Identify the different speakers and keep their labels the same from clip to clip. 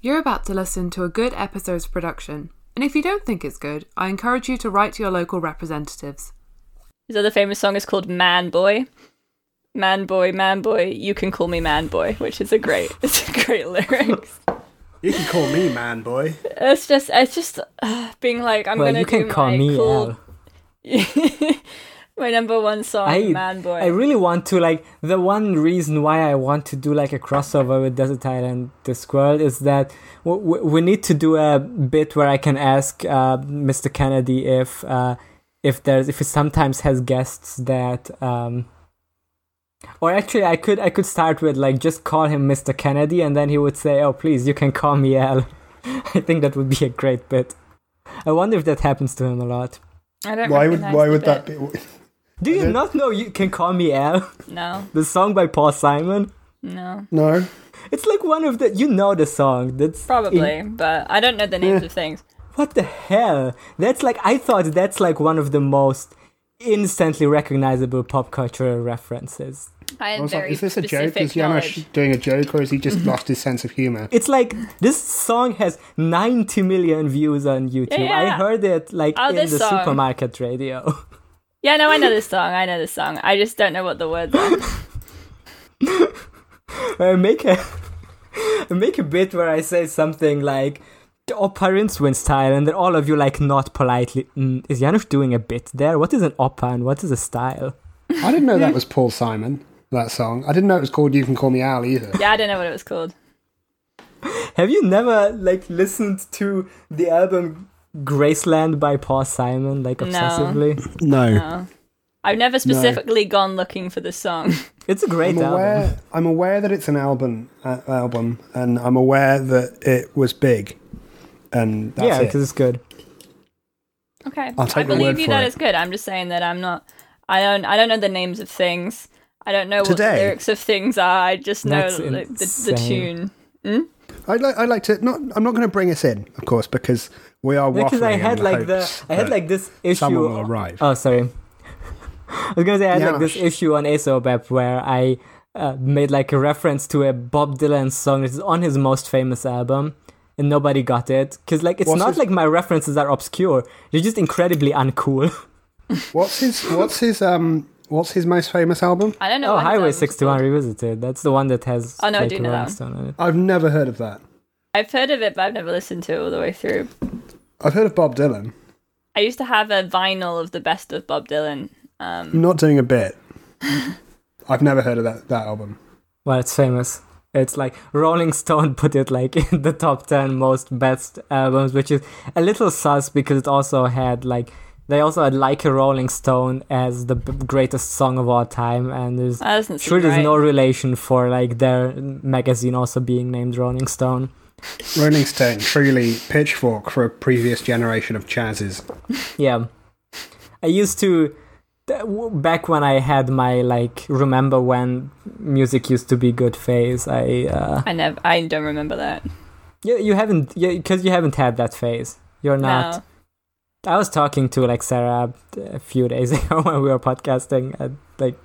Speaker 1: You're about to listen to a good episode's production, and if you don't think it's good, I encourage you to write to your local representatives.
Speaker 2: His other famous song is called Man Boy. Man boy, man boy, you can call me man boy, which is a great, it's a great lyrics.
Speaker 3: You can call me man boy.
Speaker 2: It's just, it's just uh, being like, I'm
Speaker 4: well,
Speaker 2: gonna
Speaker 4: you can
Speaker 2: do
Speaker 4: call
Speaker 2: my
Speaker 4: me
Speaker 2: cool,
Speaker 4: L.
Speaker 2: my number one song,
Speaker 4: I
Speaker 2: man boy.
Speaker 4: I really want to like the one reason why I want to do like a crossover with Desert Island Discworld is that w- w- we need to do a bit where I can ask uh, Mr. Kennedy if uh, if there's if he sometimes has guests that um, or actually I could I could start with like just call him Mr. Kennedy and then he would say oh please you can call me L. I think that would be a great bit. I wonder if that happens to him a lot.
Speaker 2: I don't
Speaker 3: Why would
Speaker 2: recognize
Speaker 3: why
Speaker 2: the
Speaker 3: would that
Speaker 2: bit.
Speaker 3: be?
Speaker 4: Do you
Speaker 3: don't-
Speaker 4: not know you can call me L?
Speaker 2: No,
Speaker 4: The song by Paul Simon.
Speaker 2: no,
Speaker 3: No.
Speaker 4: It's like one of the you know the song. That's in-
Speaker 2: probably, but I don't know the names of things.
Speaker 4: what the hell? That's like I thought that's like one of the most instantly recognizable pop cultural references.
Speaker 2: I
Speaker 3: I
Speaker 2: had
Speaker 3: was like,
Speaker 2: very
Speaker 3: is this a joke?
Speaker 2: specific
Speaker 3: Is
Speaker 2: knowledge.
Speaker 3: Yanosh doing a joke, or is he just lost his sense of humor?
Speaker 4: It's like this song has 90 million views on YouTube. I
Speaker 2: yeah.
Speaker 4: heard it like
Speaker 2: Oh,
Speaker 4: in
Speaker 2: this
Speaker 4: the
Speaker 2: song.
Speaker 4: supermarket radio.
Speaker 2: Yeah, no, I know this song. I know this song. I just don't know what the words are.
Speaker 4: I make a I make a bit where I say something like Oppa Rinswin style, and then all of you like not politely. Mm, is Janusz doing a bit there? What is an oppa and what is a style?
Speaker 3: I didn't know that was Paul Simon. That song. I didn't know it was called "You Can Call Me Al" either.
Speaker 2: Yeah, I don't know what it was called.
Speaker 4: Have you never like listened to the album Graceland by Paul Simon like
Speaker 2: No.
Speaker 4: obsessively?
Speaker 3: No.
Speaker 2: No. I've never specifically gone looking for the song.
Speaker 4: It's a great
Speaker 3: I'm
Speaker 4: album.
Speaker 3: aware. I'm aware that it's an album. Uh, album, and I'm aware that it was big. And that's
Speaker 4: yeah,
Speaker 3: it.
Speaker 4: because it's good.
Speaker 2: Okay.
Speaker 3: I'll take
Speaker 2: I
Speaker 3: your
Speaker 2: believe
Speaker 3: word
Speaker 2: you
Speaker 3: for
Speaker 2: that
Speaker 3: it.
Speaker 2: it's good. I'm just saying that I'm not I don't I don't know the names of things. I don't know what the
Speaker 3: Today?
Speaker 2: lyrics of things are. I just know
Speaker 4: That's
Speaker 2: like, the, the
Speaker 4: insane.
Speaker 2: tune.
Speaker 3: I'd like, I'd like to not. I'm not going to bring us in, of course, because we are.
Speaker 4: Because I
Speaker 3: waffling in
Speaker 4: had
Speaker 3: the
Speaker 4: like the
Speaker 3: hopes
Speaker 4: I had
Speaker 3: that
Speaker 4: like this issue.
Speaker 3: someone will arrive.
Speaker 4: Oh, sorry. I was gonna say I had like this
Speaker 3: Janusz.
Speaker 4: issue on ASOBEP where I uh, made like a reference to a Bob Dylan song that is on his most famous album, and nobody got it because like it's
Speaker 3: What's
Speaker 4: not
Speaker 3: his-
Speaker 4: like my references are obscure; they're just incredibly uncool.
Speaker 3: What's his What's his um What's his most famous album?
Speaker 2: I don't know.
Speaker 4: oh,
Speaker 2: what his
Speaker 4: Highway
Speaker 2: album's
Speaker 4: 61
Speaker 2: called.
Speaker 4: Revisited. That's the one that has
Speaker 2: Oh, no, I
Speaker 4: like,
Speaker 2: do
Speaker 4: a
Speaker 2: know that
Speaker 4: Rolling
Speaker 2: one.
Speaker 4: Stone on it.
Speaker 3: I've never heard of that.
Speaker 2: I've heard of it, but I've never listened to it all the way through.
Speaker 3: I've heard of Bob Dylan.
Speaker 2: I used to have a vinyl of the best of Bob Dylan. Um,
Speaker 3: I'm not doing a bit. I've never heard of that, that album.
Speaker 4: Well, it's famous. It's like Rolling Stone put it like in the top 10 most best albums, which is a little sus because it also had like they also had like a Rolling Stone as the b- greatest song of all time, and there's
Speaker 2: that doesn't seem
Speaker 4: sure there's
Speaker 2: right.
Speaker 4: no relation for like their magazine also being named Rolling Stone.
Speaker 3: Rolling Stone, truly pitchfork for a previous generation of chazzes.
Speaker 4: Yeah. I used to th- w- back when I had my like remember when music used to be good phase. I uh
Speaker 2: I never. I don't remember that.
Speaker 4: you, you haven't yeah because you haven't had that phase. You're not.
Speaker 2: No.
Speaker 4: I was talking to like Sarah a few days ago when we were podcasting and like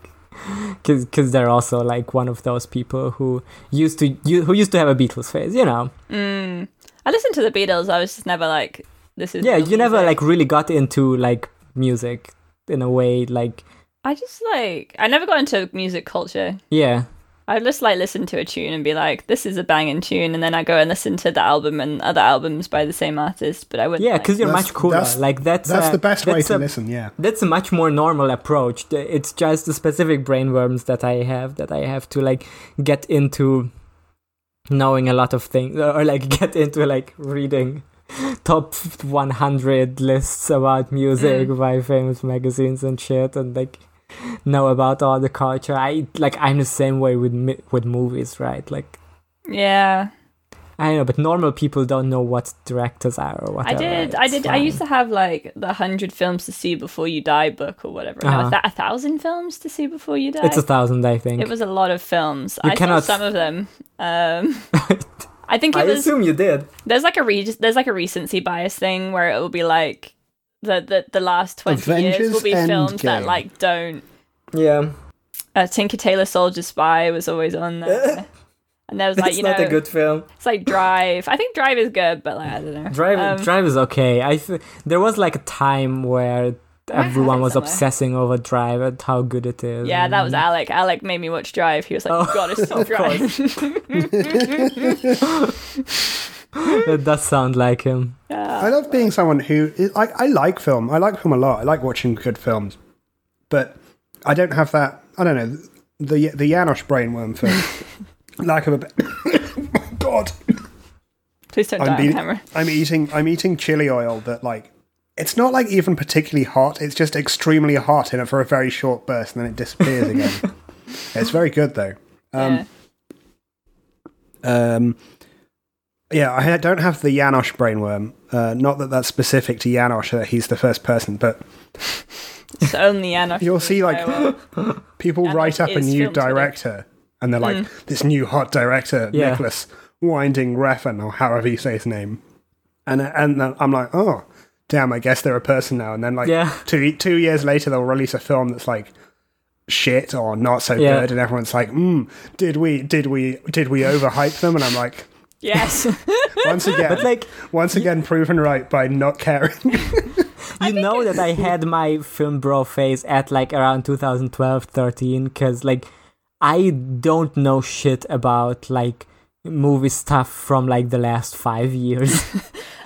Speaker 4: cuz cuz they're also like one of those people who used to you, who used to have a Beatles phase, you know.
Speaker 2: Mm. I listened to the Beatles. I was just never like, this is.
Speaker 4: Yeah,
Speaker 2: the
Speaker 4: you never
Speaker 2: music.
Speaker 4: like really got into like music in a way like
Speaker 2: I just like. I never got into music culture.
Speaker 4: yeah.
Speaker 2: I would just like listen to a tune and be like, this is a banging tune, and then I go and listen to the album and other albums by the same artist. But I wouldn't.
Speaker 4: Yeah,
Speaker 2: like-
Speaker 4: cuz you're
Speaker 3: That's-
Speaker 4: much cooler.
Speaker 3: that's-
Speaker 4: like that's
Speaker 3: That's
Speaker 4: a-
Speaker 3: the best way
Speaker 4: that's
Speaker 3: to
Speaker 4: a-
Speaker 3: listen, yeah.
Speaker 4: that's a much more normal approach. Th- It's just the specific brainworms that I have that I have to like get into knowing a lot of things or or, like get into like reading top 100 lists about music
Speaker 2: Mm.
Speaker 4: by famous magazines and shit and like know about all the culture. I like I'm the same way with mi- with movies, right? Like
Speaker 2: yeah.
Speaker 4: I don't know, but normal people don't know what directors are or
Speaker 2: I
Speaker 4: whatever.
Speaker 2: did. I
Speaker 4: It's
Speaker 2: did. I
Speaker 4: fine.
Speaker 2: used to have like the hundred films to see before you die book or whatever.
Speaker 4: Uh-huh.
Speaker 2: No, a, th- a thousand films to see before you die.
Speaker 4: It's a thousand, I think.
Speaker 2: It was a lot of films.
Speaker 4: You
Speaker 2: I
Speaker 4: cannot-
Speaker 2: saw some of them. Um, I think
Speaker 4: I
Speaker 2: it was
Speaker 4: assume you did.
Speaker 2: there's like a re- there's like a recency bias thing where it will be like the the, the last twenty years will
Speaker 3: Avengers
Speaker 2: be films that
Speaker 3: Endgame.
Speaker 2: like don't.
Speaker 4: Yeah.
Speaker 2: Uh, Tinker Tailor Soldier Spy was always on there. And there was like,
Speaker 4: it's
Speaker 2: you
Speaker 4: not
Speaker 2: know,
Speaker 4: a good film.
Speaker 2: it's like Drive. I think Drive is good, but like I don't know.
Speaker 4: Drive,
Speaker 2: Um,
Speaker 4: Drive is okay. I th- there was like a time where
Speaker 2: have
Speaker 4: everyone
Speaker 2: it
Speaker 4: was
Speaker 2: somewhere.
Speaker 4: obsessing over Drive and how good it is.
Speaker 2: Yeah, that was
Speaker 4: and-
Speaker 2: Alec. Alec made me watch Drive. He was
Speaker 4: Oh,
Speaker 2: like, "You gotta see Drive."
Speaker 4: it does sound like him.
Speaker 3: I love being someone who I, I like film. I like film a lot. I like watching good films, but I don't have that. I don't know the the Janosch brainworm for lack of a be- God.
Speaker 2: Please don't die
Speaker 3: I'm,
Speaker 2: on
Speaker 3: beating-
Speaker 2: camera.
Speaker 3: I'm eating. I'm eating chili oil that like. It's not like even particularly hot. It's just extremely hot in it for a very short burst, and then it disappears again. it's very good though.
Speaker 2: yeah.
Speaker 3: Um, yeah, I don't have the Janosch brainworm. Uh, not that that's specific to Janosch that he's the first person, but
Speaker 2: It's only Anna.
Speaker 3: You'll see, like, people
Speaker 2: And
Speaker 3: write
Speaker 2: it
Speaker 3: up a
Speaker 2: is
Speaker 3: new
Speaker 2: filmed today. Mm.
Speaker 3: director and they're like, this new hot director,
Speaker 4: Yeah.
Speaker 3: Nicholas Winding Refn, or however you say his name. And and then I'm like, oh, damn, I guess they're a person now. And then, like,
Speaker 4: Yeah.
Speaker 3: two, two years later, they'll release a film that's like, shit or not so
Speaker 4: Yeah.
Speaker 3: good and everyone's like mm, did we did we did we overhype them and i'm like
Speaker 2: yes, you
Speaker 3: once again
Speaker 4: But like
Speaker 3: once again proven right by not caring
Speaker 4: you know that I had my film bro phase at like around 2012 13 because like I don't know shit about like movie stuff from like the last five years.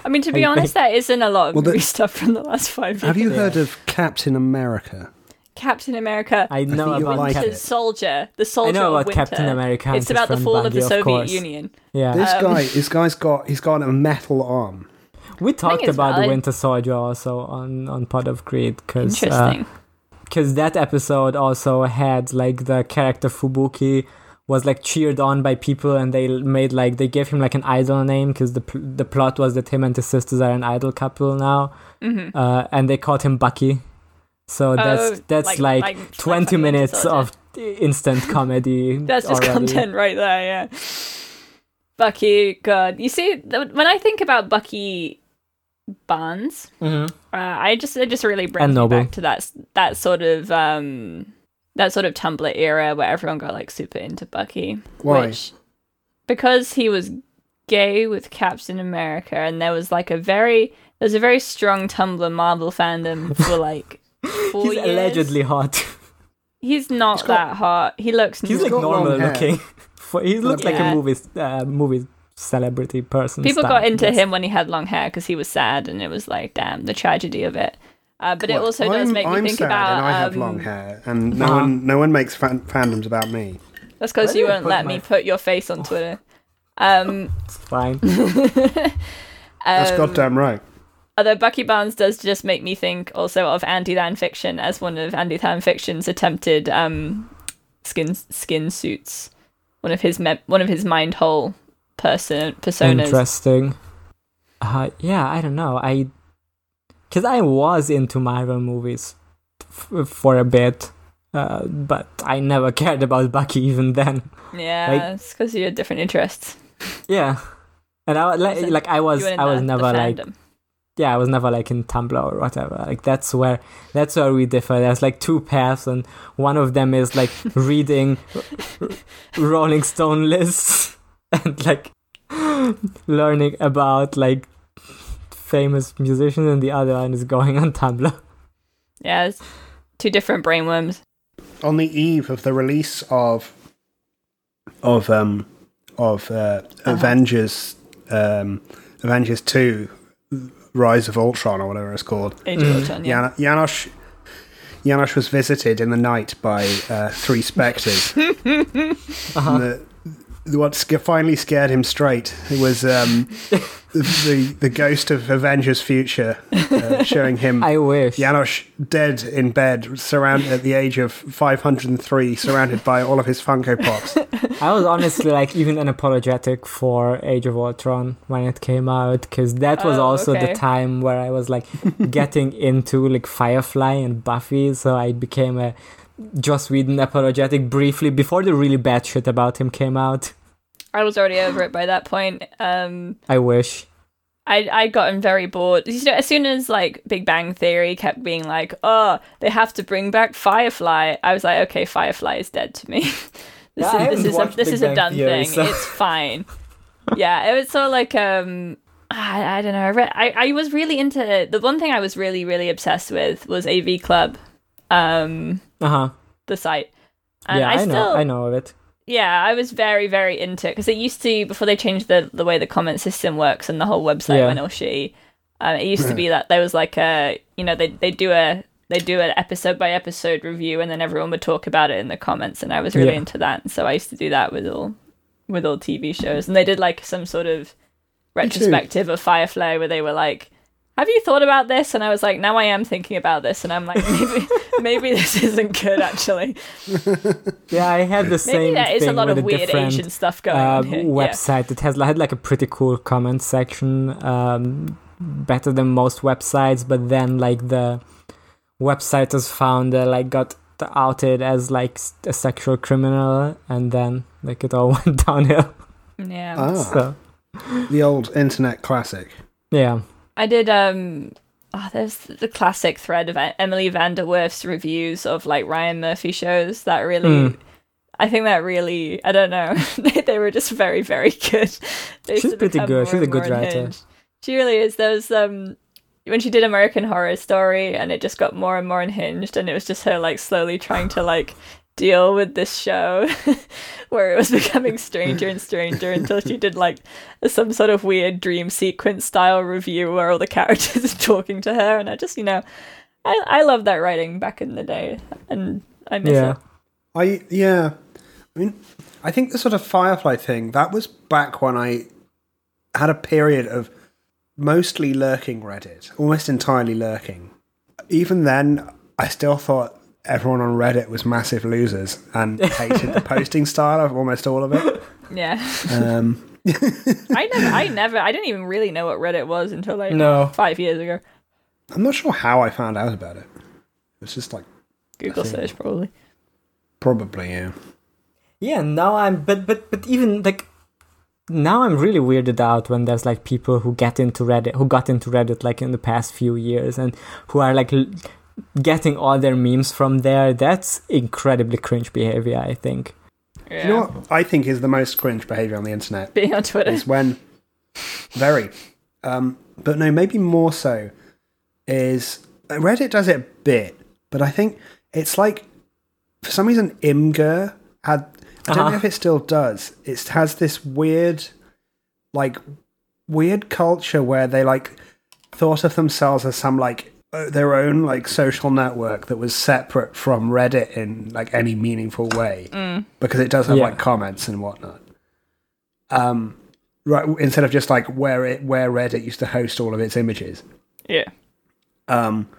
Speaker 2: I mean to be
Speaker 4: I
Speaker 2: honest, there isn't a lot of
Speaker 3: Well, the-
Speaker 2: movie stuff from the last five years.
Speaker 3: have you heard of captain america
Speaker 2: Captain America,
Speaker 4: I know
Speaker 3: think you'll
Speaker 4: about
Speaker 3: like
Speaker 4: Cap-
Speaker 2: the
Speaker 3: it.
Speaker 2: soldier, the soldier.
Speaker 4: about
Speaker 2: of winter.
Speaker 4: Captain America and
Speaker 2: It's about the
Speaker 4: Stefan
Speaker 2: fall of the
Speaker 4: Bundy, of
Speaker 2: Soviet
Speaker 4: course.
Speaker 2: Union.
Speaker 4: yeah.
Speaker 3: This
Speaker 2: Uh, um,
Speaker 3: guy, this guy's got he's got a metal arm.
Speaker 4: we talked
Speaker 2: it's
Speaker 4: about the
Speaker 2: valid.
Speaker 4: Winter Soldier also on on Pod of uh, Creed because
Speaker 2: Interesting.
Speaker 4: because that episode also had like the character Fubuki was like cheered on by people and they made like they gave him like an idol name because the pl- the plot was that him and his sisters are an idol couple now
Speaker 2: Mm-hmm.
Speaker 4: uh, and they called him Bucky so that's that's
Speaker 2: Oh, like-
Speaker 4: like,
Speaker 2: like
Speaker 4: 20
Speaker 2: Bucky
Speaker 4: minutes
Speaker 2: Soldier.
Speaker 4: of instant comedy
Speaker 2: That's just
Speaker 4: already.
Speaker 2: content right there, yeah. Bucky, God. You see, th- when I think about Bucky Barnes,
Speaker 4: Mm-hmm.
Speaker 2: uh, I just it just really brings
Speaker 4: And
Speaker 2: me
Speaker 4: Noble.
Speaker 2: back to that s- that sort of um that sort of Tumblr era where everyone got like super into Bucky.
Speaker 3: Why?
Speaker 2: Which because he was gay with Captain America and there was like a very there's a very strong Tumblr Marvel fandom for like four
Speaker 4: he's
Speaker 2: years.
Speaker 4: allegedly hot
Speaker 2: He's not
Speaker 3: got-
Speaker 2: that hot. He looks
Speaker 4: he's
Speaker 2: normal.
Speaker 4: like
Speaker 3: got long
Speaker 4: normal
Speaker 3: hair.
Speaker 4: looking For- he looks like
Speaker 2: Yeah.
Speaker 4: a movie s- uh, movie celebrity person
Speaker 2: People
Speaker 4: star,
Speaker 2: got into
Speaker 4: yes.
Speaker 2: him when he had long hair because he was sad, and it was like, damn, the tragedy of it. Uh, but it
Speaker 3: Look,
Speaker 2: also does
Speaker 3: I'm-
Speaker 2: make
Speaker 3: I'm
Speaker 2: me think
Speaker 3: sad
Speaker 2: about.
Speaker 3: And I have
Speaker 2: um,
Speaker 3: long hair, and no
Speaker 4: Uh-huh.
Speaker 3: one no one makes fan- fandoms about me.
Speaker 2: That's because
Speaker 4: Why
Speaker 2: you
Speaker 4: did I
Speaker 2: won't
Speaker 4: put
Speaker 2: let
Speaker 4: my- Oh.
Speaker 2: me put your face on Twitter. Um,
Speaker 4: it's fine
Speaker 3: That's goddamn right.
Speaker 2: although Bucky Barnes does just make me think also of Andy Than Fiction as one of Andy Than Fiction's attempted um, skin skin suits. One of his me- one of his mind hole person personas.
Speaker 4: Interesting. Uh, yeah, I don't know. I because I was into Marvel movies f- for a bit, uh, but I never cared about Bucky even then.
Speaker 2: Yeah,
Speaker 4: Like-
Speaker 2: it's because you had different interests.
Speaker 4: Yeah, and I wa- like,
Speaker 2: Listen,
Speaker 4: like I was
Speaker 2: You were in
Speaker 4: I was
Speaker 2: the- the
Speaker 4: never like
Speaker 2: fandom.
Speaker 4: yeah I was never like in Tumblr or whatever. Like that's where that's where we differ. There's like two paths, and one of them is like reading r- Rolling Stone lists and like learning about like famous musicians, and the other one is going on Tumblr.
Speaker 2: Yeah, it's two different brainworms.
Speaker 3: On the eve of the release of of um of uh,
Speaker 2: Uh-huh.
Speaker 3: Avengers um Avengers Two, Rise of Ultron or whatever it's called.
Speaker 2: Age
Speaker 4: Mm.
Speaker 2: of Ultron, yeah.
Speaker 3: Jan- Janosch Janosch was visited in the night by uh, three specters. And the- the- what sca- finally scared him straight was um, the, the the ghost of Avengers Future uh, showing him
Speaker 4: I wish.
Speaker 3: Janosch dead in bed, surrounded at the age of 503, surrounded by all of his Funko Pops.
Speaker 4: I was honestly like even unapologetic for Age of Ultron when it came out because that was
Speaker 2: Oh,
Speaker 4: also
Speaker 2: okay.
Speaker 4: the time where I was like getting into like Firefly and Buffy, so I became a Joss Whedon apologetic briefly before the really bad shit about him came out.
Speaker 2: I was already over it by that point. Um,
Speaker 4: I wish.
Speaker 2: I I gotten very bored. You know, as soon as like Big Bang Theory kept being like, oh, they have to bring back Firefly, I was like, okay, Firefly is dead to me. This
Speaker 4: Yeah, I
Speaker 2: is
Speaker 4: haven't
Speaker 2: this is a,
Speaker 4: watched
Speaker 2: this
Speaker 4: Big
Speaker 2: is a
Speaker 4: Bang
Speaker 2: done
Speaker 4: Theory,
Speaker 2: thing.
Speaker 4: so-
Speaker 2: It's fine. yeah, it was sort of like um, I, I don't know. I, re- I I was really into the one thing I was really really obsessed with was AV Club, um,
Speaker 4: Uh huh.
Speaker 2: the site. And
Speaker 4: Yeah, I, know.
Speaker 2: still,
Speaker 4: I know of it.
Speaker 2: yeah, I was very, very into it because it used to before they changed the the way the comment system works and the whole website
Speaker 4: Yeah.
Speaker 2: went all shitty. Um, it used to be that there was like a you know they they do a they do an episode by episode review and then everyone would talk about it in the comments and I was really
Speaker 4: Yeah.
Speaker 2: into that and so I used to do that with all with all TV shows and they did like some sort of retrospective of Firefly where they were like. Have you thought about this? And I was like, now I am thinking about this, and I'm like, maybe, maybe this isn't good actually.
Speaker 4: Yeah, I had
Speaker 2: Maybe
Speaker 4: the same
Speaker 2: there is
Speaker 4: thing
Speaker 2: a lot
Speaker 4: with
Speaker 2: of weird
Speaker 4: different
Speaker 2: Asian stuff going
Speaker 4: uh,
Speaker 2: on here. Yeah.
Speaker 4: website that has had like a pretty cool comment section, um, better than most websites. But then like the website's founder like got outed as like s- a sexual criminal, and then like it all went downhill.
Speaker 2: Yeah.
Speaker 3: Ah.
Speaker 4: So
Speaker 3: The old internet classic.
Speaker 4: yeah,
Speaker 2: I did um oh, there's the classic thread of E- Emily Vanderwerf's reviews of like Ryan Murphy shows that really
Speaker 4: Hmm.
Speaker 2: I think that really I don't know. they, they were just very, very good. They
Speaker 4: She's
Speaker 2: sort of
Speaker 4: pretty
Speaker 2: become
Speaker 4: good.
Speaker 2: more
Speaker 4: She's a
Speaker 2: and
Speaker 4: good
Speaker 2: more
Speaker 4: writer.
Speaker 2: unhinged. She really is. There was um when she did American Horror Story and it just got more and more unhinged and it was just her like slowly trying to like deal with this show where it was becoming stranger and stranger until she did like some sort of weird dream sequence style review where all the characters are talking to her and I just you know I I love that writing back in the day and I miss
Speaker 4: yeah.
Speaker 2: it.
Speaker 3: I yeah. I mean, I think the sort of Firefly thing that was back when I had a period of mostly lurking Reddit, almost entirely lurking. Even then, I still thought everyone on Reddit was massive losers and hated the posting style of almost all of it.
Speaker 2: Yeah.
Speaker 3: Um,
Speaker 2: I never I never I didn't even really know what Reddit was until like
Speaker 4: No.
Speaker 2: 5 years ago.
Speaker 3: I'm not sure how I found out about it. It was just like
Speaker 2: Google search probably.
Speaker 3: probably yeah.
Speaker 4: Yeah, now I'm but but but even like now I'm really weirded out when there's like people who get into Reddit who got into Reddit like in the past few years and who are like l- getting all their memes from there. That's incredibly cringe behavior, I think.
Speaker 2: Yeah.
Speaker 3: You know what I think is the most cringe behavior on the internet?
Speaker 2: Being on Twitter.
Speaker 3: is when very um but no maybe more so is reddit does it a bit but i think it's like for some reason imgur had i don't know
Speaker 4: Uh-huh.
Speaker 3: if it still does it has this weird like weird culture where they like thought of themselves as some like uh, their own like social network that was separate from reddit in like any meaningful way
Speaker 2: Mm.
Speaker 3: because it does have
Speaker 4: Yeah.
Speaker 3: like comments and whatnot um right instead of just like where it where reddit used to host all of its images
Speaker 2: Yeah.
Speaker 3: um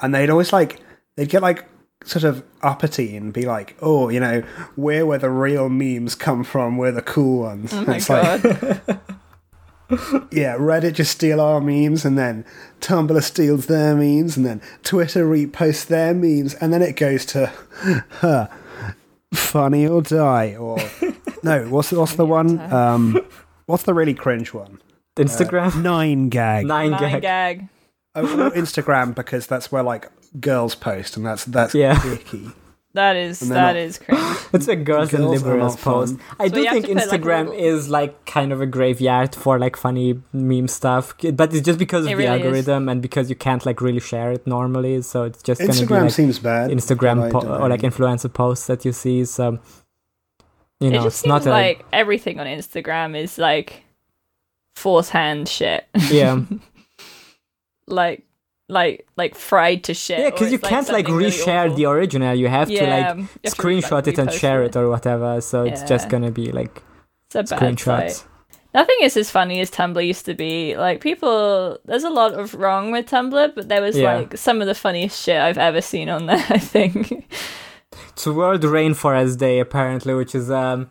Speaker 3: and they'd always like they'd get like sort of uppity and be like oh you know we're where the real memes come from we're the cool ones
Speaker 2: Oh my
Speaker 3: it's like
Speaker 2: god.
Speaker 3: yeah, Reddit just steal our memes, and then Tumblr steals their memes, and then Twitter reposts their memes, and then it goes to huh, funny or die, or no, what's what's the one? Um, what's the really cringe one?
Speaker 4: Instagram
Speaker 3: Nine gag.
Speaker 4: nine,
Speaker 2: Nine
Speaker 4: gag.
Speaker 2: gag.
Speaker 3: Oh, or Instagram because that's where like girls post, and that's that's
Speaker 4: Yeah.
Speaker 3: icky.
Speaker 2: That is
Speaker 3: And they're
Speaker 2: that
Speaker 3: not-
Speaker 2: is cringe.
Speaker 4: It's a girls, and
Speaker 3: Girls are
Speaker 4: liberals
Speaker 3: not fun.
Speaker 4: post. I
Speaker 2: So
Speaker 4: do
Speaker 2: you have
Speaker 4: think
Speaker 2: to put, like, a
Speaker 4: Instagram
Speaker 2: little-
Speaker 4: is like kind of a graveyard for like funny meme stuff, but it's just because
Speaker 2: It
Speaker 4: of
Speaker 2: really
Speaker 4: the
Speaker 2: is.
Speaker 4: algorithm and because you can't like really share it normally, so it's just gonna be
Speaker 3: Instagram
Speaker 4: like,
Speaker 3: seems bad. but I
Speaker 4: Instagram po-
Speaker 3: don't
Speaker 4: or like
Speaker 3: know.
Speaker 4: influencer posts that you see. So you know,
Speaker 2: it just
Speaker 4: it's
Speaker 2: seems
Speaker 4: not a
Speaker 2: like everything on Instagram is like fourth hand shit.
Speaker 4: yeah,
Speaker 2: like like like fried to shit.
Speaker 4: yeah, because you can't like reshare the original. You have to like screenshot it and share it or whatever. So it's
Speaker 2: Yeah.
Speaker 4: just gonna be like screenshots.
Speaker 2: Nothing is as funny as Tumblr used to be. Like people, there's a lot of wrong with Tumblr, but there was
Speaker 4: Yeah.
Speaker 2: like some of the funniest shit I've ever seen on there. I think.
Speaker 4: It's World Rainforest Day apparently, which is um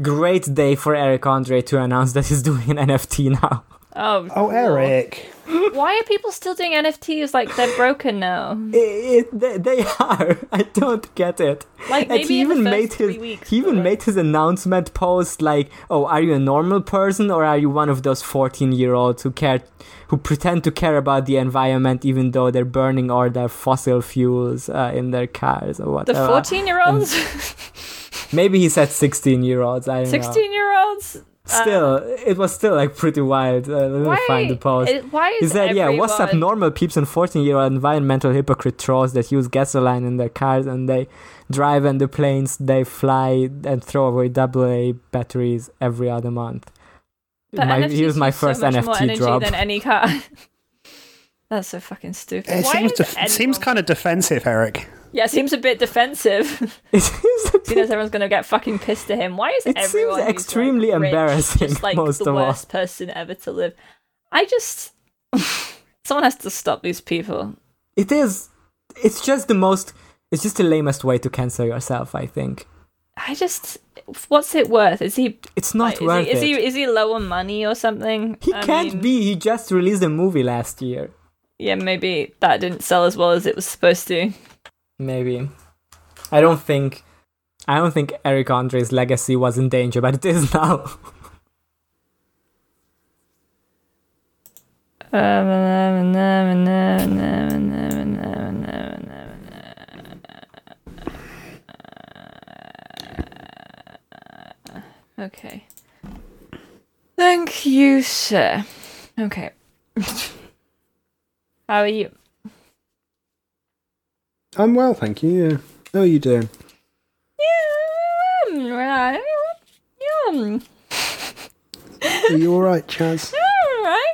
Speaker 4: great day for Eric Andre to announce that he's doing an NFT now.
Speaker 2: Oh,
Speaker 3: Oh,
Speaker 2: cool.
Speaker 3: Eric.
Speaker 2: Why are people still doing NFTs? Like they're broken now.
Speaker 4: It, it, they, they are. I don't get it.
Speaker 2: Like
Speaker 4: and
Speaker 2: maybe
Speaker 4: he
Speaker 2: in the
Speaker 4: even
Speaker 2: first
Speaker 4: made
Speaker 2: three
Speaker 4: his
Speaker 2: weeks,
Speaker 4: he even
Speaker 2: but,
Speaker 4: made his announcement post like, "Oh, are you a normal person or are you one of those 14-year-olds who care who pretend to care about the environment even though they're burning all their fossil fuels uh, in their cars or
Speaker 2: The
Speaker 4: whatever?"
Speaker 2: fourteen year olds.
Speaker 4: Maybe he said 16 year olds. I don't know.
Speaker 2: 16 year olds?
Speaker 4: Still, it was still like pretty wild. Uh, let me
Speaker 2: uh, Why?
Speaker 4: find the post.
Speaker 2: it- why is
Speaker 4: He said, yeah, what's up,
Speaker 2: everyone-
Speaker 4: normal peeps and 14 year old environmental hypocrite trolls that use gasoline in their cars and they drive on the planes they fly and throw away AA batteries every other month?
Speaker 2: But
Speaker 4: My,
Speaker 2: NFTs
Speaker 4: here's my
Speaker 2: use so
Speaker 4: first
Speaker 2: much more
Speaker 4: NFT
Speaker 2: energy
Speaker 4: drop.
Speaker 2: Than any car. That's so fucking stupid.
Speaker 3: It
Speaker 2: Why
Speaker 3: seems,
Speaker 2: is
Speaker 3: def- it seems
Speaker 2: anyone-
Speaker 3: kind of defensive, Eric.
Speaker 2: Yeah, it seems a bit defensive.
Speaker 4: it seems a
Speaker 2: he
Speaker 4: bit-
Speaker 2: knows everyone's gonna get fucking pissed at him. Why is
Speaker 4: It seems
Speaker 2: everyone who's, like,
Speaker 4: extremely
Speaker 2: rich
Speaker 4: embarrassing,
Speaker 2: Just like
Speaker 4: most
Speaker 2: the
Speaker 4: of all.
Speaker 2: worst person ever to live. I just someone has to stop these people.
Speaker 4: it is. It's just the most. It's just the lamest way to cancel yourself, I think.
Speaker 2: I just what's it worth? Is he
Speaker 4: It's not
Speaker 2: like,
Speaker 4: worth
Speaker 2: is,
Speaker 4: it.
Speaker 2: he, is he is he low on money or something?
Speaker 4: he
Speaker 2: I
Speaker 4: can't
Speaker 2: mean,
Speaker 4: be. He just released a movie last year.
Speaker 2: Yeah, maybe that didn't sell as well as it was supposed to.
Speaker 4: Maybe. I don't think. I don't think Eric Andre's legacy was in danger, but it is now.
Speaker 2: Okay. Thank you, sir. Okay. How are you?
Speaker 3: I'm well, thank you. Yeah. How are you doing?
Speaker 2: Yum, right. Yum.
Speaker 3: Are you all right, Chaz?
Speaker 2: All right.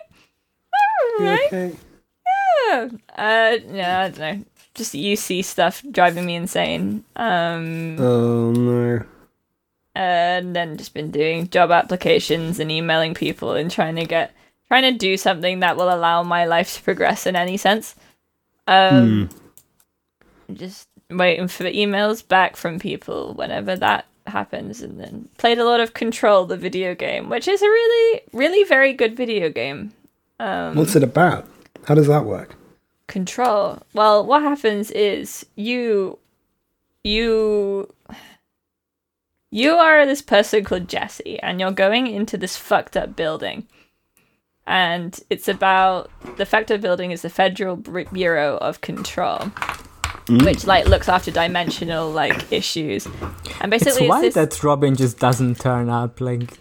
Speaker 2: All
Speaker 3: You
Speaker 2: right.
Speaker 3: okay?
Speaker 2: Uh, no, I don't know. Just UC stuff driving me insane. Um,
Speaker 3: Oh no.
Speaker 2: and then just been doing job applications and emailing people and trying to get trying to do something that will allow my life to progress in any sense. Um, just waiting for emails back from people whenever that happens, and then played a lot of Control, the video game, which is a really, really very good video game. Um,
Speaker 3: What's it about? How does that work?
Speaker 2: control. Well, what happens is you you you are this person called Jesse and you're going into this fucked up building. And it's about the fucked up building is the Federal Bu- Bureau of Control. Which like looks after dimensional like issues, and
Speaker 4: It's
Speaker 2: basically it's,
Speaker 4: why
Speaker 2: this,
Speaker 4: that Robin just doesn't turn up. Like,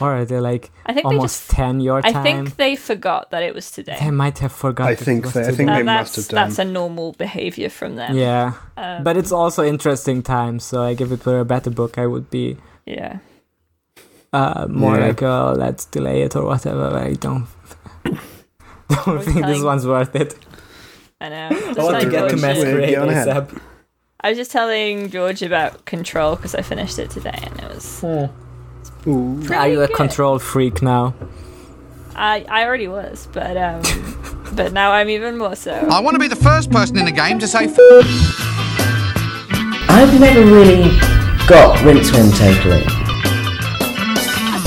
Speaker 4: or are they like
Speaker 2: I think they
Speaker 4: almost
Speaker 2: just-
Speaker 4: ten your
Speaker 2: I
Speaker 4: time?
Speaker 2: think they forgot that it was today.
Speaker 4: they might have forgotten.
Speaker 3: I think
Speaker 4: it was
Speaker 3: they- I
Speaker 4: today.
Speaker 3: think they
Speaker 2: And that's
Speaker 3: must have done.
Speaker 2: that's a normal behavior from them.
Speaker 4: Yeah,
Speaker 2: Um,
Speaker 4: but it's also interesting time. So like, if it were a better book, I would be
Speaker 2: yeah.
Speaker 4: uh, more
Speaker 3: Yeah.
Speaker 4: like, oh, let's delay it or whatever. But I don't. Don't
Speaker 2: We're
Speaker 4: think this
Speaker 2: telling-
Speaker 4: one's worth it.
Speaker 2: I know. um, Just
Speaker 4: I want to
Speaker 2: like
Speaker 4: get to
Speaker 2: George.
Speaker 3: mass
Speaker 4: masquerade
Speaker 3: Go on ahead.
Speaker 4: ASAP.
Speaker 2: I was just telling George about Control because I finished it today, and it was.
Speaker 3: Ooh.
Speaker 4: Are you a
Speaker 2: good.
Speaker 4: control freak now?
Speaker 2: I I already was, but um, but now I'm even more so.
Speaker 5: I want to be the first person in the game to say f-
Speaker 6: I've never really got rinse when totally.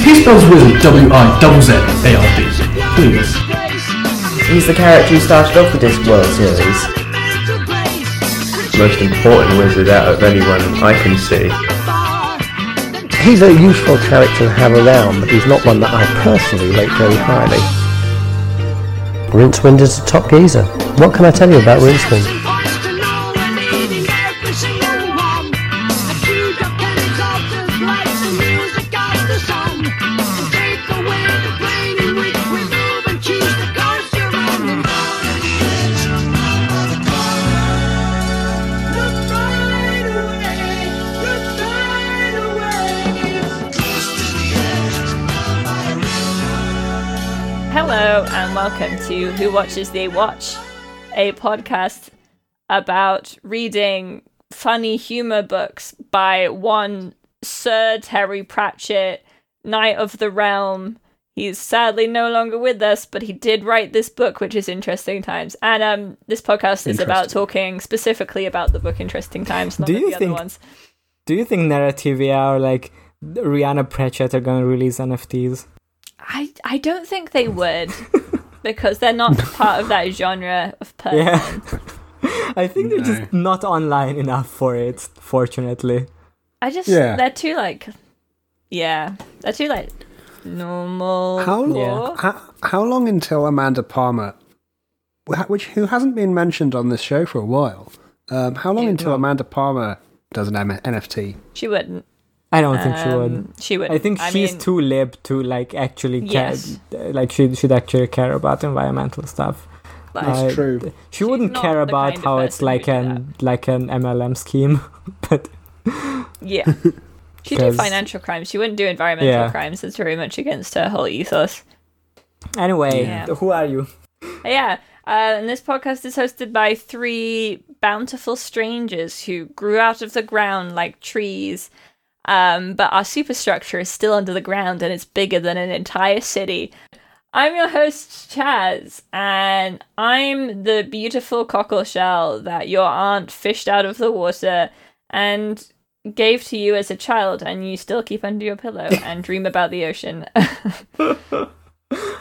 Speaker 7: He spells wizard W I double Z A R D. Please.
Speaker 6: He's the character who started off the Discworld series.
Speaker 8: most important wizard out of anyone I can see.
Speaker 9: He's a useful character to have around, but he's not one that I personally rate very highly. Rincewind is a top geezer. What can I tell you about Rincewind?
Speaker 2: Hello and welcome to Who Watches They Watch, a podcast about reading funny humor books by one Sir Terry Pratchett, Knight of the Realm. He's sadly no longer with us, but he did write this book, which is Interesting Times. And um, this podcast is about talking specifically about the book Interesting Times, not
Speaker 4: Do
Speaker 2: of
Speaker 4: you
Speaker 2: the
Speaker 4: think-
Speaker 2: other ones.
Speaker 4: Do you think Narrativia or like Rihanna Pratchett are gonna release NFTs?
Speaker 2: I I don't think they would because they're not part of that genre of person.
Speaker 4: Yeah. I think they're just not online enough for it, fortunately.
Speaker 2: I just
Speaker 3: Yeah.
Speaker 2: they're too like yeah they're too like normal.
Speaker 3: How long?
Speaker 2: or-
Speaker 3: How, how long until Amanda Palmer, wh- which who hasn't been mentioned on this show for a while, um, how long until Amanda Palmer does an M- NFT?
Speaker 2: She wouldn't.
Speaker 4: I don't think she would.
Speaker 2: Um, she would.
Speaker 4: I think she's
Speaker 2: mean,
Speaker 4: too lib to like actually care.
Speaker 2: Yes.
Speaker 4: Like she sho'd actually care about environmental stuff.
Speaker 2: like,
Speaker 4: Uh,
Speaker 3: That's true.
Speaker 4: th- She wouldn't
Speaker 2: not
Speaker 4: care
Speaker 2: the
Speaker 4: about
Speaker 2: kind of
Speaker 4: how it's
Speaker 2: person who
Speaker 4: like
Speaker 2: would do
Speaker 4: an like an MLM scheme, but
Speaker 2: Yeah. She'd do
Speaker 4: 'Cause-
Speaker 2: financial crimes. She wouldn't do environmental
Speaker 4: Yeah.
Speaker 2: crimes. It's very much against her whole ethos.
Speaker 4: anyway,
Speaker 2: Yeah.
Speaker 4: who are you?
Speaker 2: Yeah. Uh, and this podcast is hosted by three bountiful strangers who grew out of the ground like trees. Um, but our superstructure is still under the ground and it's bigger than an entire city. I'm your host, Chaz, and I'm the beautiful cockle shell that your aunt fished out of the water and gave to you as a child, and you still keep under your pillow and dream about the ocean.
Speaker 4: Uh,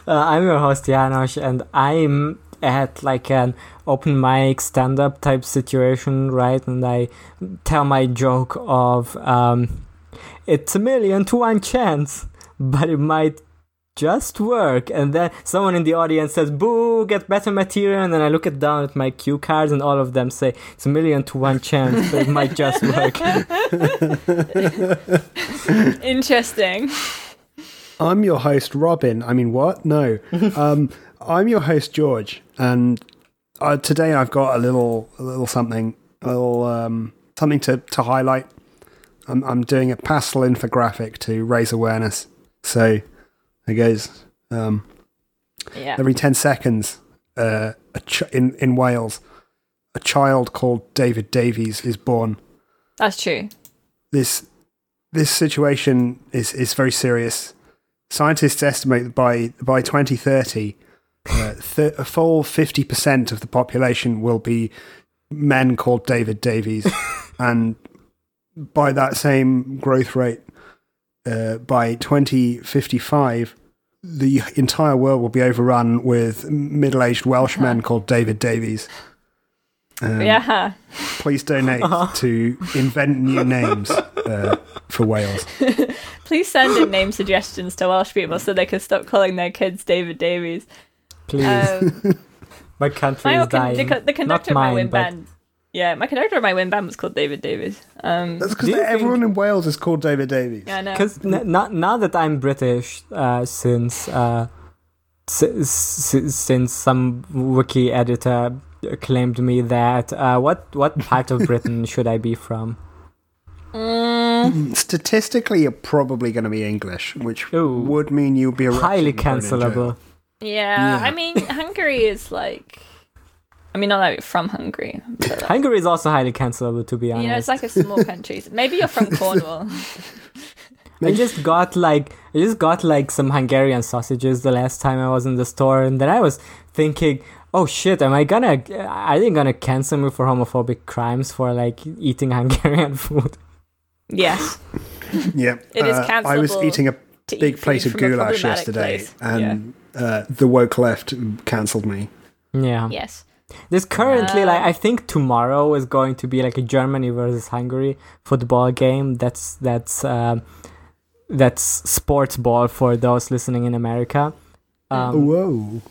Speaker 4: I'm your host Janosch, and I'm at like an open mic stand up type situation, right? And I tell my joke of um, it's a million to one chance, but it might just work. And then someone in the audience says, "Boo! Get better material." And then I look it down at my cue cards, and all of them say, "It's a million to one chance, but it might just work."
Speaker 2: Interesting.
Speaker 3: I'm your host, Robin. I mean, what? No. um, I'm your host, George, and uh, today I've got a little, a little something, a little um, something to, to highlight. I'm, I'm doing a pastel infographic to raise awareness. So it goes um,
Speaker 2: Yeah.
Speaker 3: every ten seconds uh, a ch- in in Wales, a child called David Davies is born.
Speaker 2: That's true.
Speaker 3: this this situation is is very serious. Scientists estimate that by by 2030, uh, th- a full 50 percent of the population will be men called David Davies, and by that same growth rate, uh, by 2055, the entire world will be overrun with middle-aged Welsh men called David Davies. Um,
Speaker 2: yeah.
Speaker 3: please donate to invent new names uh, for Wales.
Speaker 2: Please send in name suggestions to Welsh people so they can stop calling their kids David Davies.
Speaker 4: Please,
Speaker 2: Um,
Speaker 4: my country
Speaker 2: my
Speaker 4: is
Speaker 2: con-
Speaker 4: dying.
Speaker 2: the, co- the conductor
Speaker 4: Not mine,
Speaker 2: of my wind
Speaker 4: but
Speaker 2: band. Yeah, my conductor of my wind band was called David Davies. Um,
Speaker 3: That's because
Speaker 4: Do you
Speaker 3: everyone in Wales is called David Davies.
Speaker 2: yeah, I know.
Speaker 4: Because n- n- now that I'm British, uh, since uh, si- si- since some wiki editor claimed me that uh, what what part of Britain should I be from?
Speaker 3: Mm, Statistically, you're probably going to be English, which
Speaker 4: Ooh.
Speaker 3: would mean you'll be arrested
Speaker 4: Highly
Speaker 3: and thrown in jail.
Speaker 4: cancelable.
Speaker 2: Yeah,
Speaker 3: Yeah.
Speaker 2: I mean, Hungary is like. I mean, not like from Hungary. But like,
Speaker 4: Hungary is also highly cancelable, to be honest.
Speaker 2: you know, it's like a small country. Maybe you're from Cornwall.
Speaker 4: I just got like I just got like some Hungarian sausages the last time I was in the store, and then I was thinking, oh shit, am I gonna? Are they gonna cancel me for homophobic crimes for like eating Hungarian food?
Speaker 2: yes.
Speaker 3: Yeah,
Speaker 2: It is
Speaker 3: I was
Speaker 2: cancelable
Speaker 3: eating a
Speaker 2: to eat
Speaker 3: big
Speaker 2: food
Speaker 3: plate of
Speaker 2: from a
Speaker 3: goulash
Speaker 2: problematic
Speaker 3: yesterday,
Speaker 2: place.
Speaker 3: and uh, the woke left cancelled me.
Speaker 4: Yeah.
Speaker 2: Yes.
Speaker 4: There's currently like I think tomorrow is going to be like a Germany versus Hungary football game. That's that's um, that's sports ball for those listening in America, Um,
Speaker 3: Whoa!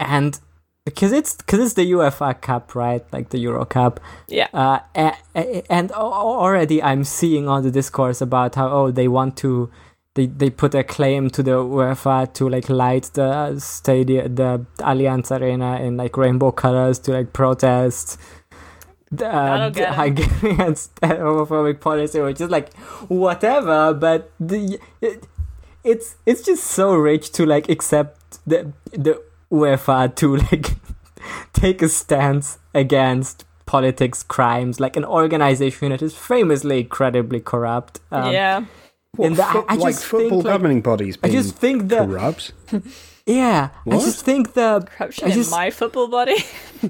Speaker 4: and because it's because it's the UEFA Cup, right? Like the Euro Cup.
Speaker 2: Yeah.
Speaker 4: Uh, a- a- and al- already I'm seeing on the discourse about how oh they want to they, they put a claim to the UEFA to like light the stadium the Allianz Arena in like rainbow colors to like protest the, uh,
Speaker 2: don't get it.
Speaker 4: Hungarian homophobic policy, which is like whatever. But the, it, it's it's just so rich to like accept the the UEFA to like take a stance against politics crimes like an organization that is famously incredibly corrupt um,
Speaker 2: yeah.
Speaker 3: What,
Speaker 4: and the- I-
Speaker 3: fo-
Speaker 4: I
Speaker 3: like
Speaker 4: just think,
Speaker 3: football
Speaker 4: like-
Speaker 3: governing bodies
Speaker 4: i
Speaker 3: being
Speaker 4: just think the
Speaker 3: corrupt.
Speaker 4: yeah
Speaker 3: What?
Speaker 4: i just think the
Speaker 2: Corruption
Speaker 4: I just,
Speaker 2: in my football body.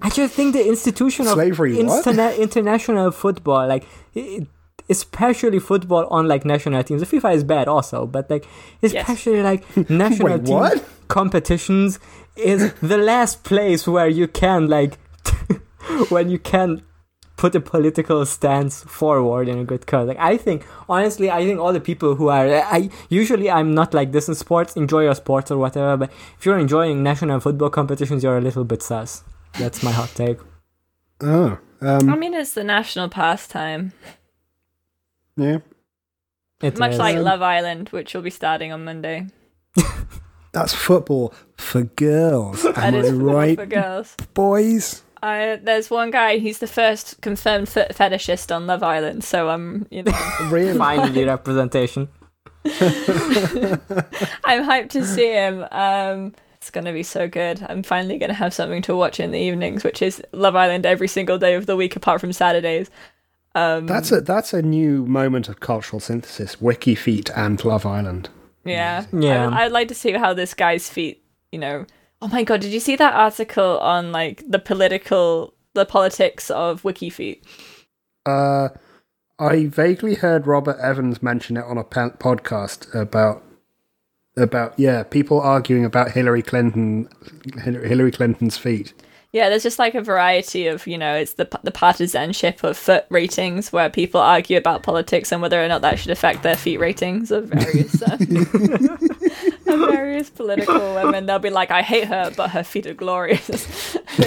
Speaker 4: I just think the institution of
Speaker 3: Slavery, what?
Speaker 4: interna- international football, like it, especially football on like national teams. The FIFA is bad also, but like especially like national
Speaker 3: Wait,
Speaker 4: team
Speaker 3: what?
Speaker 4: competitions is the last place where you can like when you can put a political stance forward in a good cause. Like I think honestly, I think all the people who are I usually I'm not like this in sports. Enjoy your sports or whatever, but if you're enjoying national football competitions, you're a little bit sus. That's my hot take.
Speaker 3: Oh,
Speaker 2: I
Speaker 3: um,
Speaker 4: Mm.
Speaker 2: mean, it's the national pastime.
Speaker 3: yeah.
Speaker 4: It
Speaker 2: Much
Speaker 4: is.
Speaker 2: like Love Island, which will be starting on Monday.
Speaker 3: That's football for girls. Am
Speaker 2: That
Speaker 3: I
Speaker 2: is
Speaker 3: right,
Speaker 2: for girls.
Speaker 3: boys?
Speaker 2: I, there's one guy. He's the first confirmed fe- fetishist on Love Island. So um, you know,
Speaker 3: Really?
Speaker 4: finally representation.
Speaker 2: I'm hyped to see him. Um, it's gonna be so good. I'm finally gonna have something to watch in the evenings, which is Love Island every single day of the week apart from Saturdays. Um,
Speaker 3: That's a that's a new moment of cultural synthesis. Wiki feet and Love Island.
Speaker 2: Yeah.
Speaker 4: Yeah.
Speaker 2: I, would like to see how this guy's feet, you know. Oh my god, did you see that article on like the political the politics of wiki feet?
Speaker 3: Uh, I vaguely heard Robert Evans mention it on a pa- podcast about about yeah people arguing about Hillary Clinton Hil- Hillary Clinton's feet.
Speaker 2: Yeah, there's just like a variety of, you know, it's the p- the partisanship of foot ratings where people argue about politics and whether or not that should affect their feet ratings of various uh, of various political women. They'll be like, I hate her, but her feet are glorious.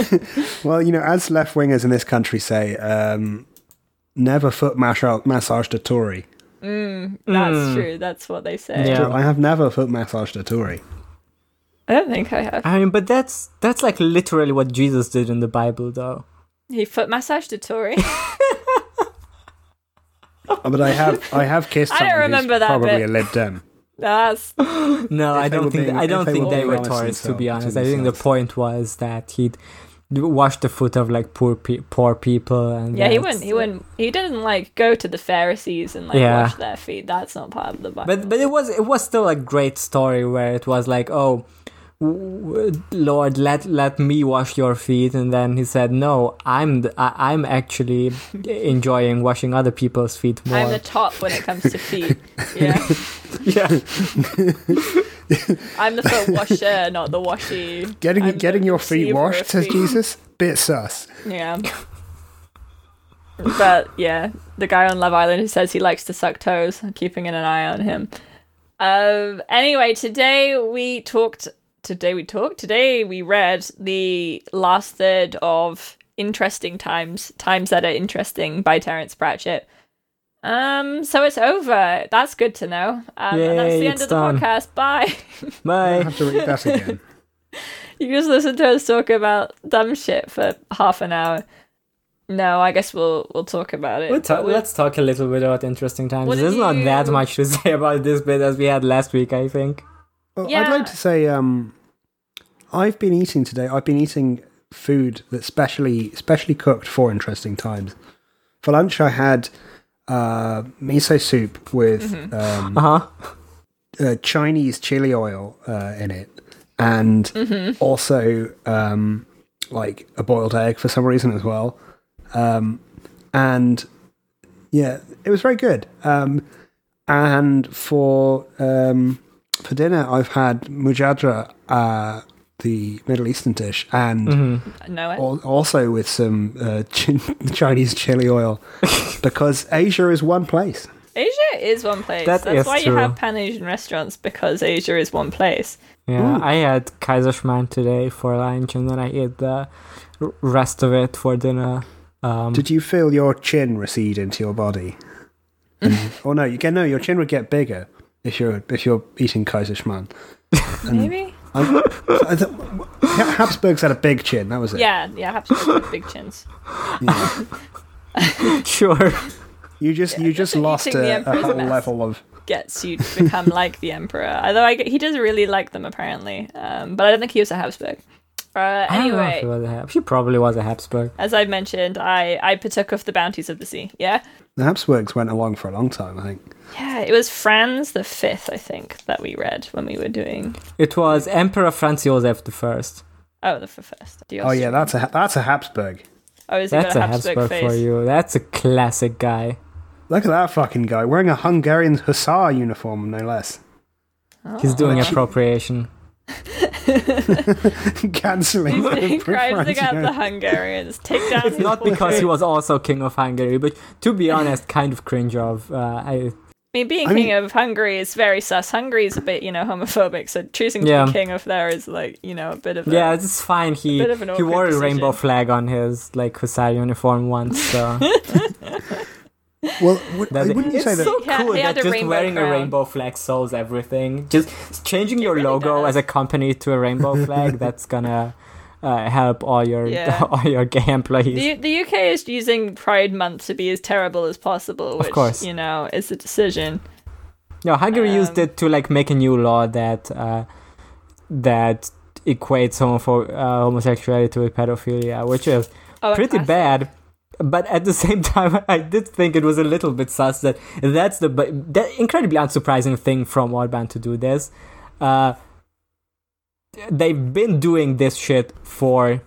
Speaker 3: Well, you know, as left wingers in this country say, um, never foot massage massaged a Tory.
Speaker 2: That's true. That's what they say.
Speaker 4: Hmm. Yeah.
Speaker 3: I have never foot massaged a Tory.
Speaker 2: I don't think I have.
Speaker 4: I mean, but that's that's like literally what Jesus did in the Bible, though.
Speaker 2: He foot massaged a Tory.
Speaker 3: But I have I have kissed.
Speaker 2: I don't
Speaker 3: someone who's
Speaker 2: remember that
Speaker 3: Probably
Speaker 2: bit.
Speaker 3: a Lib Dem.
Speaker 2: That's
Speaker 4: No, I
Speaker 3: they
Speaker 4: don't
Speaker 3: were
Speaker 4: think
Speaker 3: being-
Speaker 4: I
Speaker 3: if
Speaker 4: don't
Speaker 3: they
Speaker 4: think
Speaker 3: were
Speaker 4: they
Speaker 3: being
Speaker 4: were
Speaker 3: honest
Speaker 4: Tories. To be
Speaker 3: themselves-
Speaker 4: honest,
Speaker 3: to
Speaker 4: I think the
Speaker 3: themselves.
Speaker 4: point was that he'd wash the foot of like poor pe- poor people, and
Speaker 2: Yeah, he
Speaker 4: that's-
Speaker 2: wouldn't. He wouldn't. He didn't like go to the Pharisees and like
Speaker 4: Yeah.
Speaker 2: wash their feet. That's not part of the Bible.
Speaker 4: But but it was it was still a great story where it was like, oh, w- w- Lord, let let me wash your feet, and then he said, no, I'm the, I, I'm actually enjoying washing other people's feet more.
Speaker 2: I'm the top when it comes to feet. Yeah,
Speaker 4: yeah,
Speaker 2: I'm the foot washer, not the washy.
Speaker 3: Getting
Speaker 2: I'm
Speaker 3: getting
Speaker 2: the
Speaker 3: your feet
Speaker 2: receiver of
Speaker 3: washed, says
Speaker 2: feet.
Speaker 3: Jesus. Bit sus.
Speaker 2: Yeah. but yeah, the guy on Love Island who says he likes to suck toes, I'm keeping an eye on him. Um. Anyway, today we talked. Today we talked. Today we read the last third of "Interesting Times: Times That Are Interesting" by Terence Pratchett. Um. So it's over. That's good to know. Um, and that's
Speaker 4: Yay,
Speaker 2: the end
Speaker 4: it's
Speaker 2: of the
Speaker 4: done.
Speaker 2: podcast. Bye.
Speaker 3: I
Speaker 4: my
Speaker 3: have to read that again.
Speaker 2: You just listen to us talk about dumb shit for half an hour. No, I guess we'll we'll talk about it.
Speaker 4: We'll ta-
Speaker 2: But we'll-
Speaker 4: let's talk a little bit about interesting times.
Speaker 2: What did
Speaker 4: There's not that
Speaker 2: you-
Speaker 4: much to say about this bit as we had last week, I think.
Speaker 3: Well, I'd
Speaker 2: Yeah.
Speaker 3: like to say um, I've been eating today. I've been eating food that's specially specially cooked for interesting times. For lunch, I had uh, miso soup with um,
Speaker 4: Uh huh.
Speaker 3: uh, Chinese chili oil uh, in it, and also um, like a boiled egg for some reason as well. Um, and yeah, it was very good. Um, and for um, for dinner, I've had mujadra, uh, the Middle Eastern dish, and
Speaker 2: no,
Speaker 4: Oh.
Speaker 2: I-
Speaker 3: al- also with some uh, chin Chinese chili oil, because Asia is one place.
Speaker 2: Asia is one place.
Speaker 4: That
Speaker 2: That's
Speaker 4: is
Speaker 2: why you
Speaker 4: true.
Speaker 2: have Pan Asian restaurants because Asia is one place.
Speaker 4: Yeah, I had Kaiserschmarrn today for lunch, and then I ate the r- rest of it for dinner. Um,
Speaker 3: Did you feel your chin recede into your body? or no, you get no. Your chin would get bigger if you're if you're eating Kaiserschmarrn.
Speaker 4: Mm.
Speaker 2: Maybe.
Speaker 3: I'm- I th- Ha- Habsburgs had a big chin. That was it.
Speaker 2: Yeah, yeah. Habsburgs have big chins.
Speaker 4: sure.
Speaker 3: You just you just
Speaker 2: eating
Speaker 3: lost
Speaker 2: the
Speaker 3: a, a
Speaker 2: emperor's
Speaker 3: whole
Speaker 2: mess.
Speaker 3: level of.
Speaker 2: Gets you to become like the emperor. Although I, g- he does really like them apparently, um, but I don't think he was a Habsburg. Uh,
Speaker 4: I don't know if
Speaker 2: anyway,
Speaker 4: he was a Hab- he probably was a Habsburg.
Speaker 2: as I mentioned, I I partook of the bounties of the sea. Yeah.
Speaker 3: The Habsburgs went along for a long time. I think.
Speaker 2: Yeah, it was Franz the Fifth, I think, that we read when we were doing.
Speaker 4: It was Emperor Franz Joseph the First.
Speaker 2: Oh, the f- first. The
Speaker 3: Oh yeah,
Speaker 2: Austrian.
Speaker 3: that's a Ha- that's a Habsburg.
Speaker 2: Oh, is he
Speaker 4: That's
Speaker 2: got
Speaker 4: a
Speaker 2: a Habsburg,
Speaker 4: Habsburg
Speaker 2: face?
Speaker 4: for you. That's a classic guy.
Speaker 3: Look at that fucking guy wearing a Hungarian hussar uniform, no less.
Speaker 2: Oh.
Speaker 4: He's doing appropriation.
Speaker 3: Cancelling.
Speaker 2: He crimes
Speaker 3: Franz
Speaker 2: against the
Speaker 3: Josef.
Speaker 2: Hungarians. Take down. his
Speaker 4: Not because he
Speaker 2: walls.
Speaker 4: was also king of Hungary, but to be honest, kind of cringe of. Uh, I,
Speaker 2: I mean, being
Speaker 3: I
Speaker 2: king
Speaker 3: mean-
Speaker 2: of Hungary is very sus. Hungary is a bit, you know, homophobic. So choosing to
Speaker 4: Yeah.
Speaker 2: be king of there is like, you know, a bit of. A,
Speaker 4: yeah, it's fine. He
Speaker 2: bit of an
Speaker 4: he wore
Speaker 2: awkward
Speaker 4: a rainbow
Speaker 2: decision.
Speaker 4: flag on his like hussar uniform once. So
Speaker 3: Well, would,
Speaker 4: That's it.
Speaker 3: wouldn't you
Speaker 4: it's
Speaker 3: say that?
Speaker 4: so
Speaker 2: Yeah,
Speaker 4: cool
Speaker 2: they had
Speaker 4: that
Speaker 2: a
Speaker 4: just
Speaker 2: rainbow
Speaker 4: wearing
Speaker 2: crown.
Speaker 4: a rainbow flag solves everything. Just changing your
Speaker 2: really
Speaker 4: logo
Speaker 2: does.
Speaker 4: as a company to a rainbow flag that's gonna uh, help all your
Speaker 2: Yeah.
Speaker 4: all your gay employees.
Speaker 2: The, the UK is using Pride Month to be as terrible as possible, which,
Speaker 4: course.
Speaker 2: you know, is a decision.
Speaker 4: No, Hungary used
Speaker 2: Um,
Speaker 4: it to like make a new law that uh, that equates homopho- uh, homosexuality with pedophilia, which is
Speaker 2: Oh,
Speaker 4: pretty
Speaker 2: classic.
Speaker 4: bad. But at the same time, I did think it was a little bit sus that that's the bu- that incredibly unsurprising thing from Orban to do this. Uh, they've been doing this shit for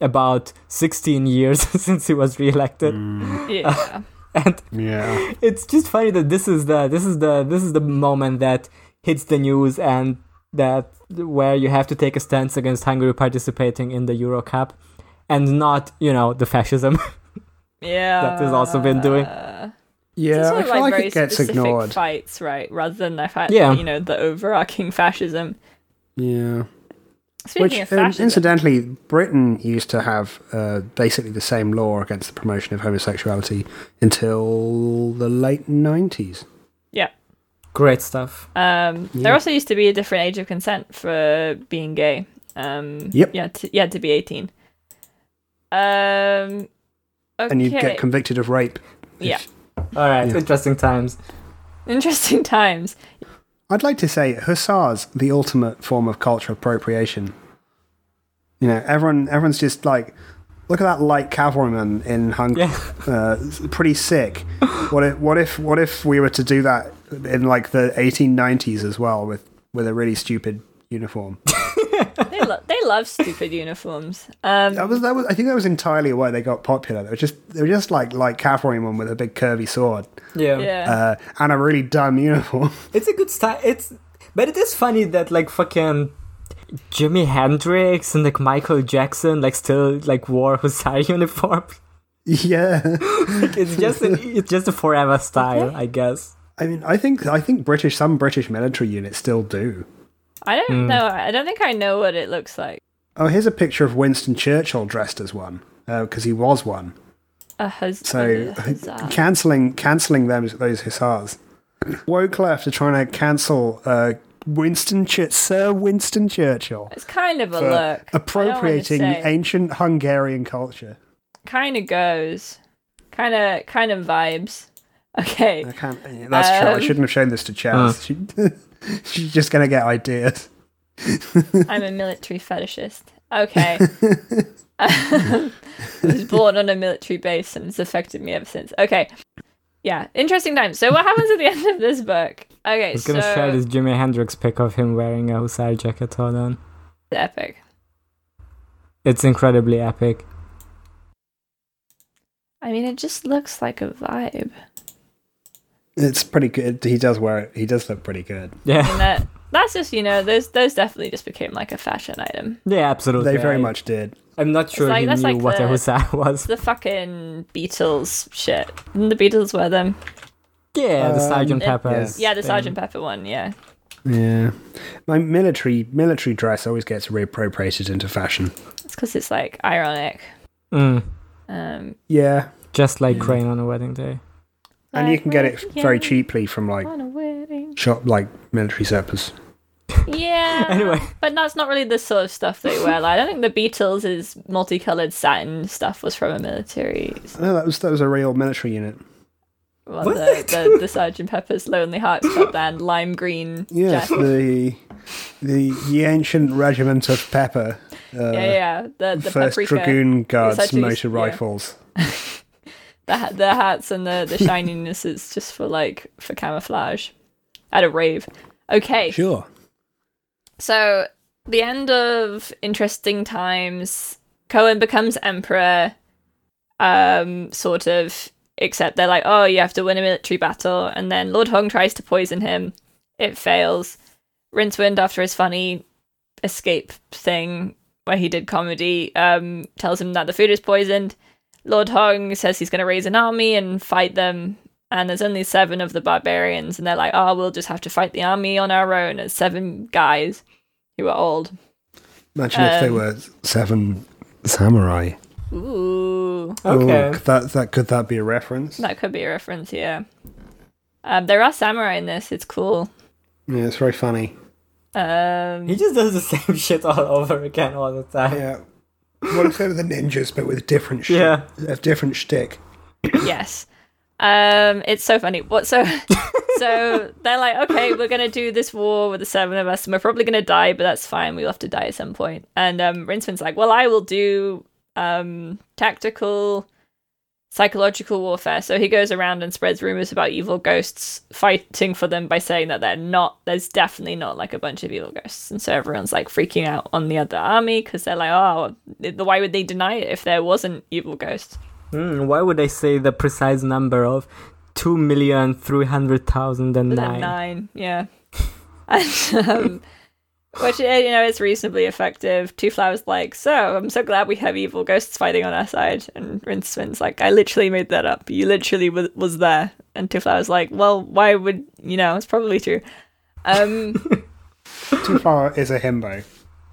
Speaker 4: about 16 years since he was reelected
Speaker 3: Mm.
Speaker 2: Yeah.
Speaker 4: and
Speaker 3: Yeah.
Speaker 4: it's just funny that this is the this is the this is the moment that hits the news and that where you have to take a stance against Hungary participating in the Euro Cup and not, you know, the fascism.
Speaker 2: yeah.
Speaker 4: That has also been doing.
Speaker 3: Yeah,
Speaker 2: sort
Speaker 3: I
Speaker 2: of like,
Speaker 3: feel like,
Speaker 2: very
Speaker 3: it gets
Speaker 2: specific
Speaker 3: ignored.
Speaker 2: fights, right? Rather than the fact,
Speaker 4: Yeah.
Speaker 2: you know, the overarching fascism.
Speaker 3: Yeah.
Speaker 2: Speaking of
Speaker 3: Which, um,
Speaker 2: fascism,
Speaker 3: incidentally, Britain used to have uh, basically the same law against the promotion of homosexuality until the late 90s.
Speaker 2: yeah.
Speaker 4: Great stuff.
Speaker 2: Um, There also used to be a different age of consent for being gay. Um,
Speaker 3: Yep.
Speaker 2: You had to, you had to be eighteen. Um, okay.
Speaker 3: And you'd get convicted of rape. if-
Speaker 2: Yeah.
Speaker 4: All right,
Speaker 3: Yeah.
Speaker 4: interesting times.
Speaker 2: Interesting times.
Speaker 3: I'd like to say hussars, the ultimate form of cultural appropriation. You know, everyone, everyone's just like, look at that light cavalryman in Hungary.
Speaker 4: Yeah.
Speaker 3: Uh, it's pretty sick. What if, what if, what if we were to do that in like the 1890s as well with with a really stupid uniform?
Speaker 2: They lo- they love stupid uniforms. Um,
Speaker 3: That was that was. I think that was entirely why they got popular. They were just they were just like like cavalrymen with a big curvy sword
Speaker 4: Yeah.
Speaker 2: yeah.
Speaker 3: uh, and a really dumb uniform.
Speaker 4: It's a good style. It's but it is funny that like fucking Jimi Hendrix and like Michael Jackson like still like wore Hussar uniform.
Speaker 3: yeah.
Speaker 4: it's just a, it's just a forever style, I guess.
Speaker 3: I mean, I think I think British some British military units still do.
Speaker 2: I don't know. I don't think I know what it looks like.
Speaker 3: Oh, here's a picture of Winston Churchill dressed as one because he was one.
Speaker 2: A hus-
Speaker 3: So
Speaker 2: a hussar.
Speaker 3: canceling canceling them those hussars. Woke left are trying to cancel uh, Winston Chur- Sir Winston Churchill
Speaker 2: it's kind of a
Speaker 3: for
Speaker 2: look.
Speaker 3: appropriating
Speaker 2: I don't wanna say.
Speaker 3: ancient Hungarian culture.
Speaker 2: kind of goes, kind of kind of vibes. Okay,
Speaker 3: I can't. That's true. I
Speaker 2: Um,
Speaker 3: shouldn't have shown this to Chaz. She, she's just going to get ideas.
Speaker 2: I'm a military fetishist. Okay, I was born on a military base and it's affected me ever since. Okay, yeah, interesting time. So what happens at the end of this book? Okay,
Speaker 4: I was
Speaker 2: so
Speaker 4: gonna share this Jimi Hendrix pic of him wearing a Hussar jacket. Hold on,
Speaker 2: epic.
Speaker 4: it's incredibly epic.
Speaker 2: I mean, it just looks like a vibe.
Speaker 3: It's pretty good. He does wear it. He does look pretty good.
Speaker 2: And
Speaker 4: Yeah,
Speaker 2: that that's just you know those those definitely just became like a fashion item.
Speaker 4: yeah, absolutely.
Speaker 3: They very
Speaker 4: I-
Speaker 3: much did.
Speaker 4: I'm not sure
Speaker 2: like-
Speaker 4: he
Speaker 2: that's
Speaker 4: knew
Speaker 2: like
Speaker 4: what
Speaker 2: the-
Speaker 4: a Hussar was.
Speaker 2: The fucking Beatles shit. Didn't the Beatles wear them?
Speaker 4: Yeah, the Sergeant
Speaker 2: Um, it-
Speaker 4: Pepper's. Mm,
Speaker 2: Yeah, the
Speaker 4: thing.
Speaker 2: Sergeant Pepper one. Yeah.
Speaker 3: Yeah, my military military dress always gets reappropriated into fashion.
Speaker 2: It's because it's like ironic.
Speaker 4: Mm,
Speaker 2: Um,
Speaker 3: Yeah,
Speaker 4: just like Crane on a wedding day.
Speaker 3: and you can get it very cheaply from like
Speaker 2: On a wedding.
Speaker 3: shop like military surplus.
Speaker 2: Yeah.
Speaker 4: Anyway.
Speaker 2: But that's not really the sort of stuff they wear. Like, I don't think the Beatles' is multicolored satin stuff was from a military.
Speaker 3: No, Oh, that was that was a real military unit.
Speaker 2: Well,
Speaker 4: Was
Speaker 2: the,
Speaker 4: it?
Speaker 2: the, the Sgt. Pepper's Lonely Hearts Club Band, lime green.
Speaker 3: Yes,
Speaker 2: jacket.
Speaker 3: the the ye ancient regiment of pepper. Uh,
Speaker 2: Yeah, yeah. The, the
Speaker 3: First
Speaker 2: paprika.
Speaker 3: Dragoon Guards
Speaker 2: actually-
Speaker 3: motor
Speaker 2: yeah.
Speaker 3: rifles.
Speaker 2: The, ha- the hats and the, the shininess is just for, like, for camouflage at a rave. Okay.
Speaker 3: Sure.
Speaker 2: So, the end of interesting times. Cohen becomes emperor. Um, sort of. Except they're like, oh, you have to win a military battle, and then Lord Hong tries to poison him. It fails. Rincewind, after his funny escape thing where he did comedy, um, tells him that the food is poisoned. Lord Hong says he's going to raise an army and fight them. And there's only seven of the barbarians, and they're like, oh, we'll just have to fight the army on our own as seven guys who are old.
Speaker 3: Imagine if they
Speaker 2: Um,
Speaker 3: were seven samurai.
Speaker 2: Ooh. Ooh,
Speaker 4: Okay.
Speaker 3: Ooh, could that that could that be a reference?
Speaker 2: that could be a reference. Yeah. Um, there are samurai in this. It's cool.
Speaker 3: Yeah, it's very funny.
Speaker 2: Um,
Speaker 4: He just does the same shit all over again all the time.
Speaker 3: Yeah. What if they were the ninjas but with different sh-
Speaker 4: Yeah.
Speaker 3: a different shtick?
Speaker 2: yes. Um, it's so funny. What so? so they're like, okay, we're gonna do this war with the seven of us, and we're probably gonna die, but that's fine. We'll have to die at some point. And um, Rinceman's like, well, I will do um tactical, psychological warfare. So he goes around and spreads rumors about evil ghosts, fighting for them by saying that they're not. There's definitely not like a bunch of evil ghosts, and so everyone's like freaking out on the other army because they're like, oh, why would they deny it if there wasn't evil ghosts?
Speaker 4: Hmm, why would I say the precise number of two million three hundred thousand and
Speaker 2: Was it
Speaker 4: nine?
Speaker 2: yeah. And, um, which, eh, you know, is reasonably effective. Two Flowers like, so I'm so glad we have evil ghosts fighting on our side. And Rincewind's like, I literally made that up. You literally was, was there. And Two Flowers like, well, why would, you know, it's probably true. Um,
Speaker 3: Too far is a himbo.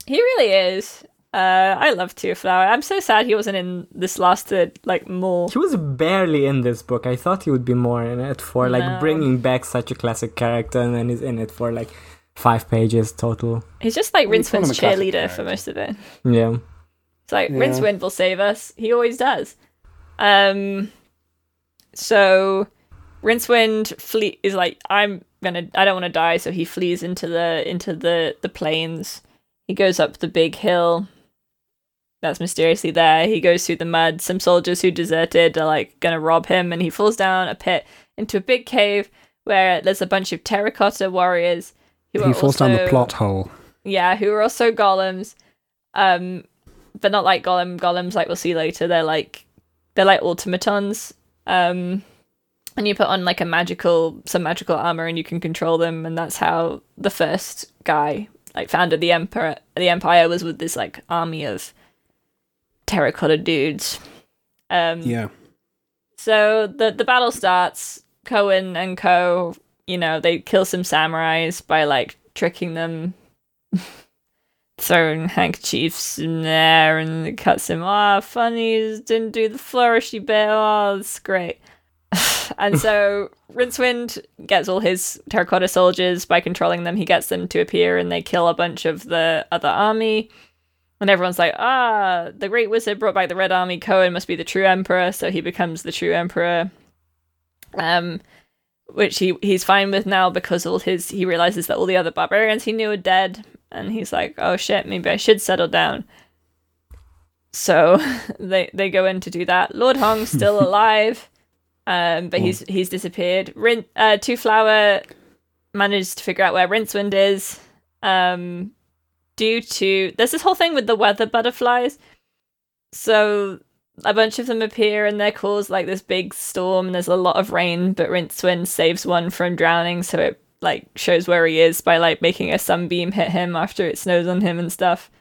Speaker 2: He really is. Uh, I love Two Flower. I'm so sad he wasn't in this lasted like more.
Speaker 4: He was barely in this book. I thought he would be more in it for like
Speaker 2: No.
Speaker 4: bringing back such a classic character, and then he's in it for like five pages total.
Speaker 2: He's just like
Speaker 3: call
Speaker 2: Rincewind's
Speaker 3: him a classic
Speaker 2: cheerleader
Speaker 3: character.
Speaker 2: for most of it.
Speaker 4: Yeah.
Speaker 2: It's like Rincewind will save us. He always does. Um, so Rincewind flee is like I'm gonna I don't want to die, so he flees into the into the the plains. He goes up the big hill. That's mysteriously there. He goes through the mud. Some soldiers who deserted are like gonna rob him, and he falls down a pit into a big cave where there's a bunch of terracotta warriors. Who
Speaker 3: he
Speaker 2: are
Speaker 3: falls down the
Speaker 2: also-
Speaker 3: plot hole.
Speaker 2: yeah, who are also golems, um, but not like golem golems like we'll see later. They're like they're like automatons, um, and you put on like a magical some magical armor and you can control them, and that's how the first guy like founded the emperor the empire was with this like army of terracotta dudes. Um,
Speaker 3: Yeah.
Speaker 2: so the the battle starts. Cohen and Co. You know they kill some samurais by like tricking them, throwing handkerchiefs in there, and it cuts him off. Funny, he just didn't do the flourishy bit. Oh, that's great. and so Rincewind gets all his terracotta soldiers by controlling them. He gets them to appear, and they kill a bunch of the other army. And everyone's like, ah, the great wizard brought back the Red Army. Cohen must be the true emperor, so he becomes the true emperor. Um, which he he's fine with now because all his he realizes that all the other barbarians he knew are dead, and he's like, oh shit, maybe I should settle down. So they they go in to do that. Lord Hong's still alive, um, but he's he's disappeared. Rin- uh, Two Flower managed to figure out where Rincewind is. Um, due to there's this whole thing with the weather butterflies. So a bunch of them appear and they cause like this big storm and there's a lot of rain, but Rincewind saves one from drowning, so it like shows where he is by like making a sunbeam hit him after it snows on him and stuff.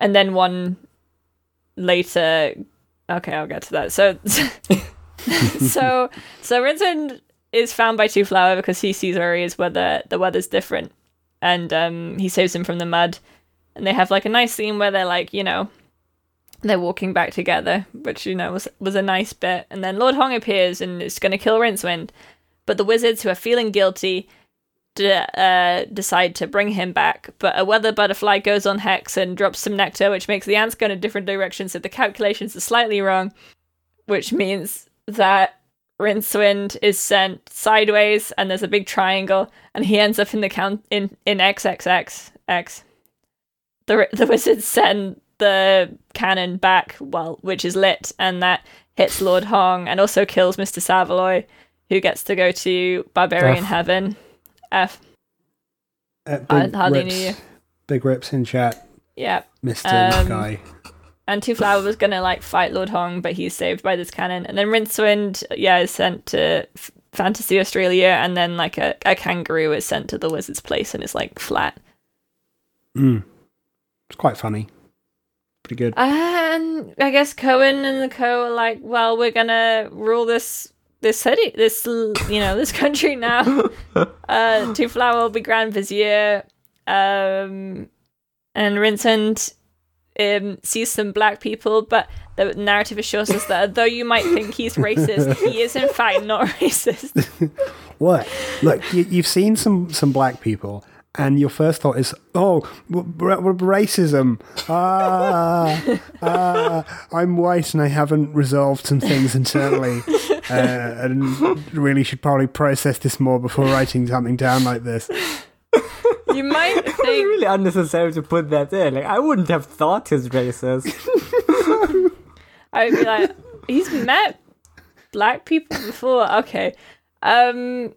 Speaker 2: And then one later okay, I'll get to that. So so so Rincewind is found by Two Flower because he sees where he is whether the weather's different and um, he saves him from the mud. And they have like a nice scene where they're like, you know, they're walking back together, which you know was was a nice bit. And then Lord Hong appears and is going to kill Rincewind, but the wizards who are feeling guilty de- uh, decide to bring him back. But a weather butterfly goes on hex and drops some nectar, which makes the ants go in a different direction. So the calculations are slightly wrong, which means that Rincewind is sent sideways, and there's a big triangle, and he ends up in the count in in XXX X. The ri- the wizards send the cannon back, well, which is lit, and that hits Lord Hong and also kills Mister Savaloy, who gets to go to Barbarian
Speaker 4: F.
Speaker 2: Heaven. F.
Speaker 3: Uh,
Speaker 2: I
Speaker 3: big
Speaker 2: hardly
Speaker 3: rips,
Speaker 2: knew you.
Speaker 3: Big rips in chat,
Speaker 2: Yeah.
Speaker 3: Mr.
Speaker 2: Um,
Speaker 3: Guy.
Speaker 2: And Two Flower was gonna like fight Lord Hong, but he's saved by this cannon. And then Rincewind, yeah, is sent to F- Fantasy Australia, and then like a, a kangaroo is sent to the wizard's place and is like flat.
Speaker 3: Mm. It's quite funny. Pretty good.
Speaker 2: And Um, I guess Cohen and the Co are like, well, we're gonna rule this this city, this l- you know, this country now. uh, Two Flower will be Grand Vizier, um, and Rincent um, sees some black people, but the narrative assures us that though you might think he's racist, he is in fact not racist.
Speaker 3: What? Look, you, you've seen some some black people, and your first thought is, "Oh, r- r- racism." Ah, ah, I'm white, and I haven't resolved some things internally, uh, and really should probably process this more before writing something down like this.
Speaker 2: You might
Speaker 4: It's
Speaker 2: think
Speaker 4: really unnecessary to put that in. Like, I wouldn't have thought he's racist.
Speaker 2: I would be like, he's met black people before. Okay. Um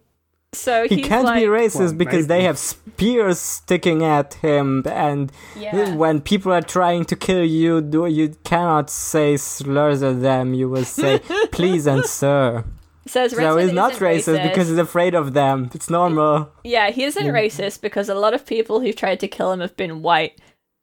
Speaker 2: so
Speaker 4: He
Speaker 2: he's
Speaker 4: can't
Speaker 2: like,
Speaker 4: be racist
Speaker 3: Well,
Speaker 4: because they
Speaker 3: maybe.
Speaker 4: have spears sticking at him, and
Speaker 2: Yeah.
Speaker 4: when people are trying to kill you, do you cannot say slurs at them. You will say please and sir.
Speaker 2: says
Speaker 4: So
Speaker 2: racism
Speaker 4: he's not
Speaker 2: isn't
Speaker 4: racist because he's afraid of them. It's normal.
Speaker 2: Yeah, he isn't racist because a lot of people who've tried to kill him have been white.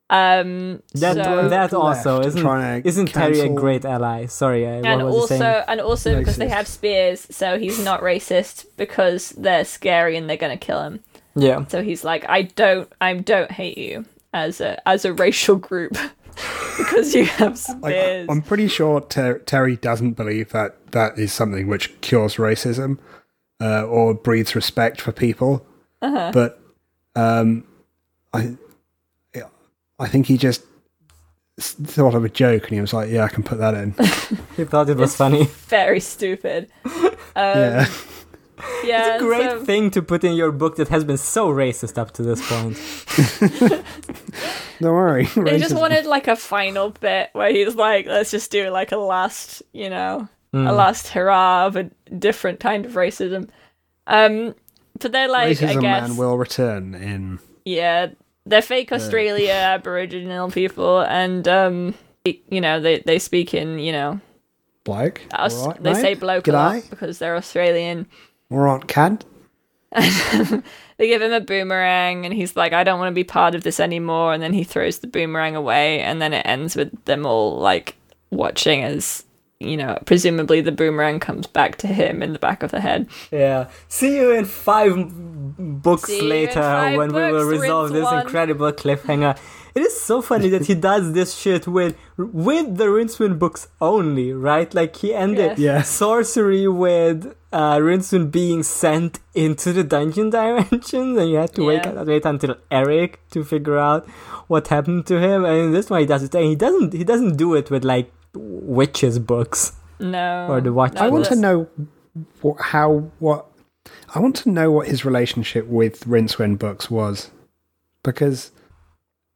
Speaker 2: Um
Speaker 4: That
Speaker 2: so,
Speaker 4: that also
Speaker 3: left,
Speaker 4: isn't
Speaker 3: trying to
Speaker 4: isn't Terry a
Speaker 3: cancel-
Speaker 4: great ally? Sorry, I,
Speaker 2: and
Speaker 4: what was I saying?
Speaker 2: also and also because they
Speaker 3: Racist.
Speaker 2: have spears, so he's not racist because they're scary and they're gonna kill him.
Speaker 4: Yeah,
Speaker 2: So he's like, I don't, I don't hate you as a as a racial group because you have
Speaker 3: Like,
Speaker 2: spears.
Speaker 3: I'm pretty sure Ter- Terry doesn't believe that that is something which cures racism uh, or breeds respect for people.
Speaker 2: Uh-huh.
Speaker 3: But um, I, I think he just s- thought of a joke and he was like, "Yeah, I can put that in."
Speaker 2: Um,
Speaker 4: he thought it was funny.
Speaker 2: Very stupid.
Speaker 3: yeah,
Speaker 2: Yeah,
Speaker 4: It's a great
Speaker 2: so-
Speaker 4: thing to put in your book that has been so racist up to this point.
Speaker 3: don't worry.
Speaker 2: They
Speaker 3: racism.
Speaker 2: just wanted like a final bit where he's like, let's just do like a last, you know,
Speaker 3: Mm.
Speaker 2: a last hurrah of a different kind of racism. Um, but they're like,
Speaker 3: racism
Speaker 2: I guess,
Speaker 3: man will return in.
Speaker 2: yeah, they're fake Australia Aboriginal people, and um, you know, they they speak in, you know,
Speaker 3: Bloke,
Speaker 2: Aus-
Speaker 3: All right,
Speaker 2: they
Speaker 3: mate?
Speaker 2: say bloke a
Speaker 3: G'day,
Speaker 2: lot because they're Australian.
Speaker 3: all right, cad.
Speaker 2: They give him a boomerang and he's like, I don't want to be part of this anymore. And then he throws the boomerang away. And then it ends with them all like watching as, you know, presumably the boomerang comes back to him in the back of the head.
Speaker 4: Yeah. See you in five m- books
Speaker 2: See you in
Speaker 4: later
Speaker 2: five
Speaker 4: when we will
Speaker 2: books,
Speaker 4: resolve
Speaker 2: rinse
Speaker 4: this
Speaker 2: one.
Speaker 4: incredible cliffhanger. It is so funny that he does this shit with with the Rincewind books only, right? Like he ended
Speaker 2: Yes.
Speaker 3: Yeah.
Speaker 4: sorcery with uh, Rincewind being sent into the dungeon dimensions, and you had to
Speaker 2: Yeah.
Speaker 4: wait wait until Eric to figure out what happened to him. And this one he does it, and he doesn't he doesn't do it with like witches books.
Speaker 2: No.
Speaker 4: Or the watch-
Speaker 2: No,
Speaker 3: I want to
Speaker 2: that's-
Speaker 3: know what, how what I want to know what his relationship with Rincewind books was because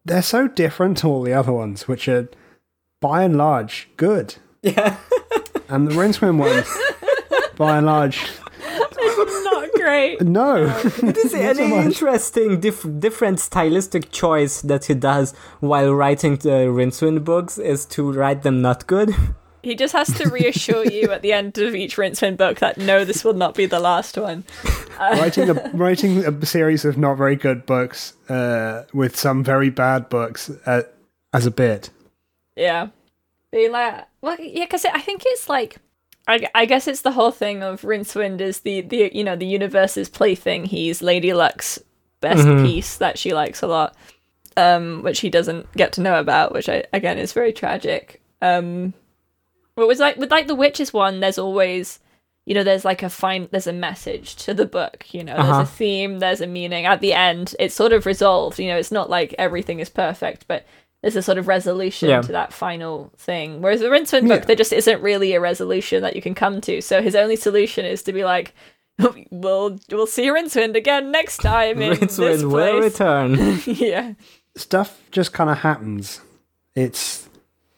Speaker 3: they're so different to all the other ones, which are by and large good,
Speaker 4: Yeah.
Speaker 3: and the Rincewind ones. By and large,
Speaker 2: Not great.
Speaker 3: no.
Speaker 4: Is there
Speaker 3: Not so
Speaker 4: any
Speaker 3: much.
Speaker 4: interesting dif- different stylistic choice that he does while writing the Rincewind books is to write them not good?
Speaker 2: He just has to reassure you at the end of each Rincewind book that no, this will not be the last one.
Speaker 3: writing a writing a series of not very good books uh, with some very bad books uh, as a bit.
Speaker 2: Yeah. Being like, well, yeah, because I think it's like, I, I guess it's the whole thing of Rincewind is the, the you know, the universe's plaything. He's Lady Luck's best
Speaker 4: Mm-hmm.
Speaker 2: piece that she likes a lot, um, which he doesn't get to know about, which I, again is very tragic. Um, but was like with like the witches one, there's always, you know, there's like a fine, there's a message to the book. You know,
Speaker 4: Uh-huh.
Speaker 2: there's a theme, there's a meaning. At the end, it's sort of resolved. You know, it's not like everything is perfect, but there's a sort of resolution
Speaker 4: Yeah.
Speaker 2: to that final thing. Whereas the Rincewind book,
Speaker 3: Yeah.
Speaker 2: there just isn't really a resolution that you can come to. So his only solution is to be like, we'll we'll see Rincewind again next time in this
Speaker 4: Rincewind will
Speaker 2: place.
Speaker 4: return.
Speaker 2: yeah,
Speaker 3: Stuff just kind of happens. It's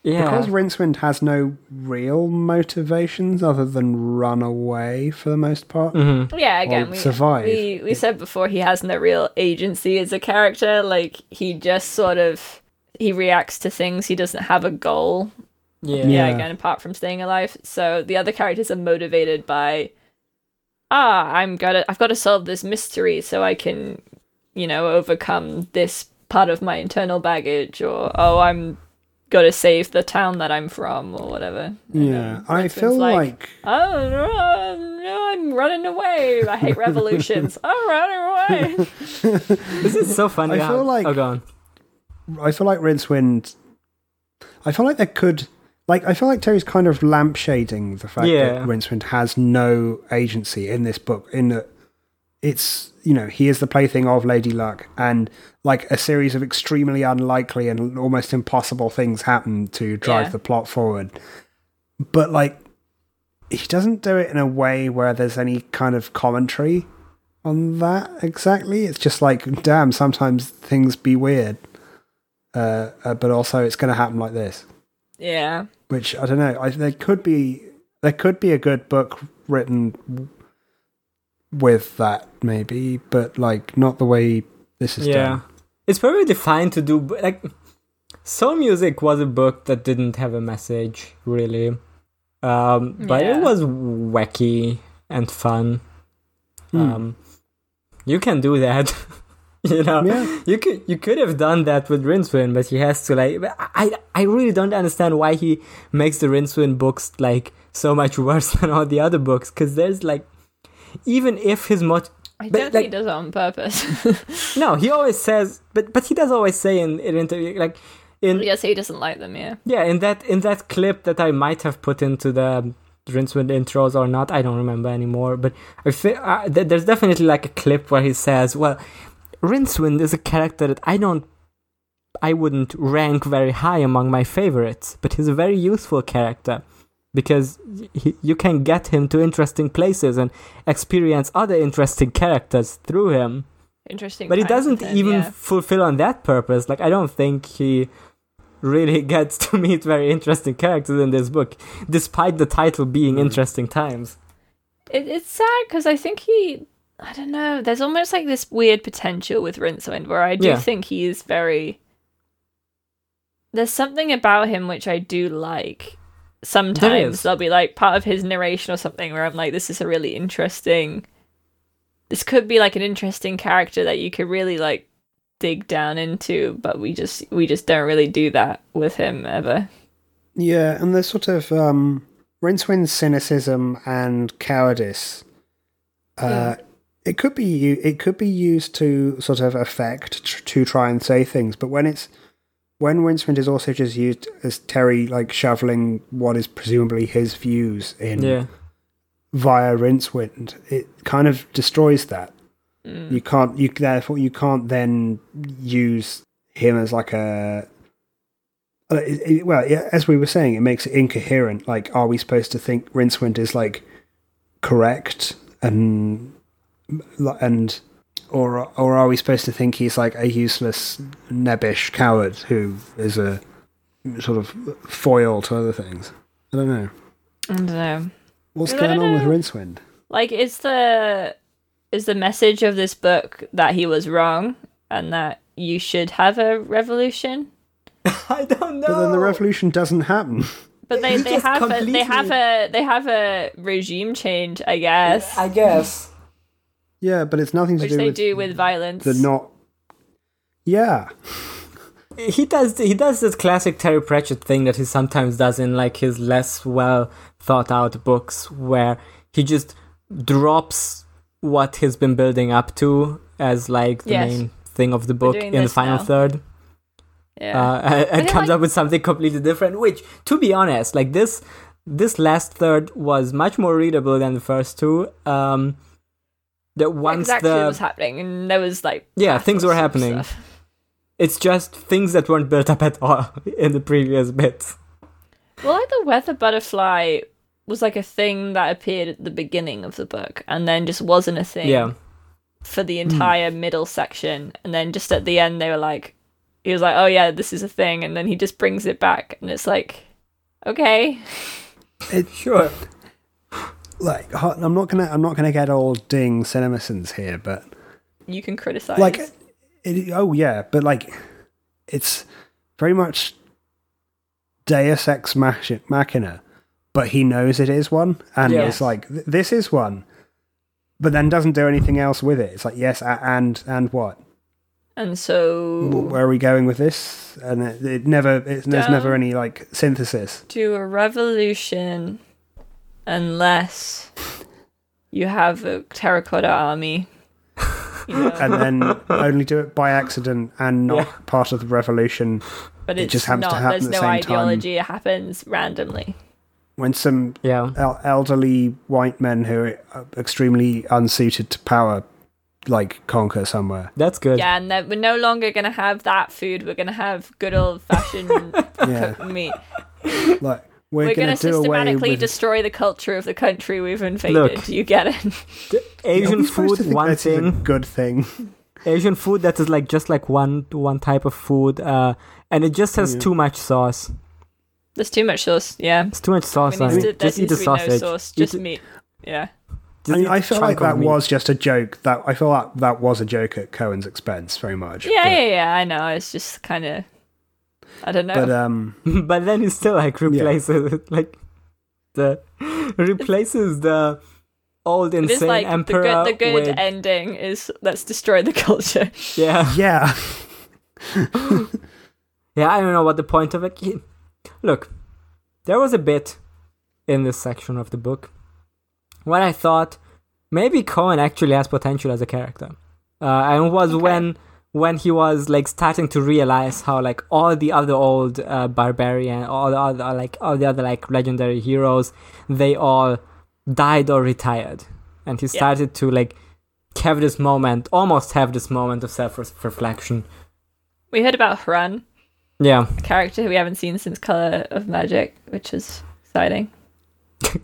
Speaker 4: yeah.
Speaker 3: Because Rincewind has no real motivations other than run away for the most part.
Speaker 4: Mm-hmm.
Speaker 2: yeah. Again,
Speaker 3: Or
Speaker 2: we
Speaker 3: Hmm. survive.
Speaker 2: we we said before he has no real agency as a character. Like he just sort of he reacts to things. He doesn't have a goal.
Speaker 4: yeah.
Speaker 2: yeah.
Speaker 3: Yeah.
Speaker 2: again apart from staying alive so the other characters are motivated by ah i'm gonna i've got to solve this mystery so i can you know overcome this part of my internal baggage or oh i'm gotta save the town that i'm from or whatever
Speaker 3: Yeah, I
Speaker 2: Rincewind's
Speaker 3: feel
Speaker 2: like-
Speaker 3: like,
Speaker 2: oh no, no i'm running away i hate revolutions i'm running away
Speaker 4: This is so funny.
Speaker 3: I
Speaker 4: how-
Speaker 3: feel like-
Speaker 4: Oh, go on.
Speaker 3: I feel like Rincewind I feel like there could, like, I feel like Terry's kind of lampshading the fact
Speaker 4: Yeah.
Speaker 3: that Rincewind has no agency in this book. In that, it's you know he is the plaything of Lady Luck, and like a series of extremely unlikely and almost impossible things happen to drive
Speaker 2: Yeah.
Speaker 3: the plot forward. But like, he doesn't do it in a way where there's any kind of commentary on that exactly. It's just like, damn, sometimes things be weird. Uh, uh, but also, it's going to happen like this
Speaker 2: Yeah.
Speaker 3: which I don't know. I, there could be there could be a good book written w- with that maybe, but like not the way this is
Speaker 4: yeah.
Speaker 3: done.
Speaker 4: It's probably defined to do but, like soul music was a book that didn't have a message really, um, but
Speaker 2: Yeah.
Speaker 4: it was wacky and fun.
Speaker 3: Hmm.
Speaker 4: Um, you can do that. you know,
Speaker 3: Yeah.
Speaker 4: you could you could have done that with Rincewind, but he has to like. but I I really don't understand why he makes the Rincewind books like so much worse than all the other books because there's like even if his mot
Speaker 2: I
Speaker 4: But,
Speaker 2: don't think he
Speaker 4: like-
Speaker 2: does it on purpose.
Speaker 4: no, he always says, but but he does always say in in interview like in yeah.
Speaker 2: yes, he doesn't like them, yeah.
Speaker 4: in that in that clip that I might have put into the Rincewind intros or not, I don't remember anymore. But I fi- uh, th- there's definitely like a clip where he says, "Well, Rincewind is a character that I don't." I wouldn't rank very high among my favorites, but he's a very useful character because y- he, you can get him to interesting places and experience other interesting characters through him
Speaker 2: Interesting.
Speaker 4: but he
Speaker 2: time for
Speaker 4: doesn't
Speaker 2: him,
Speaker 4: even
Speaker 2: yeah.
Speaker 4: fulfill on that purpose like i don't think he really gets to meet very interesting characters in this book despite the title being
Speaker 3: Mm.
Speaker 4: interesting times
Speaker 2: It, it's sad because I think he. I don't know. There's almost like this weird potential with Rincewind where I do
Speaker 4: Yeah.
Speaker 2: think he is very. There's something about him which I do like. Sometimes
Speaker 4: is.
Speaker 2: there'll be like part of his narration or something where I'm like, this is a really interesting. This could be like an interesting character that you could really like dig down into, but we just we just don't really do that with him ever.
Speaker 3: Yeah, and the sort of um, Rincewind cynicism and cowardice. Uh, It could be u- it could be used to sort of affect tr- to try and say things, but when it's when Rincewind is also just used as Terry like shoveling what is presumably his views in
Speaker 4: yeah
Speaker 3: via Rincewind, it kind of destroys that.
Speaker 2: Mm.
Speaker 3: You can't you therefore you can't then use him as like a uh, it- it- well yeah, as we were saying, it makes it incoherent. Like, are we supposed to think Rincewind is like correct and and or or are we supposed to think he's like a useless nebbish coward who is a sort of foil to other things? I don't know.
Speaker 2: I don't know.
Speaker 3: What's
Speaker 2: I don't
Speaker 3: going on with
Speaker 2: know.
Speaker 3: Rincewind?
Speaker 2: like is the is the message of this book that he was wrong and that you should have a revolution
Speaker 4: i don't know
Speaker 3: But then the revolution doesn't happen.
Speaker 2: but they, they
Speaker 4: just
Speaker 2: have a, they have
Speaker 4: completely-
Speaker 2: a they have a regime change i guess
Speaker 4: i guess
Speaker 3: Yeah, but it's nothing to
Speaker 2: which
Speaker 3: do
Speaker 2: they
Speaker 3: with
Speaker 2: do with violence
Speaker 3: the not. Yeah,
Speaker 4: he does he does this classic terry pratchett thing that he sometimes does in like his less well thought out books where he just drops what he's been building up to as like the
Speaker 2: Yes.
Speaker 4: main thing of the book
Speaker 2: doing
Speaker 4: in the
Speaker 2: this
Speaker 4: final
Speaker 2: now.
Speaker 4: third
Speaker 2: yeah
Speaker 4: uh, and- and
Speaker 2: I
Speaker 4: comes
Speaker 2: like-
Speaker 4: up with something completely different. Which, to be honest, like this, this last third was much more readable than the first two. Um, that once
Speaker 2: exactly
Speaker 4: the
Speaker 2: what was happening and there was like
Speaker 4: yeah things were
Speaker 2: battles and
Speaker 4: happening,
Speaker 2: stuff.
Speaker 4: it's just things that weren't built up at all in the previous bits.
Speaker 2: well like the weather butterfly was like a thing that appeared at the beginning of the book and then just wasn't a thing
Speaker 4: Yeah,
Speaker 2: for the
Speaker 3: Hmm.
Speaker 2: entire middle section and then just at the end they were like he was like oh yeah this is a thing and then he just brings it back and it's like okay
Speaker 4: sure.
Speaker 3: like ho- I'm not gonna I'm not gonna get all ding cinemasons here, but
Speaker 2: you can criticize
Speaker 3: like, it, oh yeah, but like, it's very much Deus ex machi- machina, but he knows it is one, and
Speaker 4: Yeah.
Speaker 3: it's like th- this is one, but then doesn't do anything else with it. It's like yes, a- and and what?
Speaker 2: and
Speaker 3: Wh-
Speaker 2: so
Speaker 3: Where are we going with this? And it, it never it, there's
Speaker 2: Down.
Speaker 3: never any like synthesis.
Speaker 2: do a revolution unless you have a terracotta army you know?
Speaker 3: and then only do it by accident and not
Speaker 4: Yeah.
Speaker 3: part of the revolution
Speaker 2: but
Speaker 3: It
Speaker 2: it's
Speaker 3: just happens to
Speaker 2: not.
Speaker 3: happen
Speaker 2: There's
Speaker 3: at the
Speaker 2: no
Speaker 3: same time.
Speaker 2: ideology. It happens randomly.
Speaker 3: When some
Speaker 4: Yeah.
Speaker 3: el- elderly white men who are extremely unsuited to power, like conquer somewhere.
Speaker 4: That's good.
Speaker 2: Yeah, and then we're no longer gonna have that food. We're gonna have good old fashioned
Speaker 3: Yeah,
Speaker 2: cooked meat.
Speaker 3: like we're,
Speaker 2: We're, gonna,
Speaker 3: gonna, do away
Speaker 2: systematically
Speaker 3: with.
Speaker 2: destroy the culture of the country we've invaded.
Speaker 4: Look.
Speaker 2: you get it?
Speaker 3: Are we
Speaker 4: Asian
Speaker 3: supposed to
Speaker 4: food,
Speaker 3: think
Speaker 4: one
Speaker 3: that is a
Speaker 4: thing.
Speaker 3: good thing.
Speaker 4: Asian food that is like just like one one type of food, uh, and it just has too much sauce.
Speaker 2: There's too much sauce. Yeah,
Speaker 4: It's too much sauce
Speaker 2: We
Speaker 4: on
Speaker 2: need to-
Speaker 4: it. Just
Speaker 2: there
Speaker 4: eat
Speaker 2: needs
Speaker 4: the
Speaker 2: to be
Speaker 4: sausage.
Speaker 2: No sauce, just
Speaker 4: Eat-
Speaker 2: meat. Yeah.
Speaker 4: just
Speaker 3: I, mean,
Speaker 4: eat
Speaker 3: I
Speaker 4: a
Speaker 3: feel like
Speaker 4: chunk of
Speaker 3: that
Speaker 4: meat.
Speaker 3: was just a joke. That I feel like that was a joke at Cohen's expense, very much.
Speaker 2: Yeah,
Speaker 3: But-
Speaker 2: yeah, yeah. I know. It's just kind of. I don't know.
Speaker 3: But um,
Speaker 4: but uh, then it still like replaces it like the replaces the old
Speaker 2: it is
Speaker 4: insane
Speaker 2: like the
Speaker 4: emperor
Speaker 2: good, the good
Speaker 4: with
Speaker 2: ending is let's destroy the culture.
Speaker 4: yeah
Speaker 3: yeah,
Speaker 4: yeah I don't know what the point of it. Look, there was a bit in this section of the book when I thought maybe Cohen actually has potential as a character, uh, and it was when when he was like starting to realize how like all the other old uh, barbarian, all the other like all the other like legendary heroes, they all died or retired, and he started to like have this moment, almost have this moment of self reflection.
Speaker 2: We heard about Hran,
Speaker 4: Yeah,
Speaker 2: a character who we haven't seen since Color of Magic, which is exciting.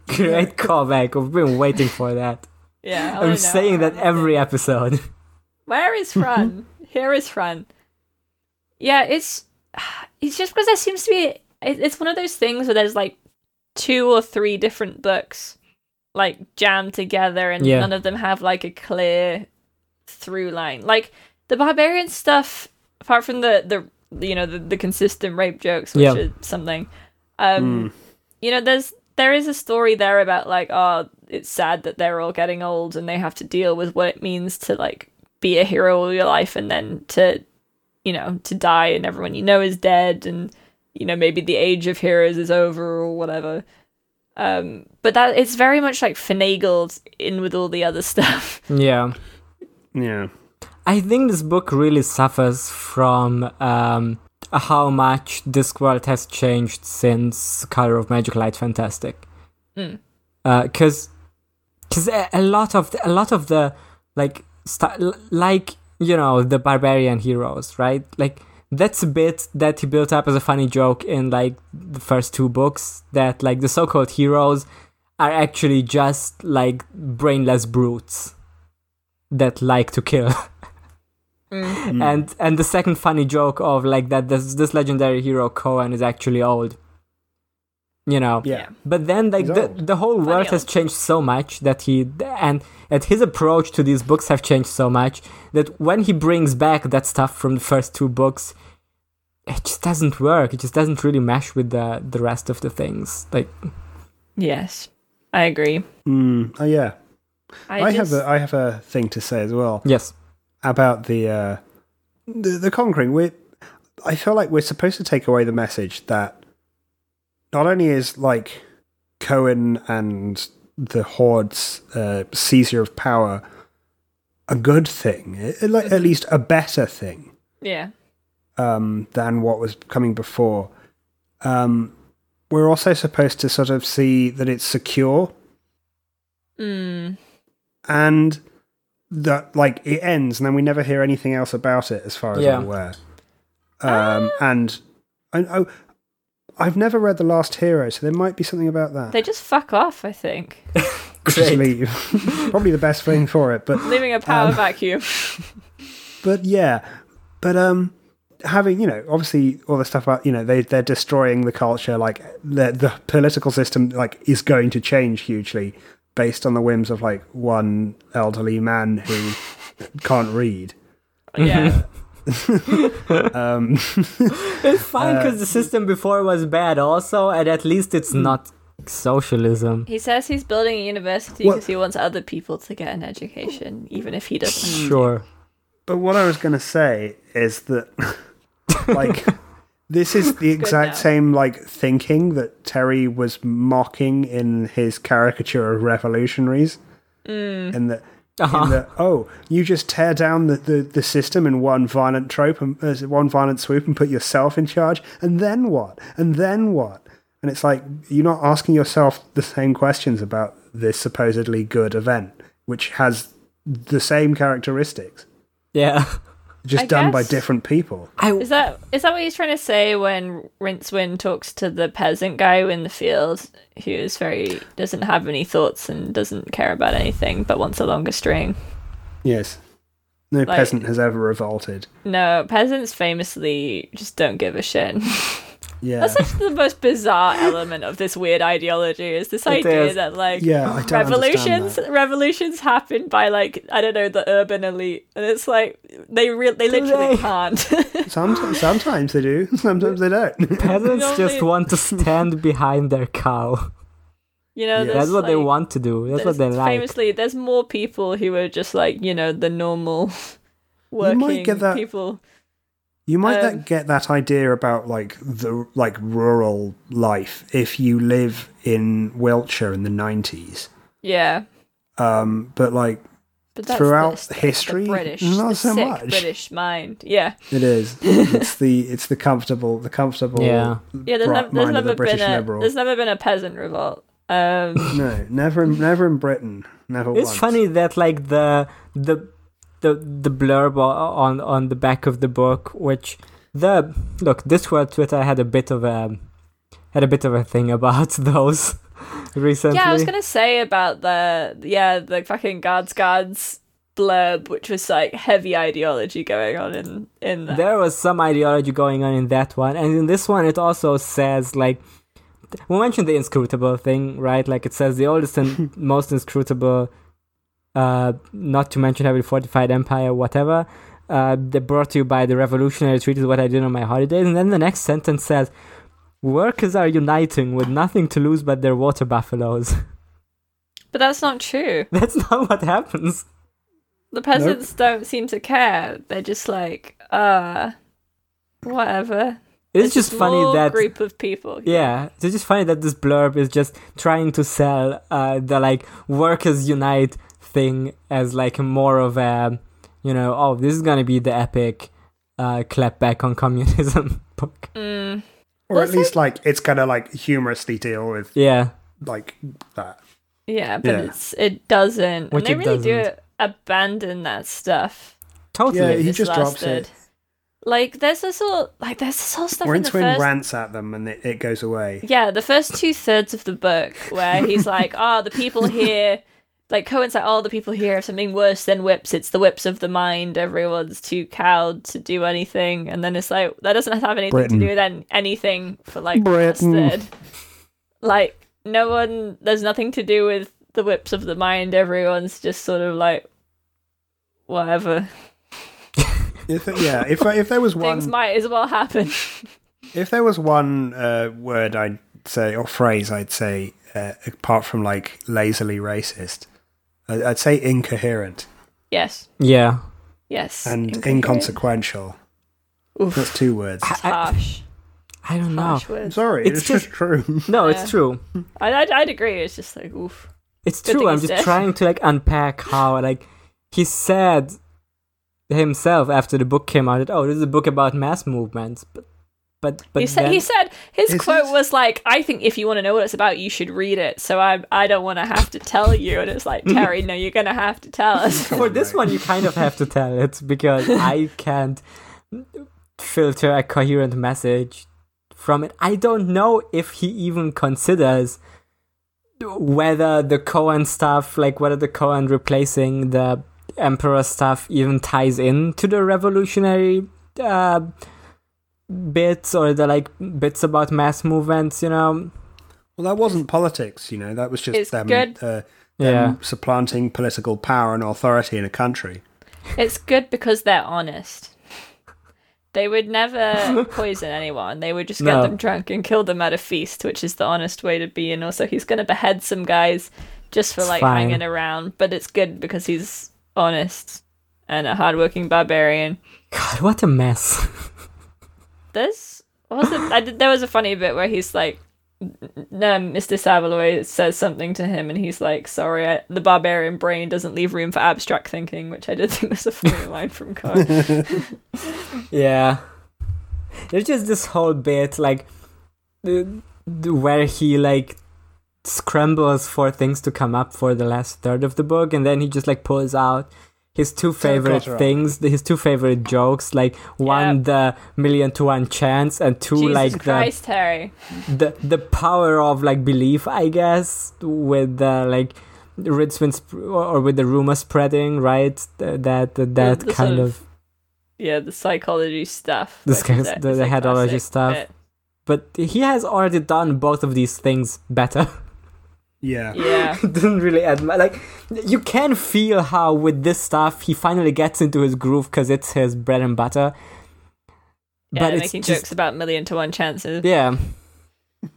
Speaker 4: great callback. I've been waiting for that.
Speaker 2: Yeah, Oh, I wanna know
Speaker 4: I'm saying
Speaker 2: what
Speaker 4: that
Speaker 2: Hran is.
Speaker 4: every episode.
Speaker 2: Where is Fran? Here is Fran. Yeah, it's it's just because there seems to be it- it's one of those things where there's like two or three different books like jammed together and
Speaker 4: Yeah.
Speaker 2: none of them have like a clear through line. Like the barbarian stuff apart from the the you know the, the consistent rape jokes which
Speaker 4: Yeah.
Speaker 2: is something um you know there's there is a story there about like oh it's sad that they're all getting old and they have to deal with what it means to like be a hero all your life and then to you know to die and everyone you know is dead and you know maybe the age of heroes is over or whatever um but that it's very much like finagled in with all the other stuff
Speaker 4: yeah.
Speaker 3: yeah.
Speaker 4: I think this book really suffers from um, how much Discworld has changed since Color of Magic Light Fantastic. Because Uh, a, a lot of the, a lot of the like sta- l- like you know the barbarian heroes, right? Like that's a bit that he built up as a funny joke in like the first two books that like the so-called heroes are actually just like brainless brutes that like to kill
Speaker 3: Mm.
Speaker 4: and and the second funny joke of like that this this legendary hero Cohen is actually old. You know.
Speaker 3: Yeah.
Speaker 4: But then like
Speaker 3: He's
Speaker 4: the,
Speaker 3: old.
Speaker 4: the whole world has
Speaker 2: old.
Speaker 4: changed so much that he and and his approach to these books have changed so much that when he brings back that stuff from the first two books it just doesn't work. It just doesn't really mesh with the the rest of the things. Like
Speaker 2: yes i agree
Speaker 3: Mm, oh yeah.
Speaker 2: i,
Speaker 3: I,
Speaker 2: just-
Speaker 3: have a I have a thing to say as well.
Speaker 4: yes.
Speaker 3: about the uh, the, the conquering. We, I feel like we're supposed to take away the message that not only is like Cohen and the Horde's uh, seizure of power a good thing, i- i- like
Speaker 2: Mm-hmm.
Speaker 3: at least a better thing
Speaker 2: yeah
Speaker 3: um, than what was coming before. Um, we're also supposed to sort of see that it's secure
Speaker 2: mm,
Speaker 3: and that like it ends and then we never hear anything else about it as far as
Speaker 4: Yeah.
Speaker 3: I'm aware. Um, and and oh, I've never read The Last Hero, so there might be something about that.
Speaker 2: they just fuck off i think
Speaker 3: Which is leave. Probably the best thing for it, but
Speaker 2: leaving a power
Speaker 3: Um,
Speaker 2: vacuum
Speaker 3: but yeah, but um, having you know, obviously all the stuff about you know they they're destroying the culture, like the the political system like is going to change hugely based on the whims of like one elderly man who can't read.
Speaker 2: yeah
Speaker 3: Um,
Speaker 2: Uh,
Speaker 4: Fine cuz the system before was bad also and at least it's not socialism.
Speaker 2: He says he's building a university
Speaker 3: Well-
Speaker 2: because he wants other people to get an education, even if he doesn't.
Speaker 4: Sure.
Speaker 3: But what I was going to say is that, like, this is the exact
Speaker 2: now.
Speaker 3: same like thinking that Terry was mocking in his caricature of revolutionaries, and that
Speaker 4: Uh-huh.
Speaker 3: in that oh you just tear down the, the, the system in one violent trope and uh, one violent swoop and put yourself in charge and then what and then what and it's like you're not asking yourself the same questions about this supposedly good event which has the same characteristics
Speaker 4: yeah.
Speaker 3: just
Speaker 2: I
Speaker 3: done by
Speaker 2: guess.
Speaker 3: different people
Speaker 2: Is that is that what he's trying to say when Rincewind talks to the peasant guy in the field, who is very doesn't have any thoughts and doesn't care about anything, but wants a longer string?
Speaker 3: yes no
Speaker 2: Like-
Speaker 3: peasant has ever revolted
Speaker 2: No, peasants famously just don't give a shit.
Speaker 3: yeah
Speaker 2: That's actually the most bizarre element of this weird ideology is this
Speaker 4: It
Speaker 2: idea
Speaker 4: is.
Speaker 2: that like
Speaker 3: Yeah, I don't
Speaker 2: revolutions
Speaker 3: understand
Speaker 2: revolutions happen by like I don't know the urban elite and it's like they re- they literally
Speaker 4: they?
Speaker 2: can't.
Speaker 3: sometimes, sometimes they do sometimes they don't
Speaker 4: Peasants
Speaker 2: don't
Speaker 4: just
Speaker 2: need-
Speaker 4: want to stand behind their cow.
Speaker 2: you know,
Speaker 3: Yeah.
Speaker 2: there's,
Speaker 4: That's what they
Speaker 2: like-
Speaker 4: want to do. That's what they
Speaker 2: there's-
Speaker 4: like.
Speaker 2: Famously, there's more people who are just like you know the normal
Speaker 3: might
Speaker 2: working
Speaker 3: get that-
Speaker 2: people.
Speaker 3: You might
Speaker 2: Um,
Speaker 3: that get that idea about like the like rural life if you live in Wiltshire in the nineties,
Speaker 2: Yeah,
Speaker 3: um, but like
Speaker 2: but that's
Speaker 3: Throughout
Speaker 2: the,
Speaker 3: history,
Speaker 2: the British,
Speaker 3: not
Speaker 2: the
Speaker 3: so
Speaker 2: sick
Speaker 3: much.
Speaker 2: British mind. Yeah,
Speaker 3: it is, it's the it's the comfortable the comfortable
Speaker 4: Yeah.
Speaker 2: yeah. There's,
Speaker 3: bri-
Speaker 2: nev- there's
Speaker 3: mind of
Speaker 2: never
Speaker 3: the British
Speaker 2: been a
Speaker 3: liberal.
Speaker 2: there's never been a peasant revolt. Um,
Speaker 3: No, never in, never in Britain, never.
Speaker 4: It's
Speaker 3: once.
Speaker 4: funny that like the the the the blurb o- on on the back of the book, which the look this world Twitter had a bit of a had a bit of a thing about those recently.
Speaker 2: yeah, I was gonna say about the yeah the fucking guards guards blurb, which was like heavy ideology going on in in that.
Speaker 4: there was some ideology going on in that one and in this one it also says like we mentioned the inscrutable thing right like it says the oldest and most inscrutable uh not to mention heavily fortified empire whatever uh they brought to you by the revolutionary treaty is what i did on my holidays and then the next sentence says workers are uniting with nothing to lose but their water buffaloes
Speaker 2: but that's not true.
Speaker 4: that's not what happens
Speaker 2: the peasants don't seem to care. They're just like, uh, whatever.
Speaker 4: it's,
Speaker 2: There's
Speaker 4: just
Speaker 2: this
Speaker 4: funny
Speaker 2: little
Speaker 4: that
Speaker 2: group of people.
Speaker 4: Yeah, it's just funny that this blurb is just trying to sell uh, the like workers unite thing as like more of a, you know, oh this is gonna be the epic uh, clapback on communism book.
Speaker 2: Mm.
Speaker 3: or at least like it's gonna like humorously deal with
Speaker 4: Yeah,
Speaker 3: like that.
Speaker 2: yeah, but
Speaker 3: Yeah.
Speaker 2: it's it doesn't. and
Speaker 4: Which
Speaker 2: they
Speaker 4: it
Speaker 2: really do
Speaker 4: doesn't.
Speaker 2: abandon that stuff.
Speaker 3: Yeah,
Speaker 4: totally.
Speaker 3: he
Speaker 2: It's
Speaker 3: just drops
Speaker 2: lasted.
Speaker 3: it.
Speaker 2: Like there's this all like there's this whole stuff in the
Speaker 3: Rincewind
Speaker 2: first
Speaker 3: rants at them and it, it goes away.
Speaker 2: Yeah, the first two thirds of the book where he's like, "Ah, the people here." Like Cohen's like, oh, the people here have something worse than whips. It's the whips of the mind. Everyone's too cowed to do anything. And then it's like, that doesn't have anything
Speaker 3: Britain.
Speaker 2: to do with an- anything for like
Speaker 3: Britain.
Speaker 2: the first third. Like, no one, there's nothing to do with the whips of the mind. Everyone's just sort of like, whatever.
Speaker 3: If, yeah, if if there was one
Speaker 2: Things might as well happen.
Speaker 3: If there was one uh, word I'd say or phrase I'd say, uh, apart from like lazily racist, I- I'd say incoherent
Speaker 2: yes.
Speaker 4: yeah,
Speaker 2: Yes.
Speaker 3: and
Speaker 2: Incoherent.
Speaker 3: inconsequential.
Speaker 2: Oof. Ah,
Speaker 3: That's two words.
Speaker 4: I-
Speaker 2: Harsh.
Speaker 4: I don't know.
Speaker 2: Harsh
Speaker 3: I'm
Speaker 2: words.
Speaker 3: sorry, it's,
Speaker 4: It's
Speaker 3: just,
Speaker 4: just-
Speaker 3: true.
Speaker 4: No,
Speaker 2: Yeah.
Speaker 4: it's true.
Speaker 2: I, I'd, I'd agree. It's just like, oof.
Speaker 4: It's
Speaker 2: Good
Speaker 4: true.
Speaker 2: thing
Speaker 4: I'm
Speaker 2: he's
Speaker 4: just
Speaker 2: dead.
Speaker 4: trying to like unpack how like he said himself after the book came out that oh this is a book about mass movements, but but but
Speaker 2: he said,
Speaker 4: then-
Speaker 2: he said his
Speaker 3: Is
Speaker 2: quote
Speaker 3: it?
Speaker 2: was like, "I think if you want to know what it's about, you should read it." So I I don't want to have to tell you. And it's like Terry, no, you're gonna have to tell us.
Speaker 4: For this one, you kind of have to tell it because I can't filter a coherent message from it. I don't know if he even considers whether the Cohen stuff, like whether the Cohen replacing the Emperor stuff, even ties in to the revolutionary uh, bits or the like bits about mass movements. You know,
Speaker 3: Well, that wasn't politics, you know. That was just
Speaker 2: It's
Speaker 3: them,
Speaker 2: good.
Speaker 3: Uh, them
Speaker 4: Yeah.
Speaker 3: supplanting political power and authority in a country.
Speaker 2: it's good because they're honest. They would never poison anyone. They would just get
Speaker 4: No.
Speaker 2: them drunk and kill them at a feast, which is the honest way to be. And also, he's gonna behead some guys just for
Speaker 4: It's
Speaker 2: like
Speaker 4: fine.
Speaker 2: hanging around. But it's good because he's honest and a hardworking barbarian.
Speaker 4: God, what a mess.
Speaker 2: this what was it? I did, there was a funny bit where he's like um, Mr. Savaloy says something to him, and he's like, "Sorry, I, the barbarian brain doesn't leave room for abstract thinking," which I did think was a funny line from Carr.
Speaker 4: Yeah. There's just this whole bit like the- the- where he like scrambles for things to come up for the last third of the book and then he just like pulls out his two favorite
Speaker 3: Terracotta.
Speaker 4: things, his two favorite jokes, like one
Speaker 2: Yep.
Speaker 4: the million to one chance and two
Speaker 2: Jesus
Speaker 4: like
Speaker 2: Christ, Harry!
Speaker 4: the the the power of like belief, I guess, with the like Ritzman sp- or or with the rumor spreading, right? Th- That that, that
Speaker 2: the sort
Speaker 4: kind
Speaker 2: of
Speaker 4: of
Speaker 2: Yeah, the psychology stuff.
Speaker 4: This
Speaker 2: which
Speaker 4: kind
Speaker 2: is
Speaker 4: of-
Speaker 2: a-
Speaker 4: the-
Speaker 2: is
Speaker 4: the
Speaker 2: a
Speaker 4: headology
Speaker 2: classic
Speaker 4: stuff.
Speaker 2: bit.
Speaker 4: but he has already done both of these things better.
Speaker 3: Yeah.
Speaker 2: Yeah,
Speaker 4: Doesn't really add much. Like you can feel how with this stuff he finally gets into his groove because it's his bread and butter.
Speaker 2: yeah,
Speaker 4: but
Speaker 2: they're
Speaker 4: it's
Speaker 2: making
Speaker 4: just
Speaker 2: jokes about million to one chances.
Speaker 4: yeah,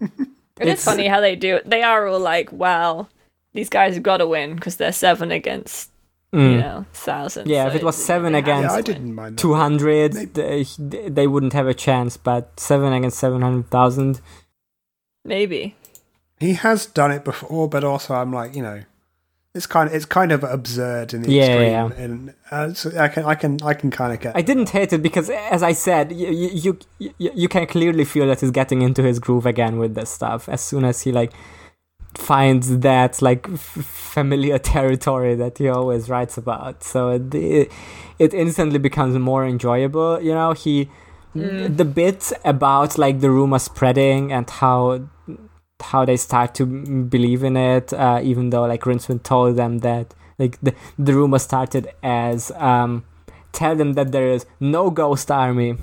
Speaker 2: It is
Speaker 4: It's-
Speaker 2: funny how they do it. They are all like, "Well, these guys have got to win because they're seven against you
Speaker 4: Mm.
Speaker 2: know thousands.
Speaker 4: Yeah, if
Speaker 2: so
Speaker 4: it was
Speaker 2: they-
Speaker 4: seven
Speaker 2: they have to
Speaker 3: Yeah,
Speaker 4: against-
Speaker 3: I
Speaker 2: win."
Speaker 3: didn't mind that.
Speaker 4: two hundred, they, they wouldn't have a chance. But seven against seven hundred thousand.
Speaker 2: maybe.
Speaker 3: He has done it before, but also I'm like, you know, it's kind of it's kind of absurd in the
Speaker 4: Yeah,
Speaker 3: extreme,
Speaker 4: yeah,
Speaker 3: and uh, so I can I can I can kind of get.
Speaker 4: I didn't hate it because, as I said, you you, you you can clearly feel that he's getting into his groove again with this stuff. As soon as he like finds that like f- familiar territory that he always writes about, so it it, it instantly becomes more enjoyable. You know, he the bits about like the rumor spreading and how how they start to m- believe in it, uh, even though like Rincewind told them that like the, the rumor started as um, tell them that there is no ghost army,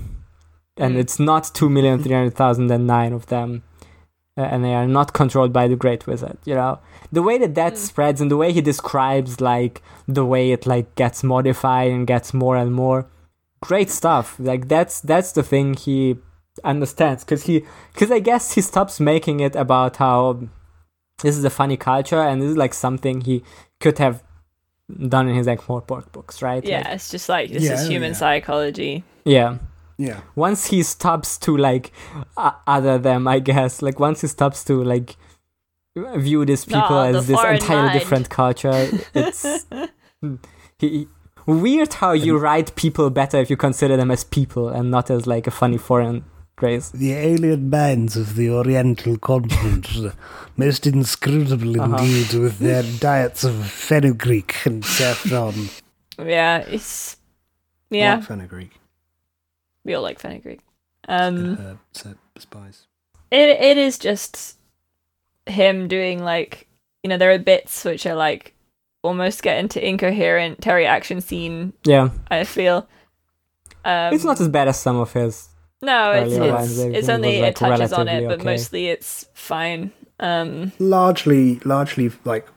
Speaker 4: and it's not two million three hundred thousand and nine of them, uh, and they are not controlled by the Great Wizard. You know the way that that spreads and the way he describes like the way it like gets modified and gets more and more great stuff. Like that's that's the thing he understands because he because I guess he stops making it about how this is a funny culture and this is like something he could have done in his like more pork books, right?
Speaker 2: Yeah,
Speaker 4: Like,
Speaker 2: it's just like this
Speaker 3: Yeah,
Speaker 4: oh,
Speaker 2: is human
Speaker 3: yeah.
Speaker 2: psychology.
Speaker 4: yeah.
Speaker 3: yeah,
Speaker 4: Once he stops to like uh, other them, I guess. Like once he stops to like view these people
Speaker 2: Ah, the
Speaker 4: as this
Speaker 2: foreign
Speaker 4: entirely
Speaker 2: mind.
Speaker 4: different culture, it's Hmm. he, weird how you write people better if you consider them as people and not as like a funny foreign race.
Speaker 10: The alien minds of the Oriental continent, uh, most inscrutable
Speaker 4: Uh-huh.
Speaker 10: indeed, with their diets of fenugreek and saffron.
Speaker 2: Yeah, it's yeah,
Speaker 3: Black fenugreek.
Speaker 2: we all like fenugreek.
Speaker 4: Mm.
Speaker 2: Um,
Speaker 3: Uh, so spies.
Speaker 2: it it is just him doing like you know there are bits which are like almost get into incoherent Terry action scene.
Speaker 4: Yeah,
Speaker 2: I feel. Um,
Speaker 4: it's not as bad as some of his.
Speaker 2: No, it's
Speaker 4: earlier
Speaker 2: it's,
Speaker 4: lines, everything
Speaker 2: it's only
Speaker 4: was, like,
Speaker 2: it touches on it,
Speaker 4: relatively
Speaker 2: but
Speaker 4: okay.
Speaker 2: mostly it's fine. Um,
Speaker 3: Largely, largely like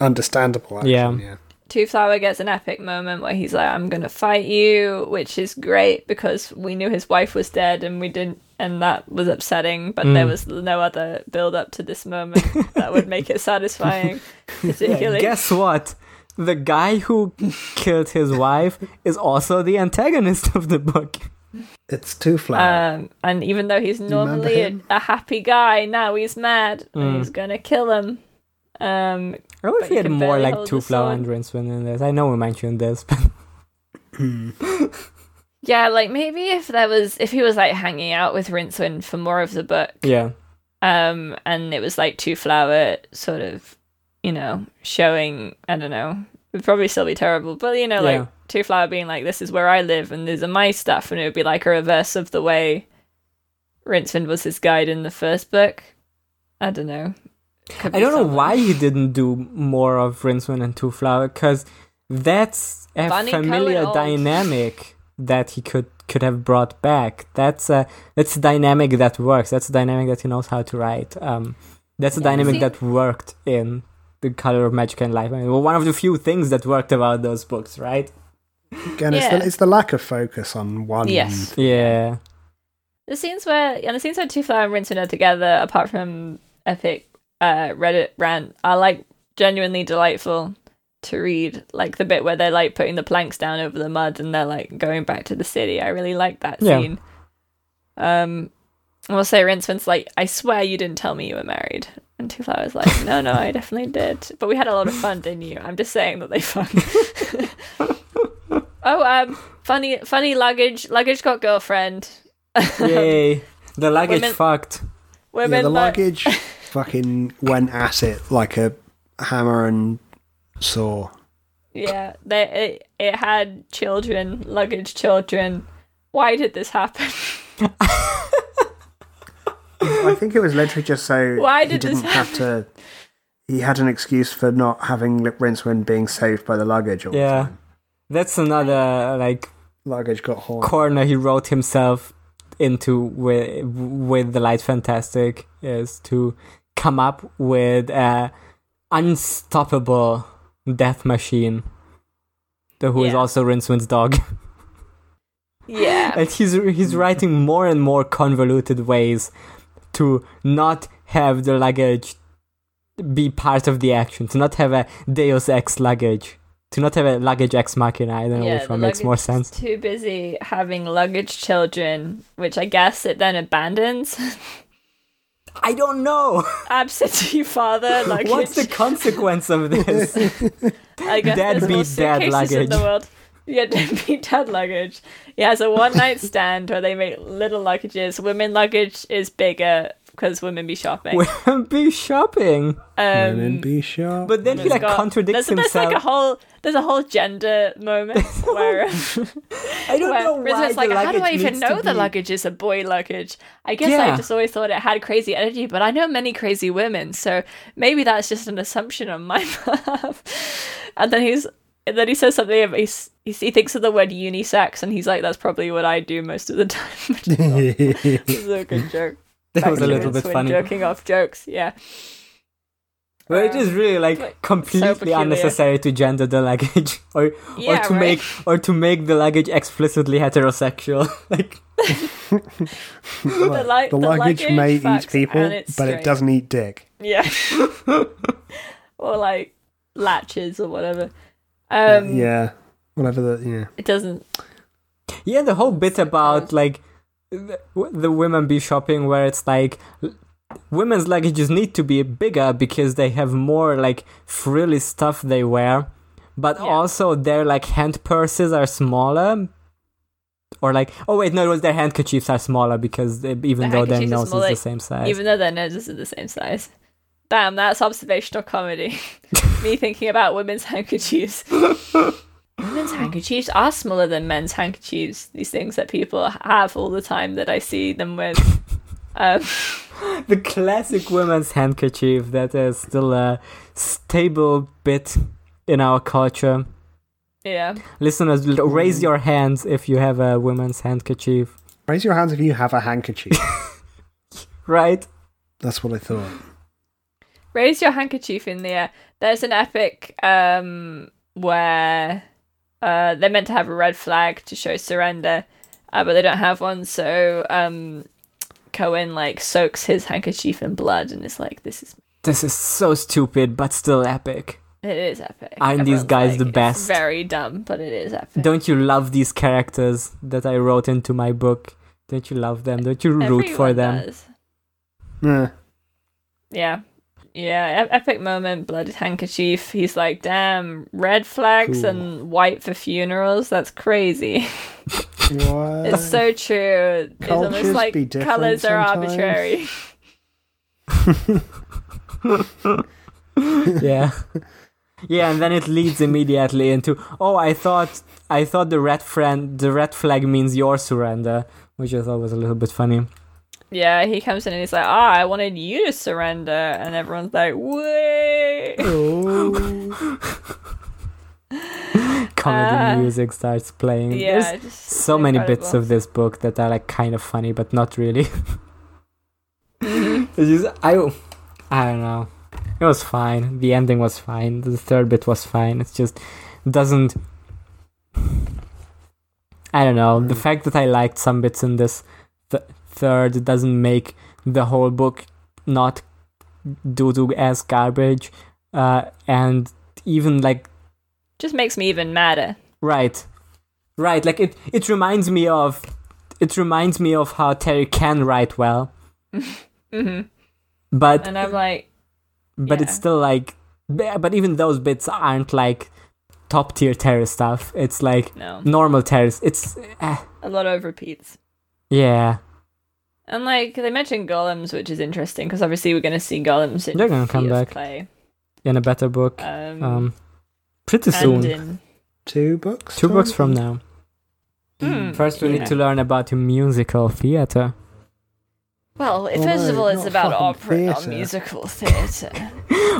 Speaker 3: understandable. Action,
Speaker 4: Yeah.
Speaker 3: yeah.
Speaker 2: Two Flower gets an epic moment where he's like, "I'm gonna fight you," which is great because we knew his wife was dead and we didn't, and that was upsetting. But there
Speaker 4: Mm.
Speaker 2: was no other build up to this moment that would make it satisfying, particularly.
Speaker 4: Guess what? The guy who killed his wife is also the antagonist of the book.
Speaker 3: It's two flower.
Speaker 4: Uh,
Speaker 2: um, and even though he's
Speaker 3: remember
Speaker 2: normally a,
Speaker 3: him?
Speaker 2: a happy guy, now he's mad and
Speaker 4: Mm.
Speaker 2: he's gonna kill him. Um,
Speaker 4: I wonder
Speaker 2: But
Speaker 4: if
Speaker 2: you
Speaker 4: we had
Speaker 2: can
Speaker 4: more
Speaker 2: barely
Speaker 4: like
Speaker 2: hold
Speaker 4: two
Speaker 2: the
Speaker 4: flower
Speaker 2: sword.
Speaker 4: and Rinswin in this. I know we mentioned this, but
Speaker 3: Hmm.
Speaker 2: yeah, like maybe if there was, if he was like hanging out with Rincewind for more of the book,
Speaker 4: yeah,
Speaker 2: um and it was like two flower sort of you know showing i don't know it would probably still be terrible but you know
Speaker 4: Yeah.
Speaker 2: like two flower being like this is where i live and these are my stuff and it would be like a reverse of the way rincewind was his guide in the first book i don't know Could
Speaker 4: I
Speaker 2: be
Speaker 4: don't know
Speaker 2: something.
Speaker 4: why he didn't do more of Rinswin and two flower because that's a
Speaker 2: Bunny Coe and
Speaker 4: familiar
Speaker 2: all.
Speaker 4: dynamic that he could could have brought back. That's a that's a dynamic that works. That's a dynamic that he knows how to write. Um, that's a
Speaker 2: Yeah,
Speaker 4: dynamic
Speaker 2: see-
Speaker 4: that worked in the color of magic and life. I mean, one of the few things that worked about those books, right?
Speaker 3: Again, it's,
Speaker 2: yeah.
Speaker 3: the, it's the lack of focus on one.
Speaker 2: yes
Speaker 4: Yeah.
Speaker 2: the scenes where yeah the scenes where two flower and rincewind are together apart from epic uh reddit rant are like genuinely delightful to read like the bit where they're like putting the planks down over the mud and they're like going back to the city i really like that
Speaker 4: Yeah.
Speaker 2: scene um Well, so Rincewind's like, I swear you didn't tell me you were married. And Two Flowers like, no, no, I definitely did. But we had a lot of fun, didn't you? I'm just saying that they fucked. oh, um, funny, funny luggage. Luggage got girlfriend.
Speaker 4: Yay. The luggage
Speaker 2: Women-
Speaker 4: fucked.
Speaker 2: Women
Speaker 3: yeah, the
Speaker 2: like-
Speaker 3: luggage fucking went at it like a hammer and saw.
Speaker 2: Yeah, they, it, it had children, luggage children. Why did this happen?
Speaker 3: I think it was literally just so
Speaker 2: Why
Speaker 3: he
Speaker 2: did this
Speaker 3: didn't have to. He had an excuse for not having lip rinse when being saved by the luggage. All the
Speaker 4: Yeah.
Speaker 3: time.
Speaker 4: That's another like
Speaker 3: luggage got hauled.
Speaker 4: corner he wrote himself into with with the light fantastic is to come up with a unstoppable death machine the- who is
Speaker 2: Yeah.
Speaker 4: also Rincewind's dog
Speaker 2: Yeah,
Speaker 4: and he's he's writing more and more convoluted ways to not have the luggage be part of the action to not have a deus ex luggage to not have a luggage ex machina i don't know
Speaker 2: yeah.
Speaker 4: which
Speaker 2: the
Speaker 4: one makes more
Speaker 2: luggage is
Speaker 4: sense
Speaker 2: Too busy having luggage children, which I guess it then abandons.
Speaker 4: i don't know
Speaker 2: Absentee father luggage.
Speaker 4: What's the consequence of this?
Speaker 2: I guess there's
Speaker 4: Dad
Speaker 2: more
Speaker 4: beat dad
Speaker 2: suitcases in the
Speaker 4: luggage.
Speaker 2: world. Yeah, dad beat dad luggage. He has a one night stand where they make little luggages. Women luggage is bigger because women be shopping.
Speaker 4: Women be shopping.
Speaker 2: Um,
Speaker 3: Women be sharp.
Speaker 4: But then he
Speaker 2: It's
Speaker 4: like
Speaker 2: got-
Speaker 4: contradicts
Speaker 2: Oh there's,
Speaker 4: himself.
Speaker 2: There's like a whole there's a whole gender moment where
Speaker 4: I don't
Speaker 2: where
Speaker 4: know why
Speaker 2: Rizzo's
Speaker 4: the
Speaker 2: like, how do I
Speaker 4: luggage
Speaker 2: even
Speaker 4: needs to
Speaker 2: know the
Speaker 4: be-
Speaker 2: luggage is a boy luggage? I guess I
Speaker 4: Yeah.
Speaker 2: just always thought it had crazy energy, but I know many crazy women, so maybe that's just an assumption on my part. and then he's and then he says something about he's, he's, he thinks of the word unisex, and he's like, that's probably what I do most of the time. which is not- this is a good joke.
Speaker 4: That was a
Speaker 2: Back to
Speaker 4: little bit
Speaker 2: Rincewind
Speaker 4: funny.
Speaker 2: Joking off jokes, yeah.
Speaker 4: But it is really like
Speaker 2: Like, so
Speaker 4: completely
Speaker 2: peculiar.
Speaker 4: unnecessary to gender the luggage or
Speaker 2: Yeah,
Speaker 4: or to
Speaker 2: right?
Speaker 4: make or to make the luggage explicitly heterosexual. like
Speaker 2: the, li-
Speaker 3: the luggage, may eat
Speaker 2: fucks
Speaker 3: people,
Speaker 2: and it's
Speaker 3: but it
Speaker 2: straight.
Speaker 3: doesn't eat dick.
Speaker 2: Yeah. or like latches or whatever. Um
Speaker 3: yeah, whatever the yeah.
Speaker 2: it doesn't
Speaker 4: yeah, the whole bit about
Speaker 2: close.
Speaker 4: like the, the women be shopping where it's like l- women's luggages need to be bigger because they have more like frilly stuff they wear. but
Speaker 2: Yeah.
Speaker 4: also their like hand purses are smaller or like oh wait no it was their handkerchiefs are smaller because they, even
Speaker 2: The
Speaker 4: though their
Speaker 2: handkerchiefs are
Speaker 4: nose is
Speaker 2: smaller,
Speaker 4: the same size
Speaker 2: even though their noses are the same size. Damn, that's observational comedy. Me thinking about women's handkerchiefs. women's handkerchiefs are smaller than men's handkerchiefs. These things that people have all the time that I see them with. Um,
Speaker 4: the classic women's handkerchief that is still a stable bit in our culture
Speaker 2: yeah.
Speaker 4: listeners l-
Speaker 2: Mm-hmm.
Speaker 4: raise your hands if you have a women's handkerchief
Speaker 3: Raise your hands if you have a handkerchief.
Speaker 4: right
Speaker 3: That's what I thought.
Speaker 2: raise your handkerchief in the air. There's an epic um, where uh, they're meant to have a red flag to show surrender, uh, but they don't have one. So um, Cohen like soaks his handkerchief in blood and is like, "This is
Speaker 4: this is so stupid but still epic
Speaker 2: it is epic."
Speaker 4: Aren't these
Speaker 2: Everyone's
Speaker 4: guys the
Speaker 2: "It's
Speaker 4: best?"
Speaker 2: very dumb, but it is epic.
Speaker 4: don't you love these characters that i wrote into my book don't you love them don't you root for
Speaker 2: Everyone
Speaker 4: them
Speaker 2: does.
Speaker 3: Yeah.
Speaker 2: Yeah. Yeah, e- epic moment, blooded handkerchief. He's like, damn, red flags
Speaker 3: Cool.
Speaker 2: and white for funerals. That's crazy.
Speaker 3: What?
Speaker 2: It's so true. It's
Speaker 3: Cultures
Speaker 2: almost like
Speaker 3: be different
Speaker 2: colors are
Speaker 3: sometimes.
Speaker 2: arbitrary.
Speaker 4: yeah yeah and then it leads immediately into oh i thought i thought the red friend the red flag means your surrender which i thought was a little bit funny
Speaker 2: Yeah, he comes in and he's like, "Ah, I wanted you to surrender," and everyone's like, "Wait."
Speaker 4: comedy
Speaker 2: Ah.
Speaker 4: music starts playing
Speaker 2: yeah,
Speaker 4: there's
Speaker 2: just
Speaker 4: so many bits
Speaker 2: incredible.
Speaker 4: of this book that are like kind of funny but not really it's just, i i don't know it was fine the ending was fine the third bit was fine it's just doesn't I don't know. The fact that I liked some bits in this th- third doesn't make the whole book not doo doo as garbage. Uh, and even like
Speaker 2: just makes me even madder.
Speaker 4: right, right. Like it. It reminds me of. It reminds me of how Terry can write well,
Speaker 2: hmm
Speaker 4: but
Speaker 2: And I'm like,
Speaker 4: but it's
Speaker 2: yeah.
Speaker 4: still like b- but even those bits aren't like top tier terror stuff it's like
Speaker 2: no,
Speaker 4: normal terrors it's eh,
Speaker 2: a lot of repeats.
Speaker 4: yeah
Speaker 2: And like they mentioned golems, which is interesting because obviously we're going to see golems in
Speaker 4: They're gonna come
Speaker 2: Feet of
Speaker 4: back.
Speaker 2: Clay.
Speaker 4: in a better book
Speaker 2: Um,
Speaker 4: um pretty
Speaker 2: and
Speaker 4: soon
Speaker 2: in
Speaker 3: Two books?
Speaker 4: two books from now
Speaker 2: Hmm,
Speaker 4: first we
Speaker 2: yeah.
Speaker 4: need to learn about musical theater
Speaker 2: Well,
Speaker 3: Oh,
Speaker 2: first of
Speaker 3: no,
Speaker 2: all, it's
Speaker 3: not
Speaker 2: about
Speaker 3: fucking
Speaker 2: opera, not
Speaker 3: theatre.
Speaker 2: musical theatre.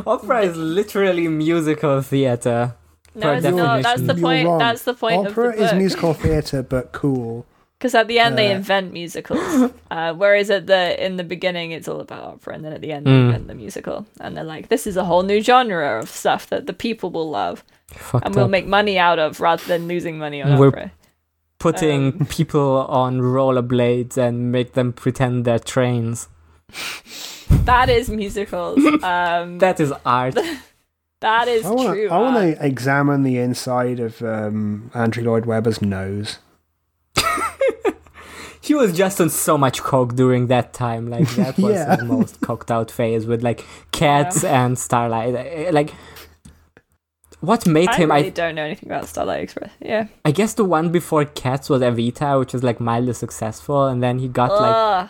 Speaker 4: opera is literally musical theater
Speaker 2: no, it's not. That's the
Speaker 3: You're
Speaker 2: point.
Speaker 3: wrong.
Speaker 2: That's the point
Speaker 3: Opera
Speaker 2: of the book.
Speaker 3: is musical theatre, but cool.
Speaker 2: Because at the end they
Speaker 3: Uh,
Speaker 2: invent musicals, uh, whereas at the in the beginning it's all about opera, and then at the end they
Speaker 4: Mm.
Speaker 2: invent the musical, and they're like, "This is a whole new genre of stuff that the people will love,
Speaker 4: Fucked
Speaker 2: and we'll
Speaker 4: up.
Speaker 2: make money out of, rather than losing money on
Speaker 4: We're-
Speaker 2: opera."
Speaker 4: putting people on rollerblades and make them pretend they're trains
Speaker 2: That is musicals. Um,
Speaker 4: that is art
Speaker 2: that is
Speaker 3: I wanna,
Speaker 2: true.
Speaker 3: I want
Speaker 2: art.
Speaker 3: to examine the inside of um, Andrew Lloyd Webber's nose.
Speaker 4: he was just on so much coke during that time. Like that was
Speaker 3: Yeah.
Speaker 4: his most coked out phase with like cats and starlight. Eh, Like what made
Speaker 2: I
Speaker 4: him?
Speaker 2: really
Speaker 4: I
Speaker 2: don't know anything about Starlight Express. Yeah.
Speaker 4: I guess the one before cats was Evita, which was like mildly successful, and then he got like
Speaker 2: Ugh.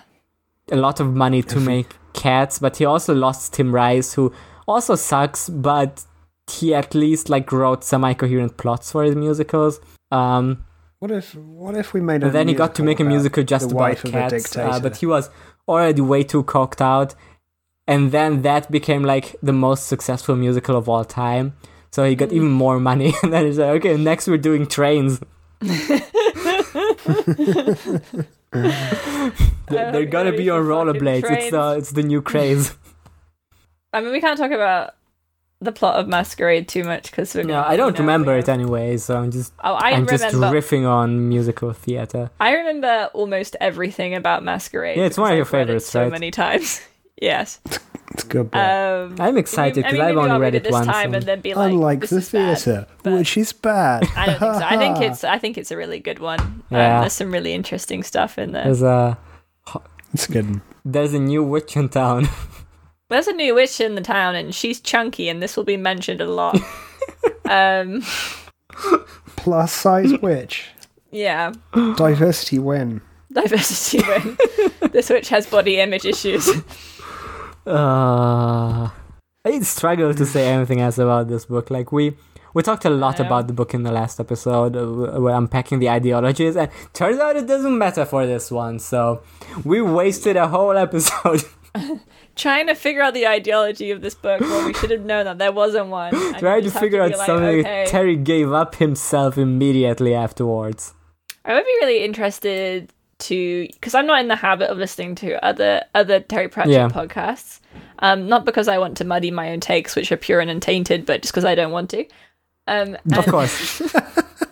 Speaker 4: a lot of money to make cats. But he also lost Tim Rice, who also sucks, but he at least like wrote semi-coherent plots for his musicals. Um,
Speaker 3: What if what if we made a
Speaker 4: and then he got to make a
Speaker 3: about
Speaker 4: musical just
Speaker 3: the
Speaker 4: about
Speaker 3: wife
Speaker 4: cats,
Speaker 3: of a
Speaker 4: uh,
Speaker 3: dictator?
Speaker 4: but he was already way too coked out. And then that became like the most successful musical of all time. So he
Speaker 3: Hmm.
Speaker 4: got even more money, and then he's like, "Okay, next we're doing trains. They're, they're gonna be on
Speaker 2: Fucking
Speaker 4: rollerblades. It's the
Speaker 2: trains.
Speaker 4: it's the new craze."
Speaker 2: I mean, we can't talk about the plot of Masquerade too much because we're.
Speaker 4: no,
Speaker 2: gonna-
Speaker 4: I don't
Speaker 2: no,
Speaker 4: remember
Speaker 2: we
Speaker 4: it
Speaker 2: have-
Speaker 4: anyway, so I'm just
Speaker 2: Oh, I
Speaker 4: I'm just
Speaker 2: remember.
Speaker 4: riffing on musical theater.
Speaker 2: I remember almost everything about Masquerade.
Speaker 4: Yeah, it's one of
Speaker 2: because
Speaker 4: your
Speaker 2: I've read it
Speaker 4: favorites,
Speaker 2: So
Speaker 4: right?
Speaker 2: many times. yes.
Speaker 3: it's a good book.
Speaker 2: Um,
Speaker 4: I'm excited
Speaker 2: I mean,
Speaker 4: because I've
Speaker 2: maybe
Speaker 4: only
Speaker 2: I'll
Speaker 4: read
Speaker 2: it
Speaker 4: it
Speaker 2: this
Speaker 4: once.
Speaker 2: time
Speaker 4: and-
Speaker 2: and then be like,
Speaker 3: Unlike
Speaker 2: this
Speaker 3: the
Speaker 2: is bad,
Speaker 3: theatre,
Speaker 2: but-
Speaker 3: which is bad.
Speaker 2: I don't think so. I think it's. I think it's a really good one. Um,
Speaker 4: Yeah.
Speaker 2: there's some really interesting stuff in there.
Speaker 4: There's a
Speaker 3: it's good. one.
Speaker 4: there's a new witch in town.
Speaker 2: There's a new witch in the town, and she's chunky, and this will be mentioned a lot. um,
Speaker 3: Plus size witch.
Speaker 2: yeah,
Speaker 3: Diversity win.
Speaker 2: diversity win. this witch has body image issues.
Speaker 4: Uh, I struggle to say anything else about this book. Like we we talked a lot
Speaker 2: Yeah.
Speaker 4: about the book in the last episode, uh, w- we're unpacking the ideologies, and turns out it doesn't matter for this one. So we wasted a whole episode.
Speaker 2: Trying to figure out the ideology of this book. Well, we should have known that there wasn't one. and you
Speaker 4: Trying to
Speaker 2: just have
Speaker 4: figure
Speaker 2: be
Speaker 4: out
Speaker 2: like,
Speaker 4: something.
Speaker 2: okay.
Speaker 4: Terry gave up himself immediately afterwards.
Speaker 2: I would be really interested to because I'm not in the habit of listening to other other Terry Pratchett
Speaker 4: Yeah.
Speaker 2: podcasts. Um, not because I want to muddy my own takes, which are pure and untainted, but just because I don't want to. Um,
Speaker 4: Of
Speaker 2: and-
Speaker 4: course.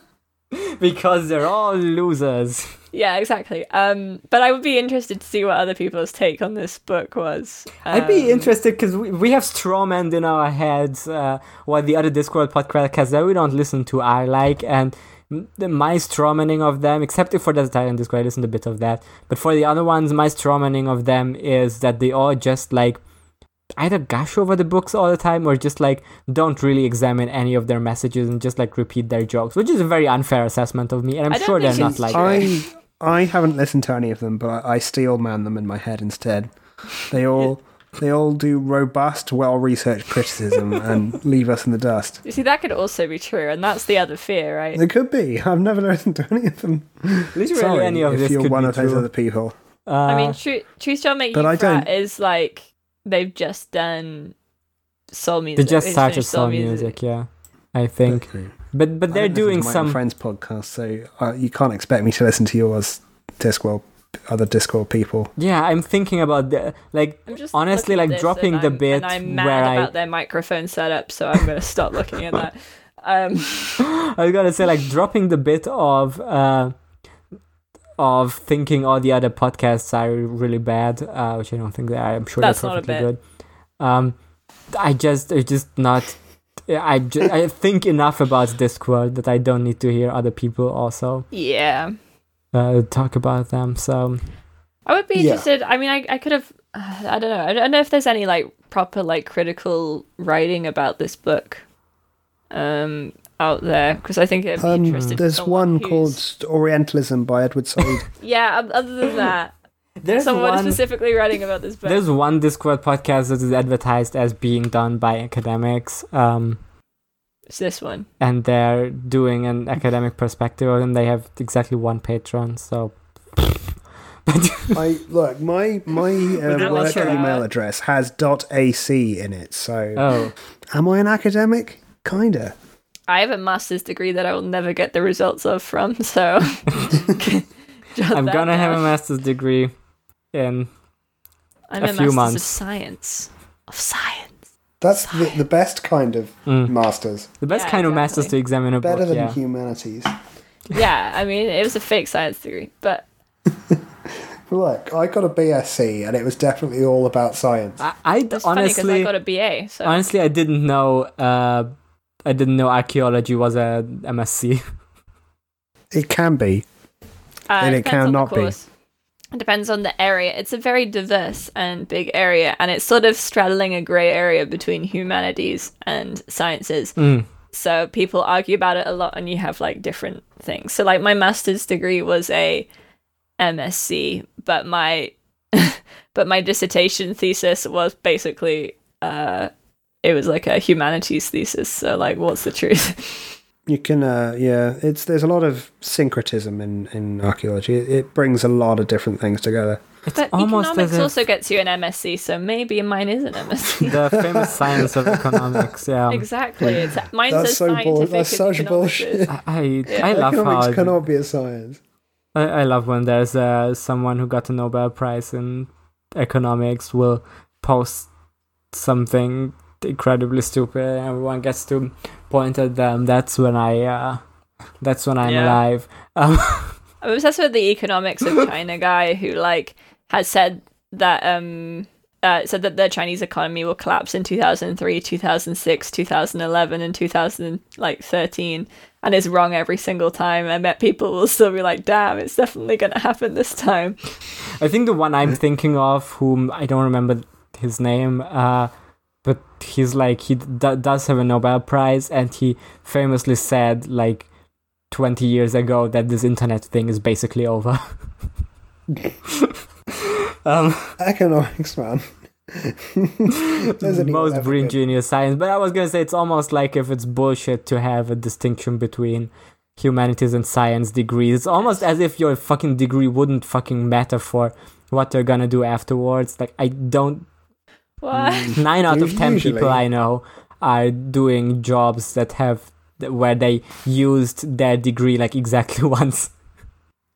Speaker 4: because they're all losers.
Speaker 2: Yeah, exactly. Um, but I would be interested to see what other people's take on this book was.
Speaker 4: I'd be
Speaker 2: Um,
Speaker 4: interested because we, we have strawmen in our heads uh, what the other Discord podcasts that we don't listen to are like, and m- the, my strawmaning of them, except for the Italian Discord, I listened a bit of that. But for the other ones, my strawmaning of them is that they all just like either gush over the books all the time or just like don't really examine any of their messages and just like repeat their jokes, which is a very unfair assessment of me,
Speaker 2: I
Speaker 4: and I'm
Speaker 2: don't
Speaker 4: sure
Speaker 2: think
Speaker 4: they're not
Speaker 2: it's
Speaker 4: like
Speaker 2: true.
Speaker 4: that.
Speaker 3: I I haven't listened to any of them, but I, I steel man them in my head instead. They all they all do robust, well researched criticism and leave us in the dust.
Speaker 2: You see, that could also be true, and that's the other fear, right?
Speaker 3: It could be. I've never listened to any of them.
Speaker 4: Literally
Speaker 3: Sorry,
Speaker 4: any of
Speaker 3: if
Speaker 4: this
Speaker 3: you're
Speaker 4: could
Speaker 3: one
Speaker 4: be
Speaker 3: of those
Speaker 4: true.
Speaker 3: other people.
Speaker 4: Uh,
Speaker 2: I mean, true, true shall make
Speaker 3: but
Speaker 2: you
Speaker 3: I
Speaker 2: frat
Speaker 3: don't-
Speaker 2: is like they've just done soul music.
Speaker 4: they just
Speaker 2: they've
Speaker 4: started
Speaker 2: finished
Speaker 4: soul music, yeah. I think. But but
Speaker 3: I
Speaker 4: they're
Speaker 3: don't listen to
Speaker 4: doing
Speaker 3: my
Speaker 4: some
Speaker 3: friends podcast, so uh, you can't expect me to listen to yours, Discworld, other Discworld people.
Speaker 4: yeah. I'm thinking about the like
Speaker 2: I'm just
Speaker 4: honestly
Speaker 2: looking at this
Speaker 4: like dropping
Speaker 2: and
Speaker 4: the
Speaker 2: I'm-
Speaker 4: bit
Speaker 2: and I'm mad
Speaker 4: where
Speaker 2: about
Speaker 4: I
Speaker 2: their microphone setup, so I'm gonna stop looking at that. Um,
Speaker 4: I was gonna say like dropping the bit of uh of thinking all the other podcasts are really bad, uh, which I don't think they are. I'm sure
Speaker 2: That's
Speaker 4: they're
Speaker 2: not a
Speaker 4: perfectly good. Um, I just it's just not. I ju- I think enough about Discworld that I don't need to hear other people also
Speaker 2: yeah,
Speaker 4: uh, talk about them. So
Speaker 2: I would be
Speaker 10: Yeah.
Speaker 2: interested. I mean, I, I could have. Uh, I don't know. I don't know if there's any like proper like critical writing about this book, um, out there because I think it'd be
Speaker 3: Um,
Speaker 2: interesting.
Speaker 3: there's one called Orientalism by Edward Said.
Speaker 2: Yeah. oth- Other than that,
Speaker 4: There's
Speaker 2: someone
Speaker 4: one-
Speaker 2: specifically writing about this book.
Speaker 4: There's one Discord podcast that is advertised as being done by academics, um,
Speaker 2: It's this one.
Speaker 4: and they're doing an academic perspective, and they have exactly one patron. So
Speaker 3: I look my my uh,
Speaker 4: Without
Speaker 3: work
Speaker 4: us, uh,
Speaker 3: email address has .ac in it, so
Speaker 4: Oh.
Speaker 3: am I an academic? Kinda.
Speaker 2: I have a master's degree that I will never get the results of from. So Jot
Speaker 4: I'm
Speaker 2: that
Speaker 4: gonna have a
Speaker 2: down.
Speaker 4: master's degree in
Speaker 2: I'm
Speaker 4: a
Speaker 2: a
Speaker 4: few
Speaker 2: master's of
Speaker 4: months.
Speaker 2: science of science.
Speaker 3: That's the, the best kind of masters.
Speaker 4: The best kind of masters to examine a
Speaker 3: Better
Speaker 4: Mm. book.
Speaker 3: than
Speaker 4: yeah.
Speaker 3: humanities.
Speaker 2: yeah, I mean, it was a fake science degree, but
Speaker 3: Look, I got a BSc and it was definitely all about science.
Speaker 4: I, I
Speaker 2: it's funny because I
Speaker 4: honestly,
Speaker 2: got a BA. So
Speaker 4: honestly, I didn't know. Uh, I didn't know archaeology was a MSc.
Speaker 3: It can be.
Speaker 2: uh,
Speaker 4: and it
Speaker 2: depends on the
Speaker 4: cannot be.
Speaker 2: course. It depends on the area. It's a very diverse and big area, and it's sort of straddling a grey area between humanities and sciences.
Speaker 4: Mm.
Speaker 2: So people argue about it a lot, and you have like different things. So like my master's degree was a MSc, but my but my dissertation thesis was basically uh, it was like a humanities thesis. So like, what's the truth?
Speaker 3: You can, uh, yeah. It's there's a lot of syncretism in in archaeology. It, it brings a lot of different things together.
Speaker 2: but
Speaker 4: almost as
Speaker 2: economics
Speaker 4: if-
Speaker 2: also gets you an MSc, so maybe mine is an MSc.
Speaker 4: the famous science of economics. Yeah.
Speaker 2: exactly. It's, mine's
Speaker 3: Um, That's
Speaker 2: says
Speaker 3: so bull-
Speaker 2: scientific
Speaker 3: that's
Speaker 2: and
Speaker 3: such
Speaker 2: economics
Speaker 3: bullshit.
Speaker 2: is.
Speaker 4: I I love
Speaker 3: Economics
Speaker 4: how
Speaker 3: cannot be a science.
Speaker 4: I, I love when there's uh, someone who got a Nobel Prize in economics will post something incredibly stupid, and everyone gets to point at them. That's when I. Uh, that's when I'm
Speaker 2: Yeah.
Speaker 4: alive. Um,
Speaker 2: I'm obsessed with the economics of China guy who like has said that um uh, said that the Chinese economy will collapse in 2003, 2006, 2011, and 2000 like 13, and is wrong every single time. I bet people will still be like, "Damn, it's definitely going to happen this time."
Speaker 4: I think the one I'm thinking of, whom I don't remember his name, uh, but he's like he d- does have a Nobel Prize, and he famously said like 20 years ago that this internet thing is basically over. um,
Speaker 3: Economics, man. anyone
Speaker 4: most
Speaker 3: ever
Speaker 4: brain
Speaker 3: been-
Speaker 4: genius science, but I was gonna say it's almost like if it's bullshit to have a distinction between humanities and science degrees. It's almost as if your fucking degree wouldn't fucking matter for what they're gonna do afterwards. Like I don't.
Speaker 2: What?
Speaker 3: Mm.
Speaker 4: Nine out of ten people
Speaker 3: Usually.
Speaker 4: I know are doing jobs that have where they used their degree like exactly once.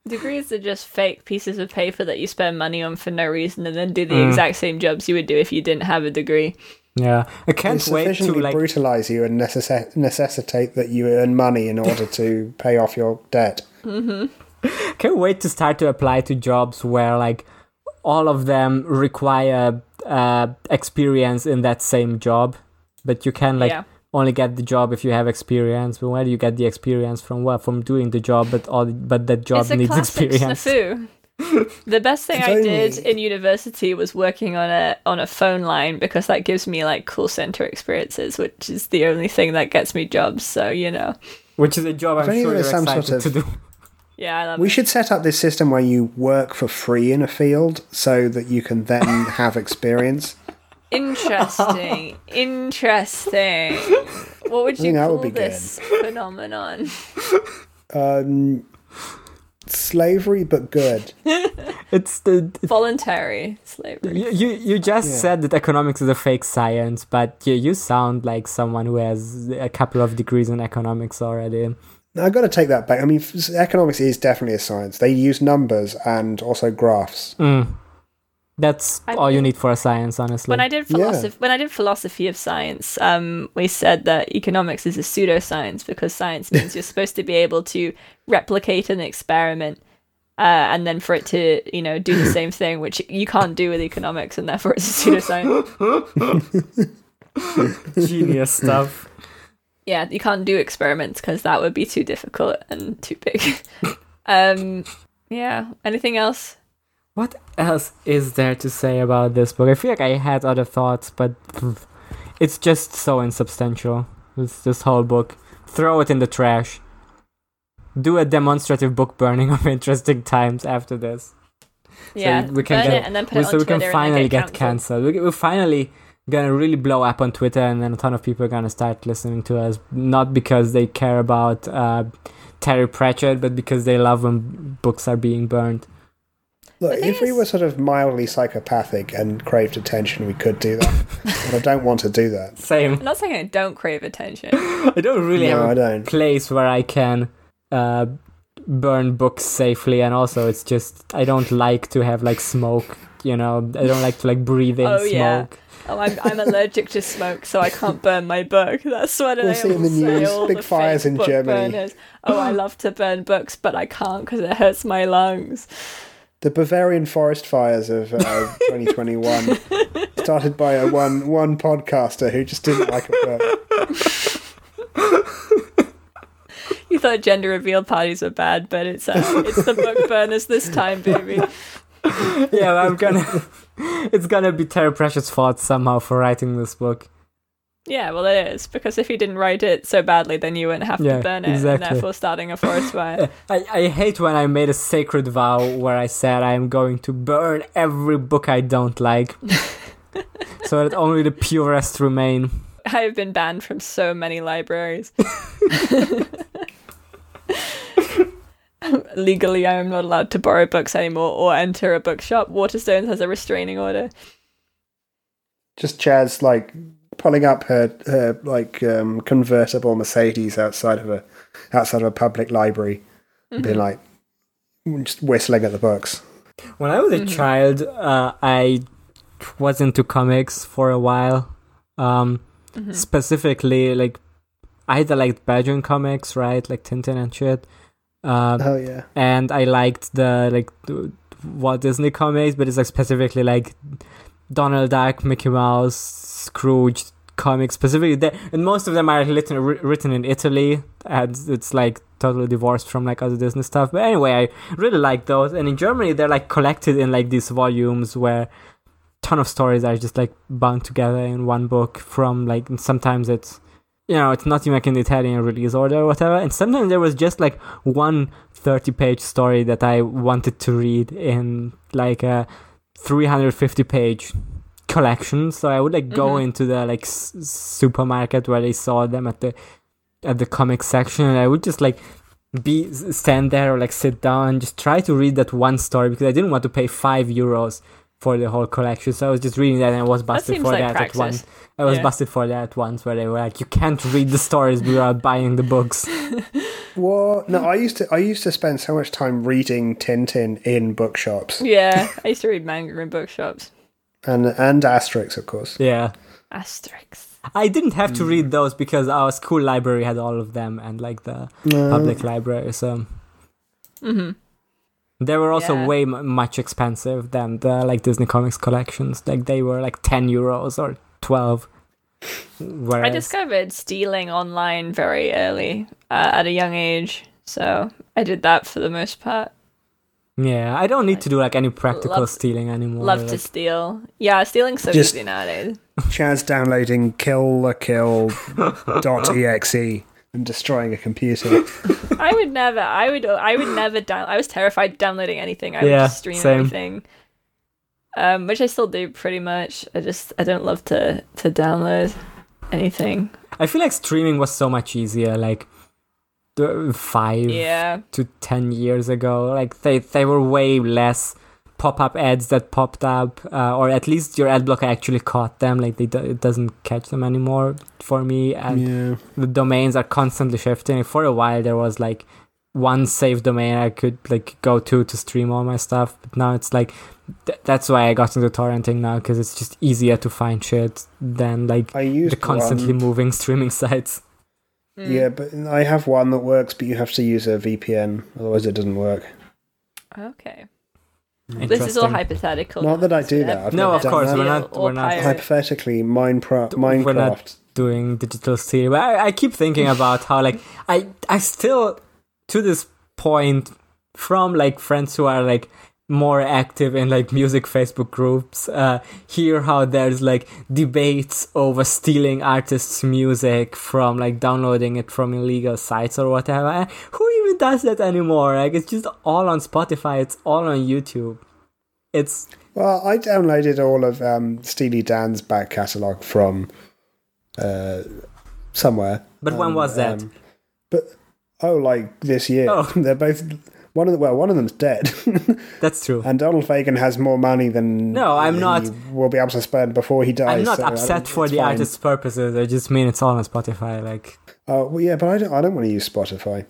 Speaker 2: Degrees are just fake pieces of paper that you spend money on for no reason, and then do the
Speaker 4: Mm.
Speaker 2: exact same jobs you would do if you didn't have a degree.
Speaker 4: Yeah, I can't
Speaker 3: They
Speaker 4: wait to
Speaker 3: sufficiently
Speaker 4: like
Speaker 3: brutalize you and necess- necessitate that you earn money in order to pay off your debt.
Speaker 4: can't wait to start to apply to jobs where like all of them require uh, experience in that same job, but you can like
Speaker 2: Yeah.
Speaker 4: only get the job if you have experience. But where do you get the experience from? Well, from doing the job, but all but that job
Speaker 2: it's a
Speaker 4: needs
Speaker 2: classic
Speaker 4: experience.
Speaker 2: snafu. the best thing I
Speaker 3: It's
Speaker 2: did
Speaker 3: only-
Speaker 2: in university was working on a on a phone line because that gives me like call center experiences, which is the only thing that gets me jobs. So you know,
Speaker 4: Which is a job
Speaker 3: If
Speaker 4: I'm
Speaker 3: only
Speaker 4: sure
Speaker 3: there
Speaker 4: you're
Speaker 3: was some
Speaker 4: excited
Speaker 3: sort of-
Speaker 4: to do.
Speaker 2: yeah, I love
Speaker 3: We
Speaker 2: it.
Speaker 3: should set up this system where you work for free in a field so that you can then have experience.
Speaker 2: interesting, interesting. What would you
Speaker 3: think that
Speaker 2: call
Speaker 3: would be good.
Speaker 2: this phenomenon?
Speaker 3: Um, slavery, but good.
Speaker 4: It's the
Speaker 2: Voluntary slavery.
Speaker 4: you you, you just said that economics is a fake science, but you you sound like someone who has a couple of degrees in economics already.
Speaker 3: Now, I've got to take that back. I mean, f- economics is definitely a science. They use numbers and also graphs.
Speaker 4: Mm. That's
Speaker 2: I
Speaker 4: all you need for a science, honestly.
Speaker 2: When I did
Speaker 3: Yeah.
Speaker 2: philosophy, when I did philosophy of science, um, we said that economics is a pseudoscience because science means you're supposed to be able to replicate an experiment, uh, and then for it to you know do the same thing, which you can't do with economics, and therefore it's a pseudoscience.
Speaker 4: genius stuff.
Speaker 2: yeah, you can't do experiments because that would be too difficult and too big. um, yeah. Anything else?
Speaker 4: What else is there to say about this book? I feel like I had other thoughts, but pff, it's just so insubstantial. This this whole book, throw it in the trash. Do a demonstrative book burning of interesting times after this.
Speaker 2: yeah,
Speaker 4: we can
Speaker 2: burn
Speaker 4: get-
Speaker 2: it and then put it on
Speaker 4: so we can
Speaker 2: Twitter and then
Speaker 4: finally
Speaker 2: get
Speaker 4: get cancelled. We- We're finally gonna really blow up on Twitter, and then a ton of people are gonna start listening to us, not because they care about uh, Terry Pratchett, but because they love when books are being burned.
Speaker 3: Look, if we were sort of mildly psychopathic and craved attention, we could do that. but I don't want to do that.
Speaker 4: Same.
Speaker 2: I'm not saying I don't crave attention.
Speaker 4: I don't really
Speaker 3: No, I
Speaker 4: have a
Speaker 3: don't.
Speaker 4: place where I can uh, burn books safely, and also it's just I don't like to have like smoke. You know, I don't like to like breathe in
Speaker 2: Oh,
Speaker 4: smoke.
Speaker 2: yeah. Oh, I'm, I'm allergic to smoke, so I can't burn my book. That's what
Speaker 3: We'll
Speaker 2: I
Speaker 3: see in the
Speaker 2: always say,
Speaker 3: news,
Speaker 2: all
Speaker 3: big
Speaker 2: the
Speaker 3: fires
Speaker 2: fake
Speaker 3: in
Speaker 2: book
Speaker 3: Germany.
Speaker 2: burners. Oh, I love to burn books, but I can't because it hurts my lungs.
Speaker 3: The Bavarian forest fires of uh, 2021, started by a one one podcaster who just didn't like a book.
Speaker 2: You thought gender reveal parties were bad, but it's uh, it's the book burners this time, baby.
Speaker 4: yeah, I'm gonna. it's gonna be Terry Pratchett's fault somehow for writing this book.
Speaker 2: Yeah, well, it is because if you didn't write it so badly, then you wouldn't have
Speaker 4: Yeah,
Speaker 2: to burn it,
Speaker 4: exactly.
Speaker 2: and therefore starting a forest fire.
Speaker 4: I, I hate when I made a sacred vow where I said I am going to burn every book I don't like. so that only the purest remain.
Speaker 2: I have been banned from so many libraries. Legally, I am not allowed to borrow books anymore or enter a bookshop. Waterstones has a restraining order.
Speaker 3: Just Chaz like pulling up her her like um, convertible Mercedes outside of a outside of a public library, and
Speaker 4: Mm-hmm.
Speaker 3: being like "Mm, just whistling at the books.
Speaker 4: When I was a child, uh, I was into comics for a while. Um, Specifically, like, I either liked Belgian comics, right? Like Tintin and shit. Uh,
Speaker 3: Oh yeah,
Speaker 4: and I liked the like the Walt Disney comics, but it's like specifically like Donald Duck, Mickey Mouse, Scrooge comics specifically. They, and most of them are written wri- written in Italy, and it's like totally divorced from like other Disney stuff. But anyway, I really like those. And in Germany, they're like collected in like these volumes where ton of stories are just like bound together in one book from like and sometimes it's you know it's not even like an italian release order or whatever and sometimes there was just like one 30 page story that i wanted to read in like a 350 page collection so i would like go
Speaker 2: Mhm.
Speaker 4: into the like s- supermarket where they saw them at the at the comic section and i would just like be s- stand there or like sit down and just try to read that one story because i didn't want to pay five euros for the whole collection so i was just reading that and i was busted
Speaker 2: seems
Speaker 4: for
Speaker 2: like
Speaker 4: that
Speaker 2: practice.
Speaker 4: at one I was
Speaker 2: Yeah.
Speaker 4: busted for that once where they were like, you can't read the stories without buying the books.
Speaker 3: what? No, I used to I used to spend so much time reading Tintin in bookshops
Speaker 2: Yeah, I used to read manga in bookshops.
Speaker 3: and and Asterix, of course.
Speaker 4: Yeah.
Speaker 2: Asterix.
Speaker 4: I didn't have to read those because our school library had all of them and like the
Speaker 3: Uh-huh.
Speaker 4: public library. So
Speaker 2: hmm
Speaker 4: they were also
Speaker 2: Yeah.
Speaker 4: way m- much expensive than the like Disney comics collections. Like they were like 10 euros or 12. Whereas,
Speaker 2: I discovered stealing online very early uh, at a young age, so I did that for the most part.
Speaker 4: yeah, I don't need to do like any practical
Speaker 2: Love-
Speaker 4: stealing anymore.
Speaker 2: Love to
Speaker 4: like-
Speaker 2: steal. Yeah, stealing's so
Speaker 3: Just-
Speaker 2: easy nowadays.
Speaker 3: Chaz downloading kill a kill dot exe and destroying a computer.
Speaker 2: I would never. I would. I would never. Down, I was terrified downloading anything. I would
Speaker 4: Yeah,
Speaker 2: just stream
Speaker 4: same.
Speaker 2: everything. Um, which I still do pretty much. I just I don't love to to download anything.
Speaker 4: I feel like streaming was so much easier. Like the five.
Speaker 2: Yeah,
Speaker 4: to 10 years ago like they they were way less pop-up ads that popped up uh, or at least your ad blocker actually caught them like they do, it doesn't catch them anymore for me and
Speaker 3: yeah.
Speaker 4: the domains are constantly shifting for a while there was like one safe domain i could like go to to stream all my stuff but now it's like th- that's why i got into torrenting now because it's just easier to find shit than like
Speaker 3: I used
Speaker 4: the constantly
Speaker 3: one.
Speaker 4: moving streaming sites
Speaker 3: Yeah,
Speaker 4: Hmm.
Speaker 3: but I have one that works, but you have to use a VPN, otherwise it doesn't work.
Speaker 2: Okay. This is all
Speaker 4: Interesting.
Speaker 2: hypothetical.
Speaker 3: Not that I do
Speaker 2: So
Speaker 3: that. I've
Speaker 4: No,
Speaker 3: never
Speaker 4: of
Speaker 3: done
Speaker 4: course,
Speaker 3: that.
Speaker 4: we're
Speaker 2: Steal
Speaker 4: not-
Speaker 2: or
Speaker 4: we're not-
Speaker 2: pirate.
Speaker 3: Hypothetically, Minecraft.
Speaker 4: We're not-
Speaker 3: Minecraft.
Speaker 4: doing digital stealing. But I, I keep thinking about how like I I still to this point from like friends who are like more active in like music Facebook groups, uh, hear how there's like debates over stealing artists' music from like downloading it from illegal sites or whatever. And who even does that anymore? Like it's just all on Spotify. It's all on YouTube. It's
Speaker 3: Well, I downloaded all of um, Steely Dan's back catalogue from uh, somewhere.
Speaker 4: But when
Speaker 3: Um,
Speaker 4: was that?
Speaker 3: um, but oh, like this year.
Speaker 4: Oh.
Speaker 3: They're both one of the well, one of them's dead,
Speaker 4: that's true.
Speaker 3: and Donald Fagan has more money than
Speaker 4: No, I'm
Speaker 3: he
Speaker 4: not-
Speaker 3: Will be able to spend before he dies.
Speaker 4: I'm not
Speaker 3: so I don't-
Speaker 4: upset for
Speaker 3: it's
Speaker 4: the
Speaker 3: fine.
Speaker 4: artist's purposes. I just mean it's all on Spotify. Like
Speaker 3: Oh well, yeah, but I don't. I don't want to use Spotify.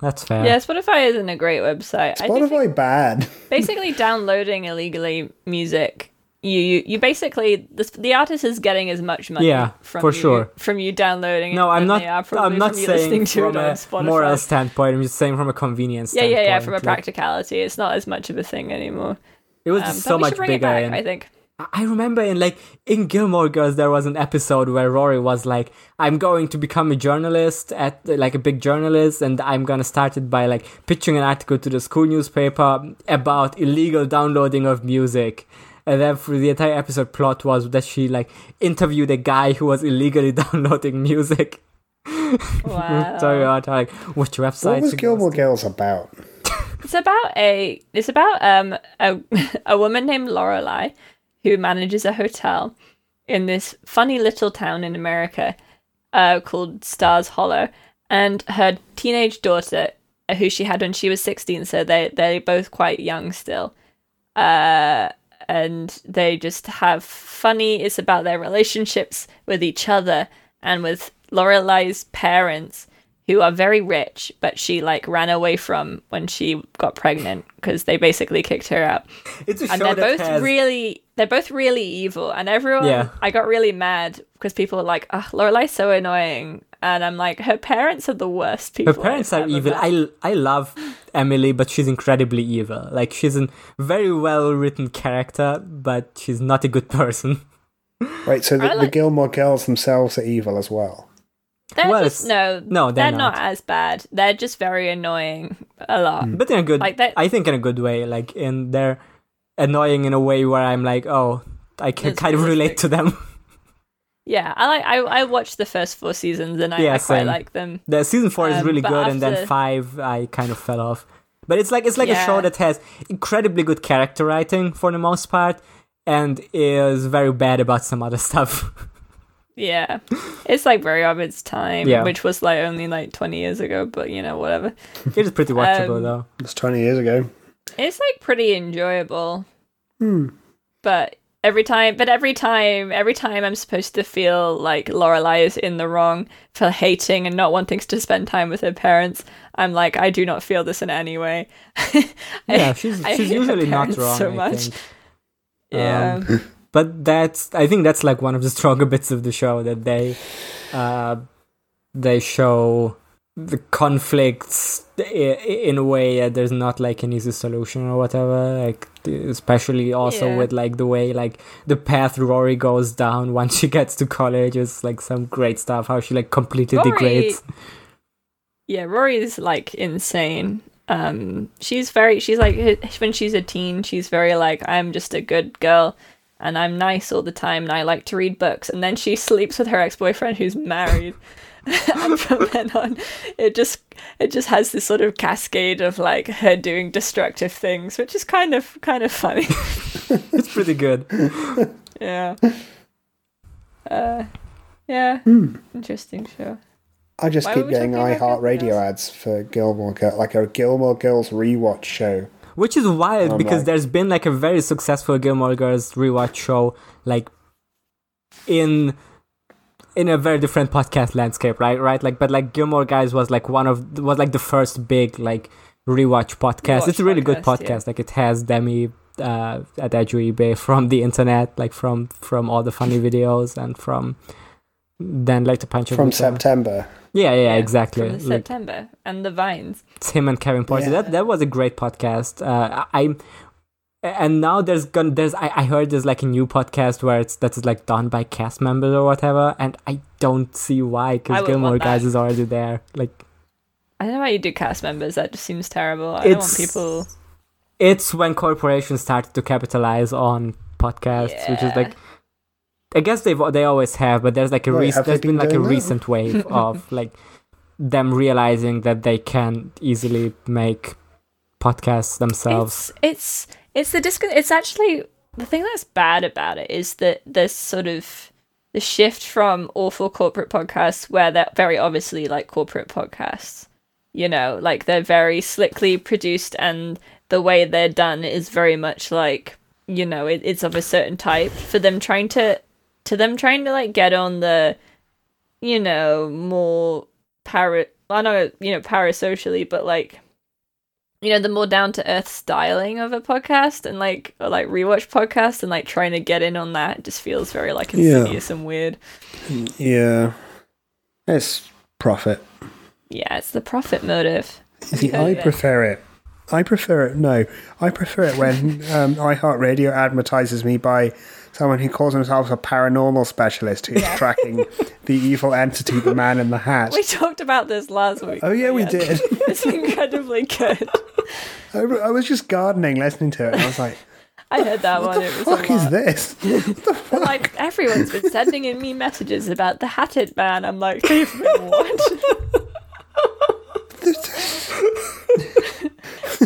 Speaker 4: that's fair.
Speaker 2: Yeah, Spotify isn't a great website. I think
Speaker 3: Spotify bad.
Speaker 2: basically downloading illegally music you you, you basically the, the artist is getting as much money
Speaker 4: Yeah,
Speaker 2: from
Speaker 4: for
Speaker 2: you,
Speaker 4: sure.
Speaker 2: from you downloading
Speaker 4: No,
Speaker 2: it
Speaker 4: I'm
Speaker 2: than
Speaker 4: not.
Speaker 2: they are probably
Speaker 4: I'm not
Speaker 2: from you
Speaker 4: saying
Speaker 2: listening to
Speaker 4: from
Speaker 2: it on
Speaker 4: a
Speaker 2: Spotify.
Speaker 4: moral standpoint. I'm just saying from a convenience.
Speaker 2: yeah yeah yeah
Speaker 4: standpoint,
Speaker 2: from a
Speaker 4: like,
Speaker 2: practicality it's not as much of a thing anymore
Speaker 4: it was
Speaker 2: um,
Speaker 4: just
Speaker 2: but
Speaker 4: so
Speaker 2: we should
Speaker 4: much
Speaker 2: bring
Speaker 4: bigger.
Speaker 2: it back,
Speaker 4: and
Speaker 2: i think
Speaker 4: I remember in like in Gilmore Girls, there was an episode where Rory was like, "I'm going to become a journalist at like a big journalist, and I'm gonna start it by like pitching an article to the school newspaper about illegal downloading of music." And then for the entire episode plot was that she like interviewed a guy who was illegally downloading music.
Speaker 2: wow
Speaker 4: Sorry about like which websites?
Speaker 3: What was
Speaker 4: it
Speaker 3: Gilmore Girls about?
Speaker 2: It's about a it's about um a a woman named Lorelai who manages a hotel in this funny little town in America uh, called Stars Hollow, and her teenage daughter, uh, who she had when she was sixteen, so they they're both quite young still, uh, and they just have funny. It's about their relationships with each other and with Lorelai's parents who are very rich, but she like ran away from when she got pregnant because they basically kicked her out.
Speaker 4: It's a
Speaker 2: And
Speaker 4: show
Speaker 2: they're
Speaker 4: that
Speaker 2: both
Speaker 4: has
Speaker 2: really they're both really evil. And everyone
Speaker 4: Yeah.
Speaker 2: I got really mad because people were like, Ugh, Lorelai's so annoying. And I'm like, her parents are the worst people.
Speaker 4: Her parents
Speaker 2: I've
Speaker 4: are
Speaker 2: ever
Speaker 4: evil.
Speaker 2: met."
Speaker 4: I, I love Emily, but she's incredibly evil. Like she's a very well written character, but she's not a good person.
Speaker 3: Right, so the,
Speaker 2: I
Speaker 3: the
Speaker 2: like-
Speaker 3: Gilmore Girls themselves are evil as well.
Speaker 2: they're
Speaker 4: well,
Speaker 2: just
Speaker 4: it's-
Speaker 2: no
Speaker 4: no, they're
Speaker 2: not.
Speaker 4: not.
Speaker 2: as bad. They're just very annoying a lot.
Speaker 4: But in a good,
Speaker 2: Like that-
Speaker 4: I think in a good way. Like in they're annoying in a way where I'm like, oh, I can
Speaker 2: It's
Speaker 4: kind of relate to
Speaker 2: realistic.
Speaker 4: them.
Speaker 2: Yeah. I like I, I watched the first four seasons and I,
Speaker 4: Yeah,
Speaker 2: I quite
Speaker 4: same.
Speaker 2: like them.
Speaker 4: The season four is
Speaker 2: Um,
Speaker 4: really
Speaker 2: but
Speaker 4: good, and then
Speaker 2: after-
Speaker 4: five I kind of fell off. But it's like it's like a show
Speaker 2: Yeah.
Speaker 4: that has incredibly good character writing for the most part, and is very bad about some other stuff.
Speaker 2: Yeah. It's like very of its time,
Speaker 4: Yeah.
Speaker 2: which was like only like 20 years ago, but you know, whatever.
Speaker 4: it is pretty watchable
Speaker 2: Um,
Speaker 4: though.
Speaker 3: It's 20 years ago.
Speaker 2: It's like pretty enjoyable.
Speaker 4: Hmm.
Speaker 2: But every time, but every time, every time I'm supposed to feel like Lorelai is in the wrong for hating and not wanting to spend time with her parents, I'm like, I do not feel this in any way.
Speaker 4: Yeah, she's
Speaker 2: I
Speaker 4: she's
Speaker 2: hate her
Speaker 4: usually not
Speaker 2: parents
Speaker 4: wrong.
Speaker 2: so
Speaker 4: I
Speaker 2: much.
Speaker 4: think. Um,
Speaker 2: Yeah.
Speaker 4: but that's i think that's like one of the stronger bits of the show that they uh they show the conflicts i- i- in a way that there's not like an easy solution or whatever like especially also
Speaker 2: Yeah.
Speaker 4: with like the way like the path rory goes down once she gets to college is like some great stuff how she like completely
Speaker 2: Rory-
Speaker 4: degrades
Speaker 2: yeah rory's like insane um she's very she's like when she's a teen she's very like i'm just a good girl and i'm nice all the time and i like to read books and then she sleeps with her ex-boyfriend who's married and from then on it just it just has this sort of cascade of like her doing destructive things which is kind of kind of funny
Speaker 4: it's pretty good
Speaker 2: yeah uh yeah
Speaker 4: Hmm.
Speaker 2: interesting show
Speaker 3: I just
Speaker 2: Why were
Speaker 3: keep
Speaker 2: we
Speaker 3: getting
Speaker 2: talking about
Speaker 3: iHeartRadio
Speaker 2: Gilmore
Speaker 3: ads for Gilmore Girls, like a Gilmore Girls rewatch show.
Speaker 4: Which is wild
Speaker 3: I'm
Speaker 4: because
Speaker 3: like-
Speaker 4: there's been like a very successful Gilmore Girls rewatch show, like in in a very different podcast landscape, right? Right? Like, but like Gilmore Guys was like one of was like the first big like rewatch podcast.
Speaker 2: Rewatch
Speaker 4: it's a really good
Speaker 2: podcast, yeah.
Speaker 4: podcast. Like, it has Demi uh, at Ajuibe from the internet, like from from all the funny videos and from then like the punch of
Speaker 3: From
Speaker 4: the Sun.
Speaker 3: September.
Speaker 4: Yeah, yeah,
Speaker 2: Yeah,
Speaker 4: exactly.
Speaker 2: from the
Speaker 4: Like,
Speaker 2: september and the vines
Speaker 4: it's him and Kevin Parsley.
Speaker 3: Yeah.
Speaker 4: That that was a great podcast. Uh, I I'm- and now there's gone there's I, I heard there's like a new podcast where it's that's like done by cast members or whatever, and I don't see why
Speaker 2: I
Speaker 4: because
Speaker 2: would
Speaker 4: Gilmore
Speaker 2: want
Speaker 4: Guys
Speaker 2: that.
Speaker 4: is already there. Like
Speaker 2: I don't know why you do cast members. That just seems terrible. I
Speaker 4: it's
Speaker 2: don't want people.
Speaker 4: it's when corporations started to capitalize on podcasts, which is like, I guess they have they always have, but there's like a
Speaker 3: Right,
Speaker 4: recent
Speaker 3: have they
Speaker 4: there's been
Speaker 3: been
Speaker 4: like a
Speaker 3: doing that?
Speaker 4: recent wave of like them realizing that they can easily make podcasts themselves.
Speaker 2: It's it's it's the disc. It's actually the thing that's bad about it is that this sort of the shift from awful corporate podcasts where they're very obviously like corporate podcasts. You know, like they're very slickly produced, and the way they're done is very much like you know it, it's of a certain type. For them trying to to them trying to like get on the you know more para I know you know parasocially, but like you know the more down to earth styling of a podcast and like or like rewatch podcast and like trying to get in on that just feels very like
Speaker 3: Yeah.
Speaker 2: insidious and weird.
Speaker 3: Yeah. It's profit.
Speaker 2: Yeah, it's the profit motive.
Speaker 3: See,
Speaker 4: Oh,
Speaker 3: I prefer it. I prefer it. No, I prefer it when um, iHeartRadio advertises me by someone who calls himself a paranormal specialist who's tracking the evil entity, the man in the hat.
Speaker 2: We talked about this last week.
Speaker 3: Oh yeah, we did.
Speaker 2: It's incredibly good.
Speaker 3: I, I was just gardening, listening to it, and I was like,
Speaker 2: I heard that one. It was a
Speaker 3: "What
Speaker 2: lot.
Speaker 3: is this?"
Speaker 2: And, like everyone's been sending in me messages about the hatted man. I'm like, leave me what?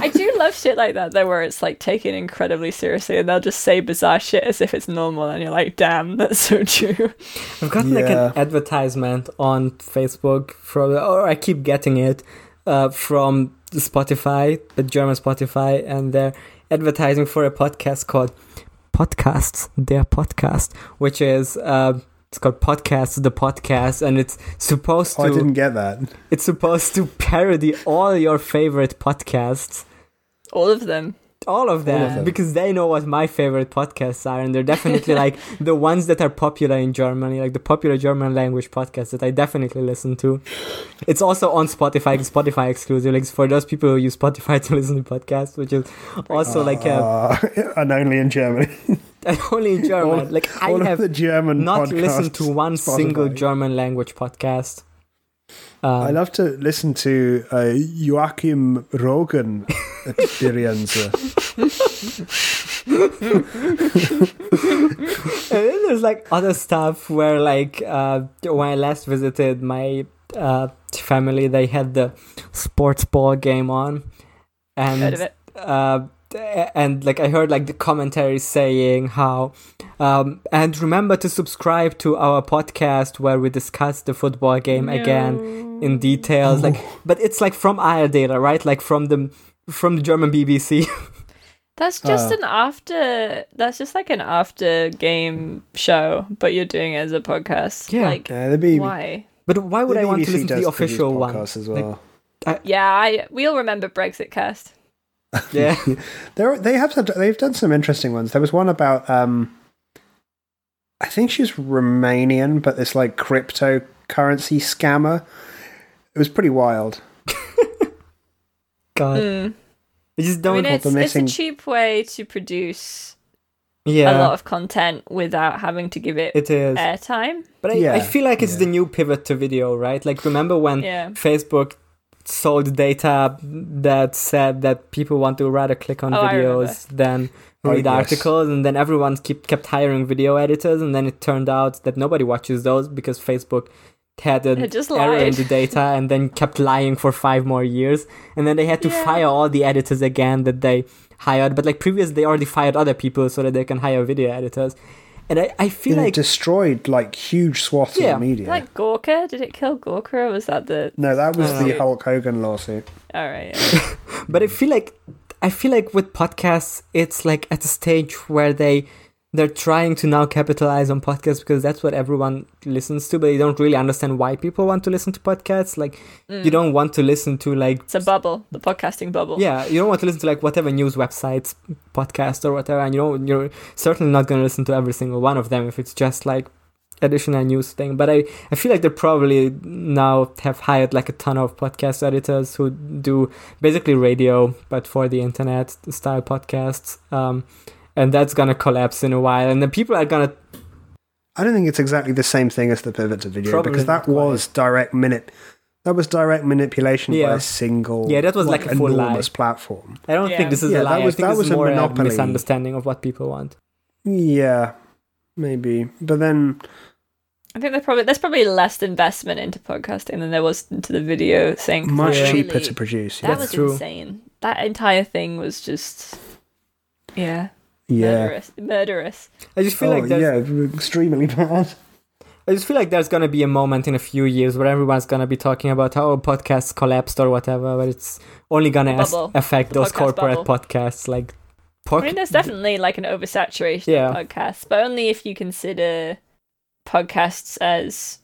Speaker 2: I do love shit like that though, where it's like taken incredibly seriously, and they'll just say bizarre shit as if it's normal, and you're like, damn, that's so true.
Speaker 4: I've gotten like
Speaker 3: Yeah.
Speaker 4: an advertisement on Facebook from, or I keep getting it uh, from Spotify, the German Spotify, and they're advertising for a podcast called Podcasts, their podcast, which is uh, it's called Podcasts, the podcast, and it's supposed
Speaker 3: Oh, I
Speaker 4: to
Speaker 3: didn't get that.
Speaker 4: it's supposed to parody all your favorite podcasts.
Speaker 2: All of them.
Speaker 4: All of, them,
Speaker 3: them.
Speaker 4: because they know what my favorite podcasts are, and they're definitely like the ones that are popular in Germany, like the popular German language podcasts that I definitely listen to. It's also on Spotify, it's Spotify exclusive, like for those people who use Spotify to listen to podcasts, which is also like uh,
Speaker 3: Uh, and only in Germany.
Speaker 4: only in German.
Speaker 3: Ah. all-
Speaker 4: like I
Speaker 3: All of
Speaker 4: have
Speaker 3: the German
Speaker 4: not
Speaker 3: podcasts,
Speaker 4: listened to one single
Speaker 3: Spotify.
Speaker 4: German language podcast.
Speaker 3: I love to listen to uh, Joachim Rogan experience.
Speaker 4: And then there's like other stuff where like uh, when I last visited my uh, family, they had the sports ball game on,
Speaker 2: Heard of
Speaker 4: and
Speaker 2: it.
Speaker 4: uh, and like I heard like the commentary saying how, um, and remember to subscribe to our podcast where we discuss the football game again in details. Like, but it's like from IR data, right? Like from the from the German BBC.
Speaker 2: That's just an after. That's just like an after game show, but you're doing it as a podcast.
Speaker 4: Yeah.
Speaker 2: Like,
Speaker 3: Yeah, the BBC
Speaker 2: why?
Speaker 4: but why would I want to
Speaker 3: BBC
Speaker 4: listen to
Speaker 3: does
Speaker 4: the
Speaker 3: produce
Speaker 4: official one?
Speaker 3: podcasts As
Speaker 4: Like,
Speaker 3: well.
Speaker 2: Yeah, I we'll remember Brexit cast.
Speaker 4: yeah.
Speaker 3: There, they have some, they've done some interesting ones. There was one about um, I think she's Romanian, but this like cryptocurrency scammer. It was pretty wild.
Speaker 4: God. I
Speaker 2: Mm.
Speaker 4: just
Speaker 2: I
Speaker 4: don't.
Speaker 2: mean, it's,
Speaker 3: the
Speaker 2: it's a
Speaker 3: missing-
Speaker 2: cheap way to produce
Speaker 4: yeah,
Speaker 2: a lot of content without having to give it,
Speaker 4: it is.
Speaker 2: airtime.
Speaker 4: But I, I
Speaker 3: Yeah,
Speaker 4: feel like it's the new pivot to video, right? Like, remember when
Speaker 2: Yeah.
Speaker 4: Facebook sold data that said that people want to rather click on
Speaker 2: Oh, I remember.
Speaker 4: videos than
Speaker 3: Oh,
Speaker 4: read
Speaker 3: yes.
Speaker 4: articles, and then everyone keep, kept hiring video editors, and then it turned out that nobody watches those because Facebook had an
Speaker 2: It just
Speaker 4: error in
Speaker 2: lied.
Speaker 4: the data and then kept lying for five more years and then they had to
Speaker 2: Yeah.
Speaker 4: fire all the editors again that they hired but like previous they already fired other people so that they can hire video editors and i, I feel
Speaker 3: And it
Speaker 4: like
Speaker 3: destroyed like huge swaths
Speaker 4: Yeah.
Speaker 3: of media.
Speaker 2: Like Gorka, did it kill Gorka? Or was that the?
Speaker 3: no, that was
Speaker 4: Uh,
Speaker 3: the Hulk Hogan lawsuit.
Speaker 2: All right.
Speaker 4: but I feel like I feel like with podcasts, it's like at a stage where they they're trying to now capitalize on podcasts because that's what everyone listens to, but they don't really understand why people want to listen to podcasts. Like you don't want to listen to like
Speaker 2: It's a bubble, the podcasting bubble.
Speaker 4: yeah, you don't want to listen to like whatever news websites, podcast or whatever, and you don't you're certainly not going to listen to every single one of them if it's just like additional news thing. But I I feel like they probably now have hired like a ton of podcast editors who do basically radio but for the internet style podcasts. Um, and that's gonna collapse in a while, and then people are gonna
Speaker 3: I don't think it's exactly the same thing as the pivot to video
Speaker 4: Probably
Speaker 3: because that
Speaker 4: not quite.
Speaker 3: was direct minute That was direct manipulation by
Speaker 4: Yeah.
Speaker 3: a single
Speaker 4: Yeah, that was like a full lie.
Speaker 3: enormous platform.
Speaker 4: I don't
Speaker 2: Yeah.
Speaker 4: think this is
Speaker 3: Yeah,
Speaker 4: a
Speaker 3: that
Speaker 4: lie.
Speaker 3: was-
Speaker 4: I think
Speaker 3: that
Speaker 4: this
Speaker 3: was
Speaker 4: is
Speaker 3: a
Speaker 4: more a
Speaker 3: monopoly.
Speaker 4: misunderstanding of what people want.
Speaker 3: Yeah, maybe. But then
Speaker 2: I think there's probably there's probably less investment into podcasting than there was into the video thing.
Speaker 3: much
Speaker 4: Yeah.
Speaker 3: cheaper
Speaker 2: Really?
Speaker 3: to produce.
Speaker 2: That
Speaker 3: Yeah.
Speaker 4: That's
Speaker 2: was
Speaker 4: true.
Speaker 2: insane. That entire thing was just yeah,
Speaker 3: yeah.
Speaker 2: murderous, murderous.
Speaker 4: I just feel
Speaker 3: oh,
Speaker 4: like there's,
Speaker 3: yeah, extremely bad.
Speaker 4: I just feel like there's gonna be a moment in a few years where everyone's gonna be talking about how podcasts collapsed or whatever, but it's only gonna as-
Speaker 2: Bubble.
Speaker 4: affect
Speaker 2: The
Speaker 4: those
Speaker 2: podcast
Speaker 4: corporate
Speaker 2: bubble.
Speaker 4: podcasts. Like,
Speaker 2: I mean,
Speaker 4: pod-
Speaker 2: there's definitely like an oversaturation
Speaker 4: Yeah.
Speaker 2: of podcasts, but only if you consider podcasts as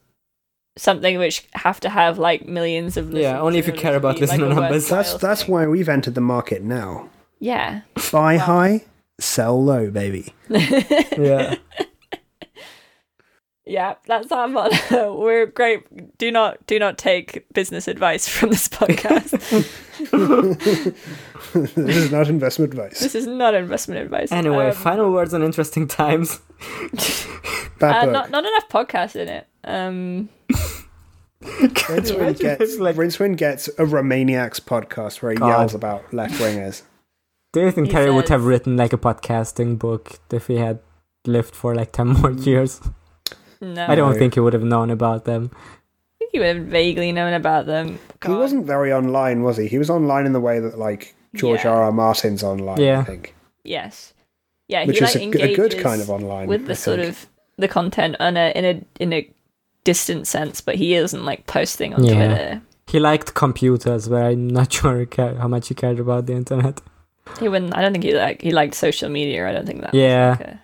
Speaker 2: something which have to have like millions of listeners.
Speaker 4: Yeah, only if
Speaker 2: in
Speaker 4: you
Speaker 2: order
Speaker 4: care
Speaker 2: to
Speaker 4: about
Speaker 2: be,
Speaker 4: listener
Speaker 2: a
Speaker 4: numbers.
Speaker 3: That's
Speaker 2: worthwhile
Speaker 3: that's
Speaker 2: thing.
Speaker 3: why we've entered the market now.
Speaker 2: Yeah.
Speaker 3: Buy high, sell low, baby.
Speaker 4: yeah,
Speaker 2: Yeah, that's our motto. We're great. Do not do not take business advice from this podcast.
Speaker 3: this is not investment advice.
Speaker 2: this is not investment advice.
Speaker 4: anyway,
Speaker 2: Um,
Speaker 4: final words on interesting times.
Speaker 2: uh,
Speaker 3: Bad book.
Speaker 2: not not enough podcasts in it. Um,
Speaker 3: Rincewind gets
Speaker 4: Like-
Speaker 3: Rincewind gets a Romaniacs podcast where he
Speaker 4: God.
Speaker 3: yells about left wingers.
Speaker 4: Do you think
Speaker 2: He
Speaker 4: Terry would
Speaker 2: says-
Speaker 4: have written like a podcasting book if he had lived for like ten more years?
Speaker 2: no,
Speaker 4: I don't
Speaker 3: No.
Speaker 4: think he would have known about them.
Speaker 2: I think you would have vaguely known about them.
Speaker 3: He
Speaker 2: God.
Speaker 3: wasn't very online, was he? He was online in the way that like George
Speaker 2: Yeah.
Speaker 3: R. R. Martin's online. I
Speaker 4: Yeah.
Speaker 3: think,
Speaker 2: Yes. Yeah,
Speaker 3: which
Speaker 2: he
Speaker 3: is
Speaker 2: like
Speaker 3: a, a good
Speaker 2: engages
Speaker 3: kind of online.
Speaker 2: with the
Speaker 3: I
Speaker 2: sort
Speaker 3: think.
Speaker 2: of the content on a in a in a distant sense, but he isn't like posting on
Speaker 4: Yeah.
Speaker 2: Twitter.
Speaker 4: He liked computers, but I'm not sure he cared, how much he cared about the internet.
Speaker 2: He wouldn't. I don't think he like he liked social media. I don't think that. was,
Speaker 4: Yeah.
Speaker 2: like, a-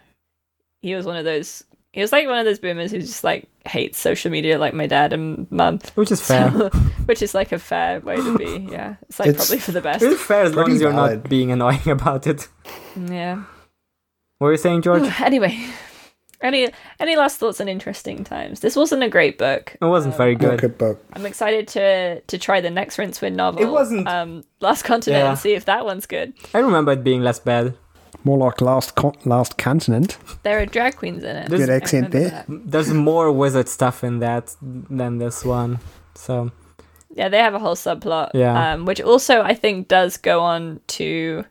Speaker 2: he was one of those. He was like one of those boomers who just like hates social media, like my dad and mum,
Speaker 4: Which is fair.
Speaker 2: So- which is like a fair way to be. Yeah, it's like
Speaker 3: It's-
Speaker 2: probably for the best.
Speaker 4: it's fair as long
Speaker 3: Pretty
Speaker 4: as you're
Speaker 3: valid.
Speaker 4: not being annoying about it.
Speaker 2: Yeah.
Speaker 4: What were you saying, George?
Speaker 2: anyway, any any last thoughts on interesting times? This wasn't a great book.
Speaker 4: It wasn't very
Speaker 3: Not a
Speaker 4: good.
Speaker 3: good book.
Speaker 2: I'm excited to to try the next Rincewind novel.
Speaker 4: It wasn't-
Speaker 2: um, Last Continent
Speaker 4: Yeah.
Speaker 2: and see if that one's good.
Speaker 4: I remember it being less bad.
Speaker 3: More like Last Con- Last Continent.
Speaker 2: There are drag queens in it.
Speaker 3: Good
Speaker 2: I
Speaker 3: accent
Speaker 2: remember
Speaker 3: there.
Speaker 2: that.
Speaker 4: There's more wizard stuff in that than this one. So
Speaker 2: Yeah, they have a whole subplot.
Speaker 4: Yeah.
Speaker 2: Um, which also I think does go on to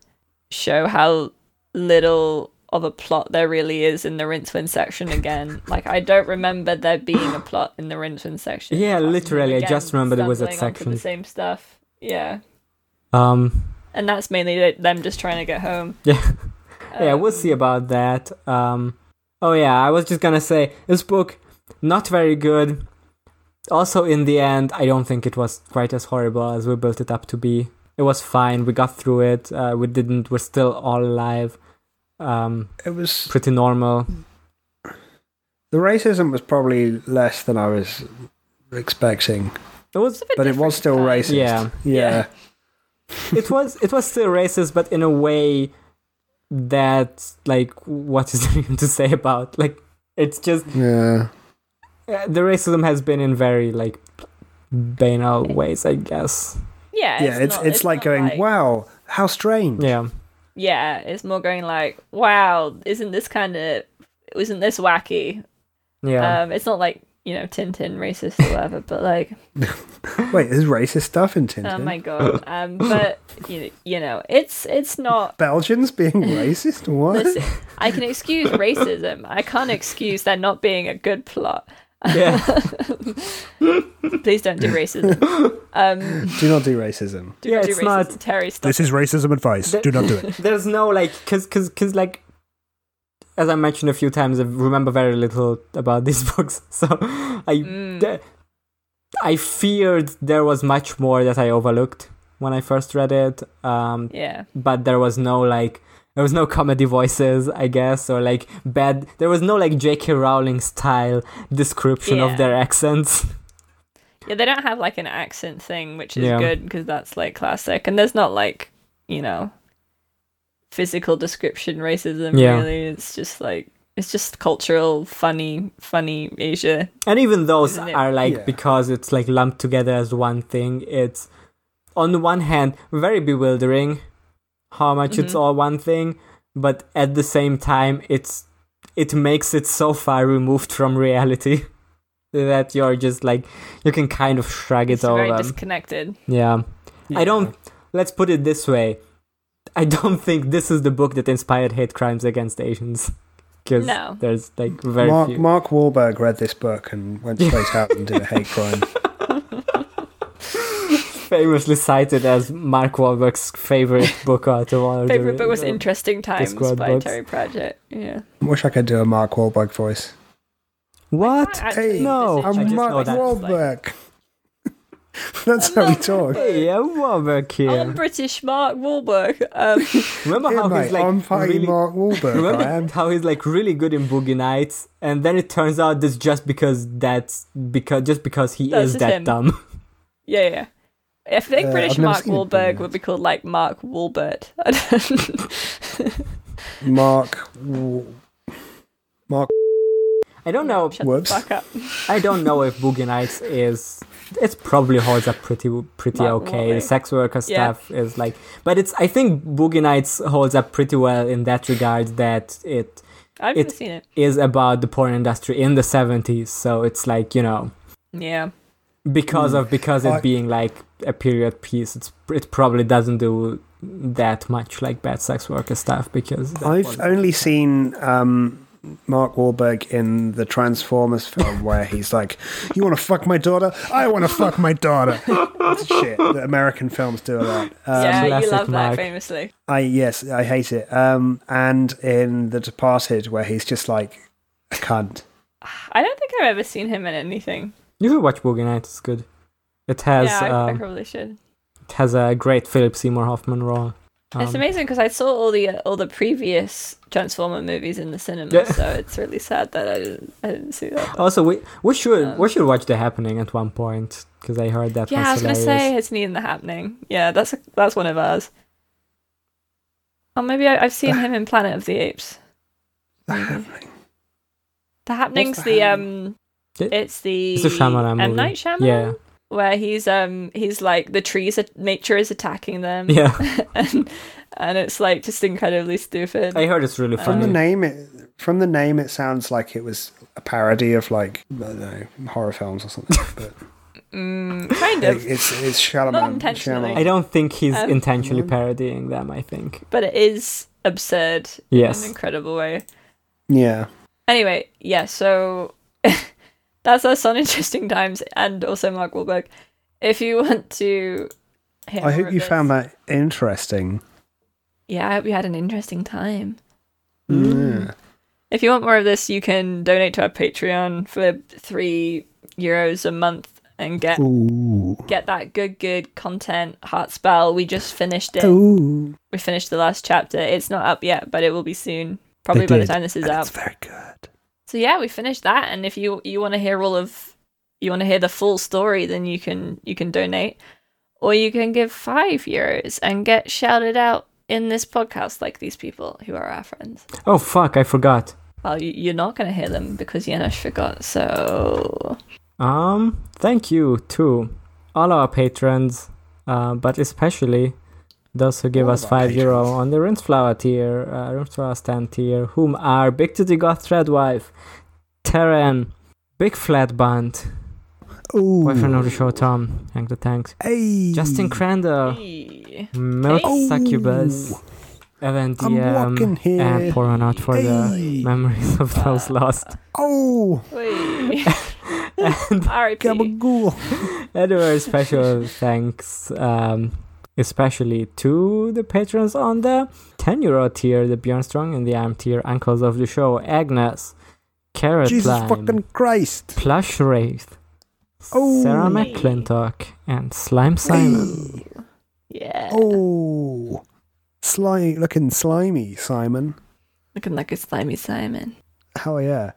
Speaker 2: show how little of a plot there really is in the Rincewind section again. like I don't remember there being a plot in the Rincewind section. apart
Speaker 4: Yeah,
Speaker 2: from them
Speaker 4: literally, I just remember the wizard
Speaker 2: stumbling onto
Speaker 4: section.
Speaker 2: The same stuff. Yeah.
Speaker 4: um
Speaker 2: And that's mainly th- them just trying to get home.
Speaker 4: yeah. yeah, we'll
Speaker 2: Um,
Speaker 4: see about that. Um oh yeah, I was just gonna say this book not very good. Also in the end, I don't think it was quite as horrible as we built it up to be. It was fine, we got through it, uh, we didn't we're still all alive. Um
Speaker 3: It was
Speaker 4: pretty normal.
Speaker 3: the racism was probably less than I was expecting,
Speaker 4: It was
Speaker 2: it's a bit
Speaker 3: but it was
Speaker 2: different
Speaker 3: still
Speaker 2: time.
Speaker 3: racist.
Speaker 4: Yeah.
Speaker 3: yeah.
Speaker 4: it was it was still racist, but in a way that like what is there even to say about like it's just
Speaker 3: yeah.
Speaker 4: uh, the racism has been in very like banal ways, I guess.
Speaker 2: Yeah.
Speaker 3: yeah, it's
Speaker 2: not-
Speaker 3: it's,
Speaker 2: not
Speaker 3: like going, wow, how strange.
Speaker 4: Yeah,
Speaker 2: yeah, it's more going like, wow, isn't this kind of, isn't this wacky?
Speaker 4: yeah.
Speaker 2: Um, it's not like you know Tintin racist or whatever, but like,
Speaker 3: Wait, there's racist stuff in Tintin.
Speaker 2: oh my god. Um, but you you know, it's it's not.
Speaker 3: Belgians being racist? What?
Speaker 2: Listen, I can excuse racism. I can't excuse there not being a good plot.
Speaker 4: yeah,
Speaker 2: Please don't do racism. Um,
Speaker 3: Do not do racism.
Speaker 2: do,
Speaker 4: Yeah,
Speaker 2: do
Speaker 4: it's
Speaker 2: racism.
Speaker 4: not-
Speaker 2: Terry, stop.
Speaker 10: This is racism advice.
Speaker 4: The-
Speaker 10: Do not do it.
Speaker 4: there's no like, cause, cause, cause, like, as I mentioned a few times, I remember very little about these books, so I,
Speaker 2: Mm.
Speaker 4: the- I feared there was much more that I overlooked when I first read it. Um,
Speaker 2: yeah,
Speaker 4: but there was no like there was no comedy voices i guess or like bad there was no like jk rowling style description
Speaker 2: Yeah.
Speaker 4: of their accents
Speaker 2: yeah, they don't have like an accent thing, which is
Speaker 4: Yeah.
Speaker 2: good because that's like classic, and there's not like you know physical description racism.
Speaker 4: Yeah.
Speaker 2: Really, it's just like it's just cultural, funny, funny Asia.
Speaker 4: and even those
Speaker 2: Isn't it-
Speaker 4: are like
Speaker 3: Yeah.
Speaker 4: because it's like lumped together as one thing it's on the one hand very bewildering how much
Speaker 2: Mm-hmm.
Speaker 4: it's all one thing but at the same time it's it makes it so far removed from reality that you're just like you can kind of shrug it
Speaker 2: It's very
Speaker 4: over.
Speaker 2: disconnected.
Speaker 4: Yeah. I don't. Let's put it this way. I don't think this is the book that inspired hate crimes against Asians. Because
Speaker 2: No.
Speaker 4: there's like very
Speaker 3: Mark,
Speaker 4: few.
Speaker 3: Mark Wahlberg read this book and went straight out and did a hate crime.
Speaker 4: Famously cited as Mark Wahlberg's favorite book out of all of the
Speaker 2: Favorite book was
Speaker 4: uh,
Speaker 2: Interesting Times
Speaker 4: Discord
Speaker 2: by
Speaker 4: books.
Speaker 2: Terry Pratchett. Yeah.
Speaker 3: Wish I could do a Mark Wahlberg voice.
Speaker 4: What?
Speaker 2: Actually,
Speaker 4: no,
Speaker 2: this is
Speaker 4: I
Speaker 3: I'm
Speaker 2: just
Speaker 4: know
Speaker 3: Mark
Speaker 2: what it looks like.
Speaker 3: Wahlberg. That's how we talk.
Speaker 4: Hey, yeah, Wahlberg here.
Speaker 2: I'm British Mark Wahlberg. Um,
Speaker 4: remember
Speaker 3: Hey,
Speaker 4: how
Speaker 3: mate,
Speaker 4: he's like
Speaker 3: I'm fucking
Speaker 4: really,
Speaker 3: Mark Wahlberg. I am.
Speaker 4: Remember how he's like really good in Boogie Nights, and then it turns out that's just because that's because just because he
Speaker 2: That's
Speaker 4: is
Speaker 2: just
Speaker 4: that
Speaker 2: him.
Speaker 4: dumb.
Speaker 2: yeah, yeah. I think
Speaker 3: Uh,
Speaker 2: British
Speaker 3: I've never
Speaker 2: Mark
Speaker 3: seen it,
Speaker 2: Wahlberg
Speaker 3: but-
Speaker 2: would be called like Mark Wahlbert. I don't-
Speaker 3: Mark. Wa- Mark.
Speaker 4: I don't know.
Speaker 2: Shut
Speaker 3: Whoops.
Speaker 2: the fuck up.
Speaker 4: I don't know if Boogie Nights is. It probably holds up pretty pretty
Speaker 2: Not
Speaker 4: okay.
Speaker 2: really.
Speaker 4: The sex worker
Speaker 2: Yeah.
Speaker 4: stuff is like, but it's. I think Boogie Nights holds up pretty well in that regard that it
Speaker 2: I've
Speaker 4: It-
Speaker 2: never seen it.
Speaker 4: is about the porn industry in the seventies. So it's like you know
Speaker 2: Yeah. Hmm.
Speaker 4: because of because it
Speaker 3: I-
Speaker 4: being like a period piece, it's it probably doesn't do that much like bad sex worker stuff because that
Speaker 3: I've
Speaker 4: was-
Speaker 3: only seen um, Mark Wahlberg in the Transformers film where he's like, "You want to fuck my daughter? I want to fuck my daughter." That's shit. that American films do a lot. Um,
Speaker 2: yeah, you
Speaker 4: classic
Speaker 2: love
Speaker 4: Mark.
Speaker 2: that famously.
Speaker 3: I yes, I hate it. Um, and in The Departed, where he's just like a cunt.
Speaker 2: I don't think I've ever seen him in anything.
Speaker 4: you should watch Boogie Nights. It's good. It has
Speaker 2: yeah, I, I
Speaker 4: um,
Speaker 2: probably should.
Speaker 4: it has a great Philip Seymour Hoffman role.
Speaker 2: it's
Speaker 4: Um,
Speaker 2: amazing because I saw all the uh, all the previous Transformer movies in the cinema,
Speaker 4: Yeah.
Speaker 2: so it's really sad that I didn't I didn't see that.
Speaker 4: Also, we we should
Speaker 2: Um,
Speaker 4: we should watch The Happening at one point because I heard that.
Speaker 2: yeah, I was gonna
Speaker 4: hilarious.
Speaker 2: say it's neat in the happening. Yeah, that's a, that's one of ours. Oh, maybe I, I've seen him in Planet of the Apes.
Speaker 4: Mm-hmm.
Speaker 2: The happening's
Speaker 3: The
Speaker 2: the, um,
Speaker 4: Yeah.
Speaker 2: it's the
Speaker 4: It's a Shyamalan
Speaker 2: M
Speaker 4: movie.
Speaker 2: Night Shyamalan,
Speaker 4: Yeah.
Speaker 2: where he's um he's like the trees, are, nature is attacking them,
Speaker 4: Yeah,
Speaker 2: and and it's like just incredibly stupid.
Speaker 4: I heard it's really
Speaker 2: Um,
Speaker 3: From the
Speaker 4: funny.
Speaker 3: name, it from the name, it sounds like it was a parody of like I don't know horror films or something. But
Speaker 2: Mm, kind
Speaker 3: it,
Speaker 2: of,
Speaker 3: it's it's Shyamalan.
Speaker 2: Not intentionally.
Speaker 3: Shyamalan.
Speaker 4: I don't think he's
Speaker 2: Um,
Speaker 4: intentionally parodying them. I think
Speaker 2: but it is absurd in an
Speaker 4: yes.
Speaker 2: incredible way.
Speaker 3: Yeah.
Speaker 2: Anyway, yeah, so that's us on interesting times and also Mark Wahlberg. If you want to hear
Speaker 3: I
Speaker 2: more
Speaker 3: hope
Speaker 2: of
Speaker 3: you
Speaker 2: this-
Speaker 3: found that interesting.
Speaker 2: Yeah, I hope you had an interesting time.
Speaker 3: Yeah.
Speaker 2: Mm. If you want more of this, you can donate to our Patreon for three euros a month and get
Speaker 3: Ooh.
Speaker 2: get that good good content. Heart spell, we just finished it.
Speaker 3: Ooh.
Speaker 2: We finished the last chapter. It's not up yet, but it will be soon. Probably by the time this is out.
Speaker 3: very good.
Speaker 2: So yeah, we finished that, and if you you want to hear all of you want to hear the full story, then you can you can donate, or you can give five euros and get shouted out in this podcast like these people who are our friends.
Speaker 4: Oh fuck! I forgot.
Speaker 2: Well, you, you're not going to hear them because Janosch forgot. So
Speaker 4: Um, thank you to all our patrons, uh, but especially those who give
Speaker 3: All
Speaker 4: us
Speaker 3: of our
Speaker 4: five euro
Speaker 3: patrons.
Speaker 4: on the Rinsflower tier, uh, Rinsflower stand tier, whom are Big Titty Goth Threadwife, Terran, Big Flat Band,
Speaker 3: Ooh.
Speaker 4: Boyfriend of the Show Tom, Hank the Tanks,
Speaker 3: Hey.
Speaker 4: Justin Crandall,
Speaker 2: Eh,
Speaker 4: Milk
Speaker 2: Hey.
Speaker 4: Succubus, Evan
Speaker 3: I'm walking
Speaker 4: DM,
Speaker 3: here.
Speaker 4: and pouring out for the
Speaker 3: Hey.
Speaker 4: memories of those lost.
Speaker 3: oh,
Speaker 2: wait.
Speaker 4: And
Speaker 2: R.I.P.
Speaker 3: gabagool.
Speaker 4: Anyway, special thanks, um, especially to the patrons on the 10 euro tier, the Bjorn Strong and the Arm tier, Uncles of the Show, Agnes, Carrot
Speaker 3: Jesus
Speaker 4: Lime,
Speaker 3: fucking Christ.
Speaker 4: Plush Wraith,
Speaker 3: Oh.
Speaker 4: Sarah McClintock, and Slime Simon.
Speaker 3: Hey.
Speaker 2: Yeah,
Speaker 3: Oh. Slimy, looking slimy, Simon.
Speaker 2: looking like a slimy Simon.
Speaker 3: Hell yeah.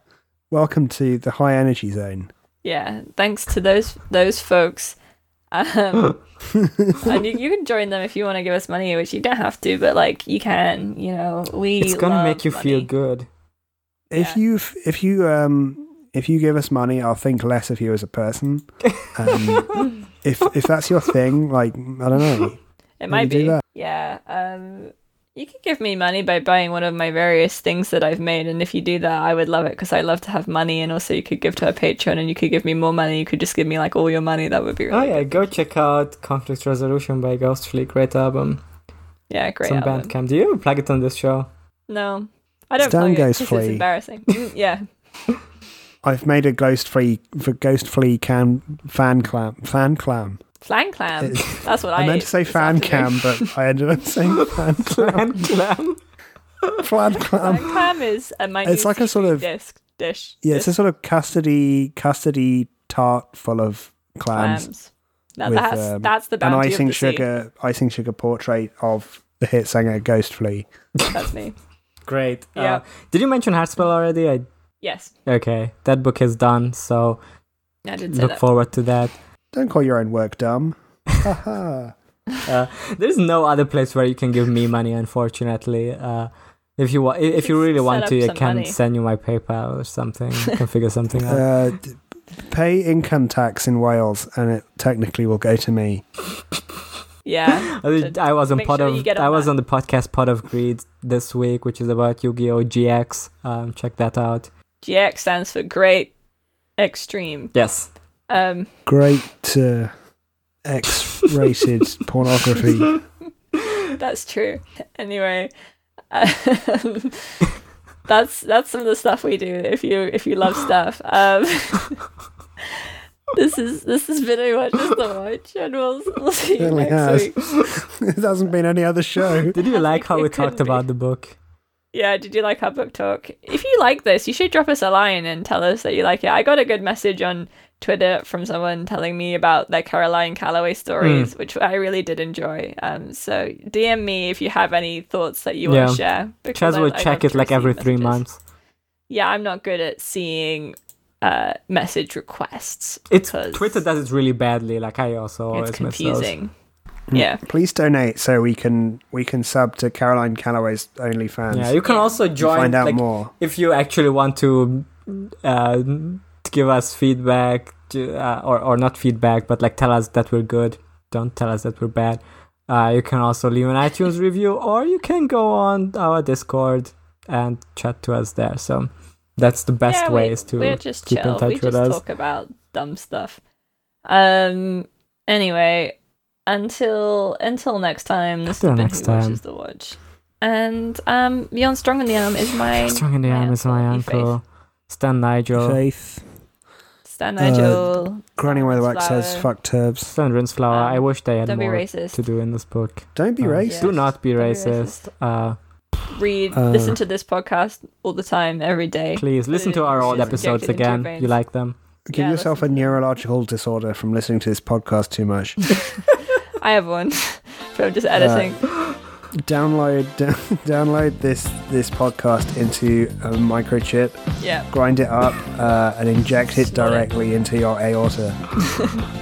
Speaker 3: Welcome to the high energy zone.
Speaker 2: Yeah, thanks to those those folks. Um, and you, you can join them if you want to give us money, which you don't have to, but like you can, you know, we.
Speaker 4: it's gonna
Speaker 2: love
Speaker 4: make you feel
Speaker 2: money.
Speaker 4: good.
Speaker 3: If
Speaker 2: Yeah.
Speaker 3: you you if you um if you give us money, I'll think less of you as a person. Um, if if that's your thing, like I don't know.
Speaker 2: It
Speaker 3: Will you
Speaker 2: might
Speaker 3: do
Speaker 2: be.
Speaker 3: that?
Speaker 2: Yeah. Um. You could give me money by buying one of my various things that I've made, and if you do that, I would love it because I love to have money. And also, you could give to a patron, and you could give me more money. You could just give me like all your money. That would be
Speaker 4: Oh
Speaker 2: really
Speaker 4: yeah, go check out Conflict Resolution by Ghostfleet. Great album.
Speaker 2: yeah, great.
Speaker 4: It's on
Speaker 2: album.
Speaker 4: Bandcamp. Do you ever plug it on this show?
Speaker 2: No, I don't.
Speaker 3: Stan
Speaker 2: plug it
Speaker 3: goes
Speaker 2: 'cause It's
Speaker 3: free.
Speaker 2: embarrassing. Mm, yeah,
Speaker 3: I've made a ghost free for ghost flea cam fan clam fan clam.
Speaker 2: flan clam. That's what I.
Speaker 3: I, meant
Speaker 2: ate
Speaker 3: to say
Speaker 2: this
Speaker 3: fan
Speaker 2: afternoon.
Speaker 3: cam, but I ended up saying fan clam. Fan
Speaker 4: Clam.
Speaker 2: Flan
Speaker 3: clam.
Speaker 2: clam is a minute.
Speaker 3: um, It's like a sort of-
Speaker 2: dish. dish
Speaker 3: Yeah, it's a sort of custody custardy tart full of clams.
Speaker 2: clams. Now
Speaker 3: with,
Speaker 2: that's
Speaker 3: um,
Speaker 2: that's the
Speaker 3: an
Speaker 2: bounty
Speaker 3: icing
Speaker 2: of the sea.
Speaker 3: sugar icing sugar portrait of the hit singer Ghost Flea.
Speaker 2: That's me.
Speaker 4: Great.
Speaker 2: Yeah.
Speaker 4: Uh, did you mention Heartspell already? I
Speaker 2: Yes,
Speaker 4: okay. That book is done, so
Speaker 2: I did say
Speaker 4: look
Speaker 2: that.
Speaker 4: forward to that.
Speaker 3: Don't call your own work dumb. Haha.
Speaker 4: There's no other place where you can give me money, unfortunately. Uh, if you want, if you
Speaker 2: Just
Speaker 4: really
Speaker 2: set
Speaker 4: want
Speaker 2: up
Speaker 4: to, I
Speaker 2: some
Speaker 4: can
Speaker 2: money.
Speaker 4: send you my PayPal or something. I can figure something out.
Speaker 3: uh, d- pay income tax in Wales, and it technically will go to me.
Speaker 2: Yeah,
Speaker 4: I was- I was on
Speaker 2: Make
Speaker 4: pod
Speaker 2: sure you
Speaker 4: of
Speaker 2: get on
Speaker 4: I was
Speaker 2: that.
Speaker 4: on the podcast Pod of Greed this week, which is about Yu-Gi-Oh GX. Um, check that out.
Speaker 2: GX stands for Great Extreme.
Speaker 4: Yes,
Speaker 2: Um,
Speaker 3: Great uh, X-rated pornography.
Speaker 2: that's true. Anyway, um, that's that's some of the stuff we do. If you if you love stuff, um, this is this has been a watch is the watch, and we'll, we'll see you
Speaker 3: Certainly
Speaker 2: next
Speaker 3: has.
Speaker 2: week.
Speaker 3: it hasn't been any other show.
Speaker 4: did you like how
Speaker 2: it
Speaker 4: we
Speaker 2: couldn't
Speaker 4: talked about
Speaker 2: be.
Speaker 4: the book?
Speaker 2: Yeah, did you like our book talk? If you like this, you should drop us a line and tell us that you like it. I got a good message on Twitter from someone telling me about their Caroline Calloway stories,
Speaker 4: Hmm.
Speaker 2: which I really did enjoy. Um, so DM me if you have any thoughts that you
Speaker 4: Yeah.
Speaker 2: want to share. because
Speaker 4: Chaz
Speaker 2: I-
Speaker 4: will
Speaker 2: I
Speaker 4: check
Speaker 2: love
Speaker 4: it
Speaker 2: to
Speaker 4: like every
Speaker 2: receive
Speaker 4: three
Speaker 2: messages.
Speaker 4: months.
Speaker 2: Yeah, I'm not good at seeing uh, message requests.
Speaker 4: It's
Speaker 2: because
Speaker 4: Twitter does it really badly. Like I also always
Speaker 2: It's
Speaker 4: miss those. Hmm.
Speaker 2: confusing. Yeah,
Speaker 3: Please donate so we can we can sub to Caroline Calloway's OnlyFans.
Speaker 4: Yeah, you can
Speaker 2: Yeah.
Speaker 4: also
Speaker 3: and
Speaker 4: join.
Speaker 3: find out
Speaker 4: like,
Speaker 3: more.
Speaker 4: if you actually want to uh, give us feedback to, uh, or, or not feedback but like tell us that we're good don't tell us that we're bad uh, you can also leave an itunes review or you can go on our discord and chat to us there so that's the best
Speaker 2: yeah,
Speaker 4: way
Speaker 2: we,
Speaker 4: is to
Speaker 2: we're just
Speaker 4: keep
Speaker 2: chill.
Speaker 4: in touch
Speaker 2: we
Speaker 4: with
Speaker 2: just
Speaker 4: us
Speaker 2: talk about dumb stuff. Um. Anyway, until until next time. This
Speaker 4: Until
Speaker 2: has been
Speaker 4: next
Speaker 2: Who
Speaker 4: time.
Speaker 2: Watches the Watch. And um, Beyond Strong in the Arm is my
Speaker 4: strong in the arm is my
Speaker 2: Be faith.
Speaker 4: uncle stan nigel
Speaker 3: Faith.
Speaker 2: Stan
Speaker 3: Uh,
Speaker 2: Nigel.
Speaker 3: Granny Weatherwax says
Speaker 2: Flower.
Speaker 3: fuck turbs.
Speaker 4: stan rinsflower i
Speaker 2: Um,
Speaker 4: wish they had
Speaker 2: Don't be
Speaker 4: more
Speaker 2: racist.
Speaker 4: to do in this book
Speaker 3: Don't be
Speaker 4: Um,
Speaker 3: racist.
Speaker 4: do not be
Speaker 2: Don't be
Speaker 4: racist, Uh,
Speaker 2: Read,
Speaker 3: uh,
Speaker 2: listen to this podcast all the time, every day.
Speaker 4: please listen to our old
Speaker 2: Just inject
Speaker 4: episodes
Speaker 2: it into your
Speaker 4: again you
Speaker 2: veins.
Speaker 4: like them
Speaker 3: Give
Speaker 2: Yeah,
Speaker 3: yourself
Speaker 2: listen to
Speaker 3: a
Speaker 2: them.
Speaker 3: neurological disorder from listening to this podcast too much.
Speaker 2: I have one from
Speaker 4: Uh,
Speaker 2: just editing.
Speaker 3: download download this this podcast into a microchip,
Speaker 2: yeah.
Speaker 3: grind it up, uh, and inject
Speaker 2: Snort
Speaker 3: it
Speaker 2: it.
Speaker 3: directly into your aorta.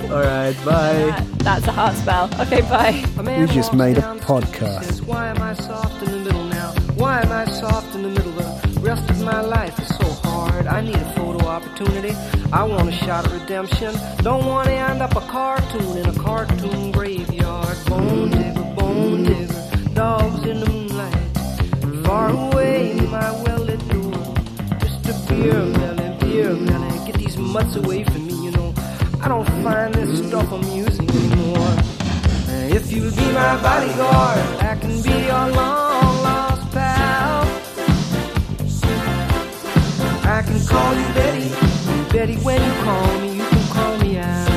Speaker 4: All right, bye.
Speaker 2: That, that's a heart spell. Okay, bye.
Speaker 3: We just made a podcast.
Speaker 11: Why am I soft in the middle now? Why am I soft in the middle? The rest of my life is so hard. I need a photo opportunity. I want a shot at redemption. Don't want to end up a cartoon in a cartoon graveyard. Bone digger, bone digger, dogs in the moonlight. Far away, my well-lit door. Just a beer melon, beer melon. Get these mutts away from me, you know. I don't find this stuff amusing anymore. If you'll be my bodyguard, I can be your long lost pal. I can call you Betty. Betty, when you call me, you can call me out.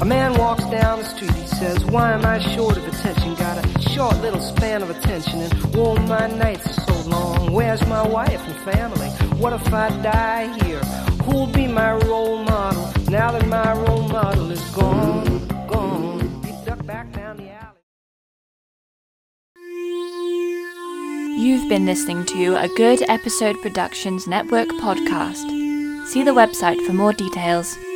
Speaker 11: A man walks down the street, he says, Why am I short of attention? Got a short little span of attention, and all my nights are so long. Where's my wife and family? What if I die here? Who'll be my role model now that my role model is gone? Gone. He ducked back down the alley.
Speaker 12: You've been listening to a Good Episode Productions Network podcast. See the website for more details.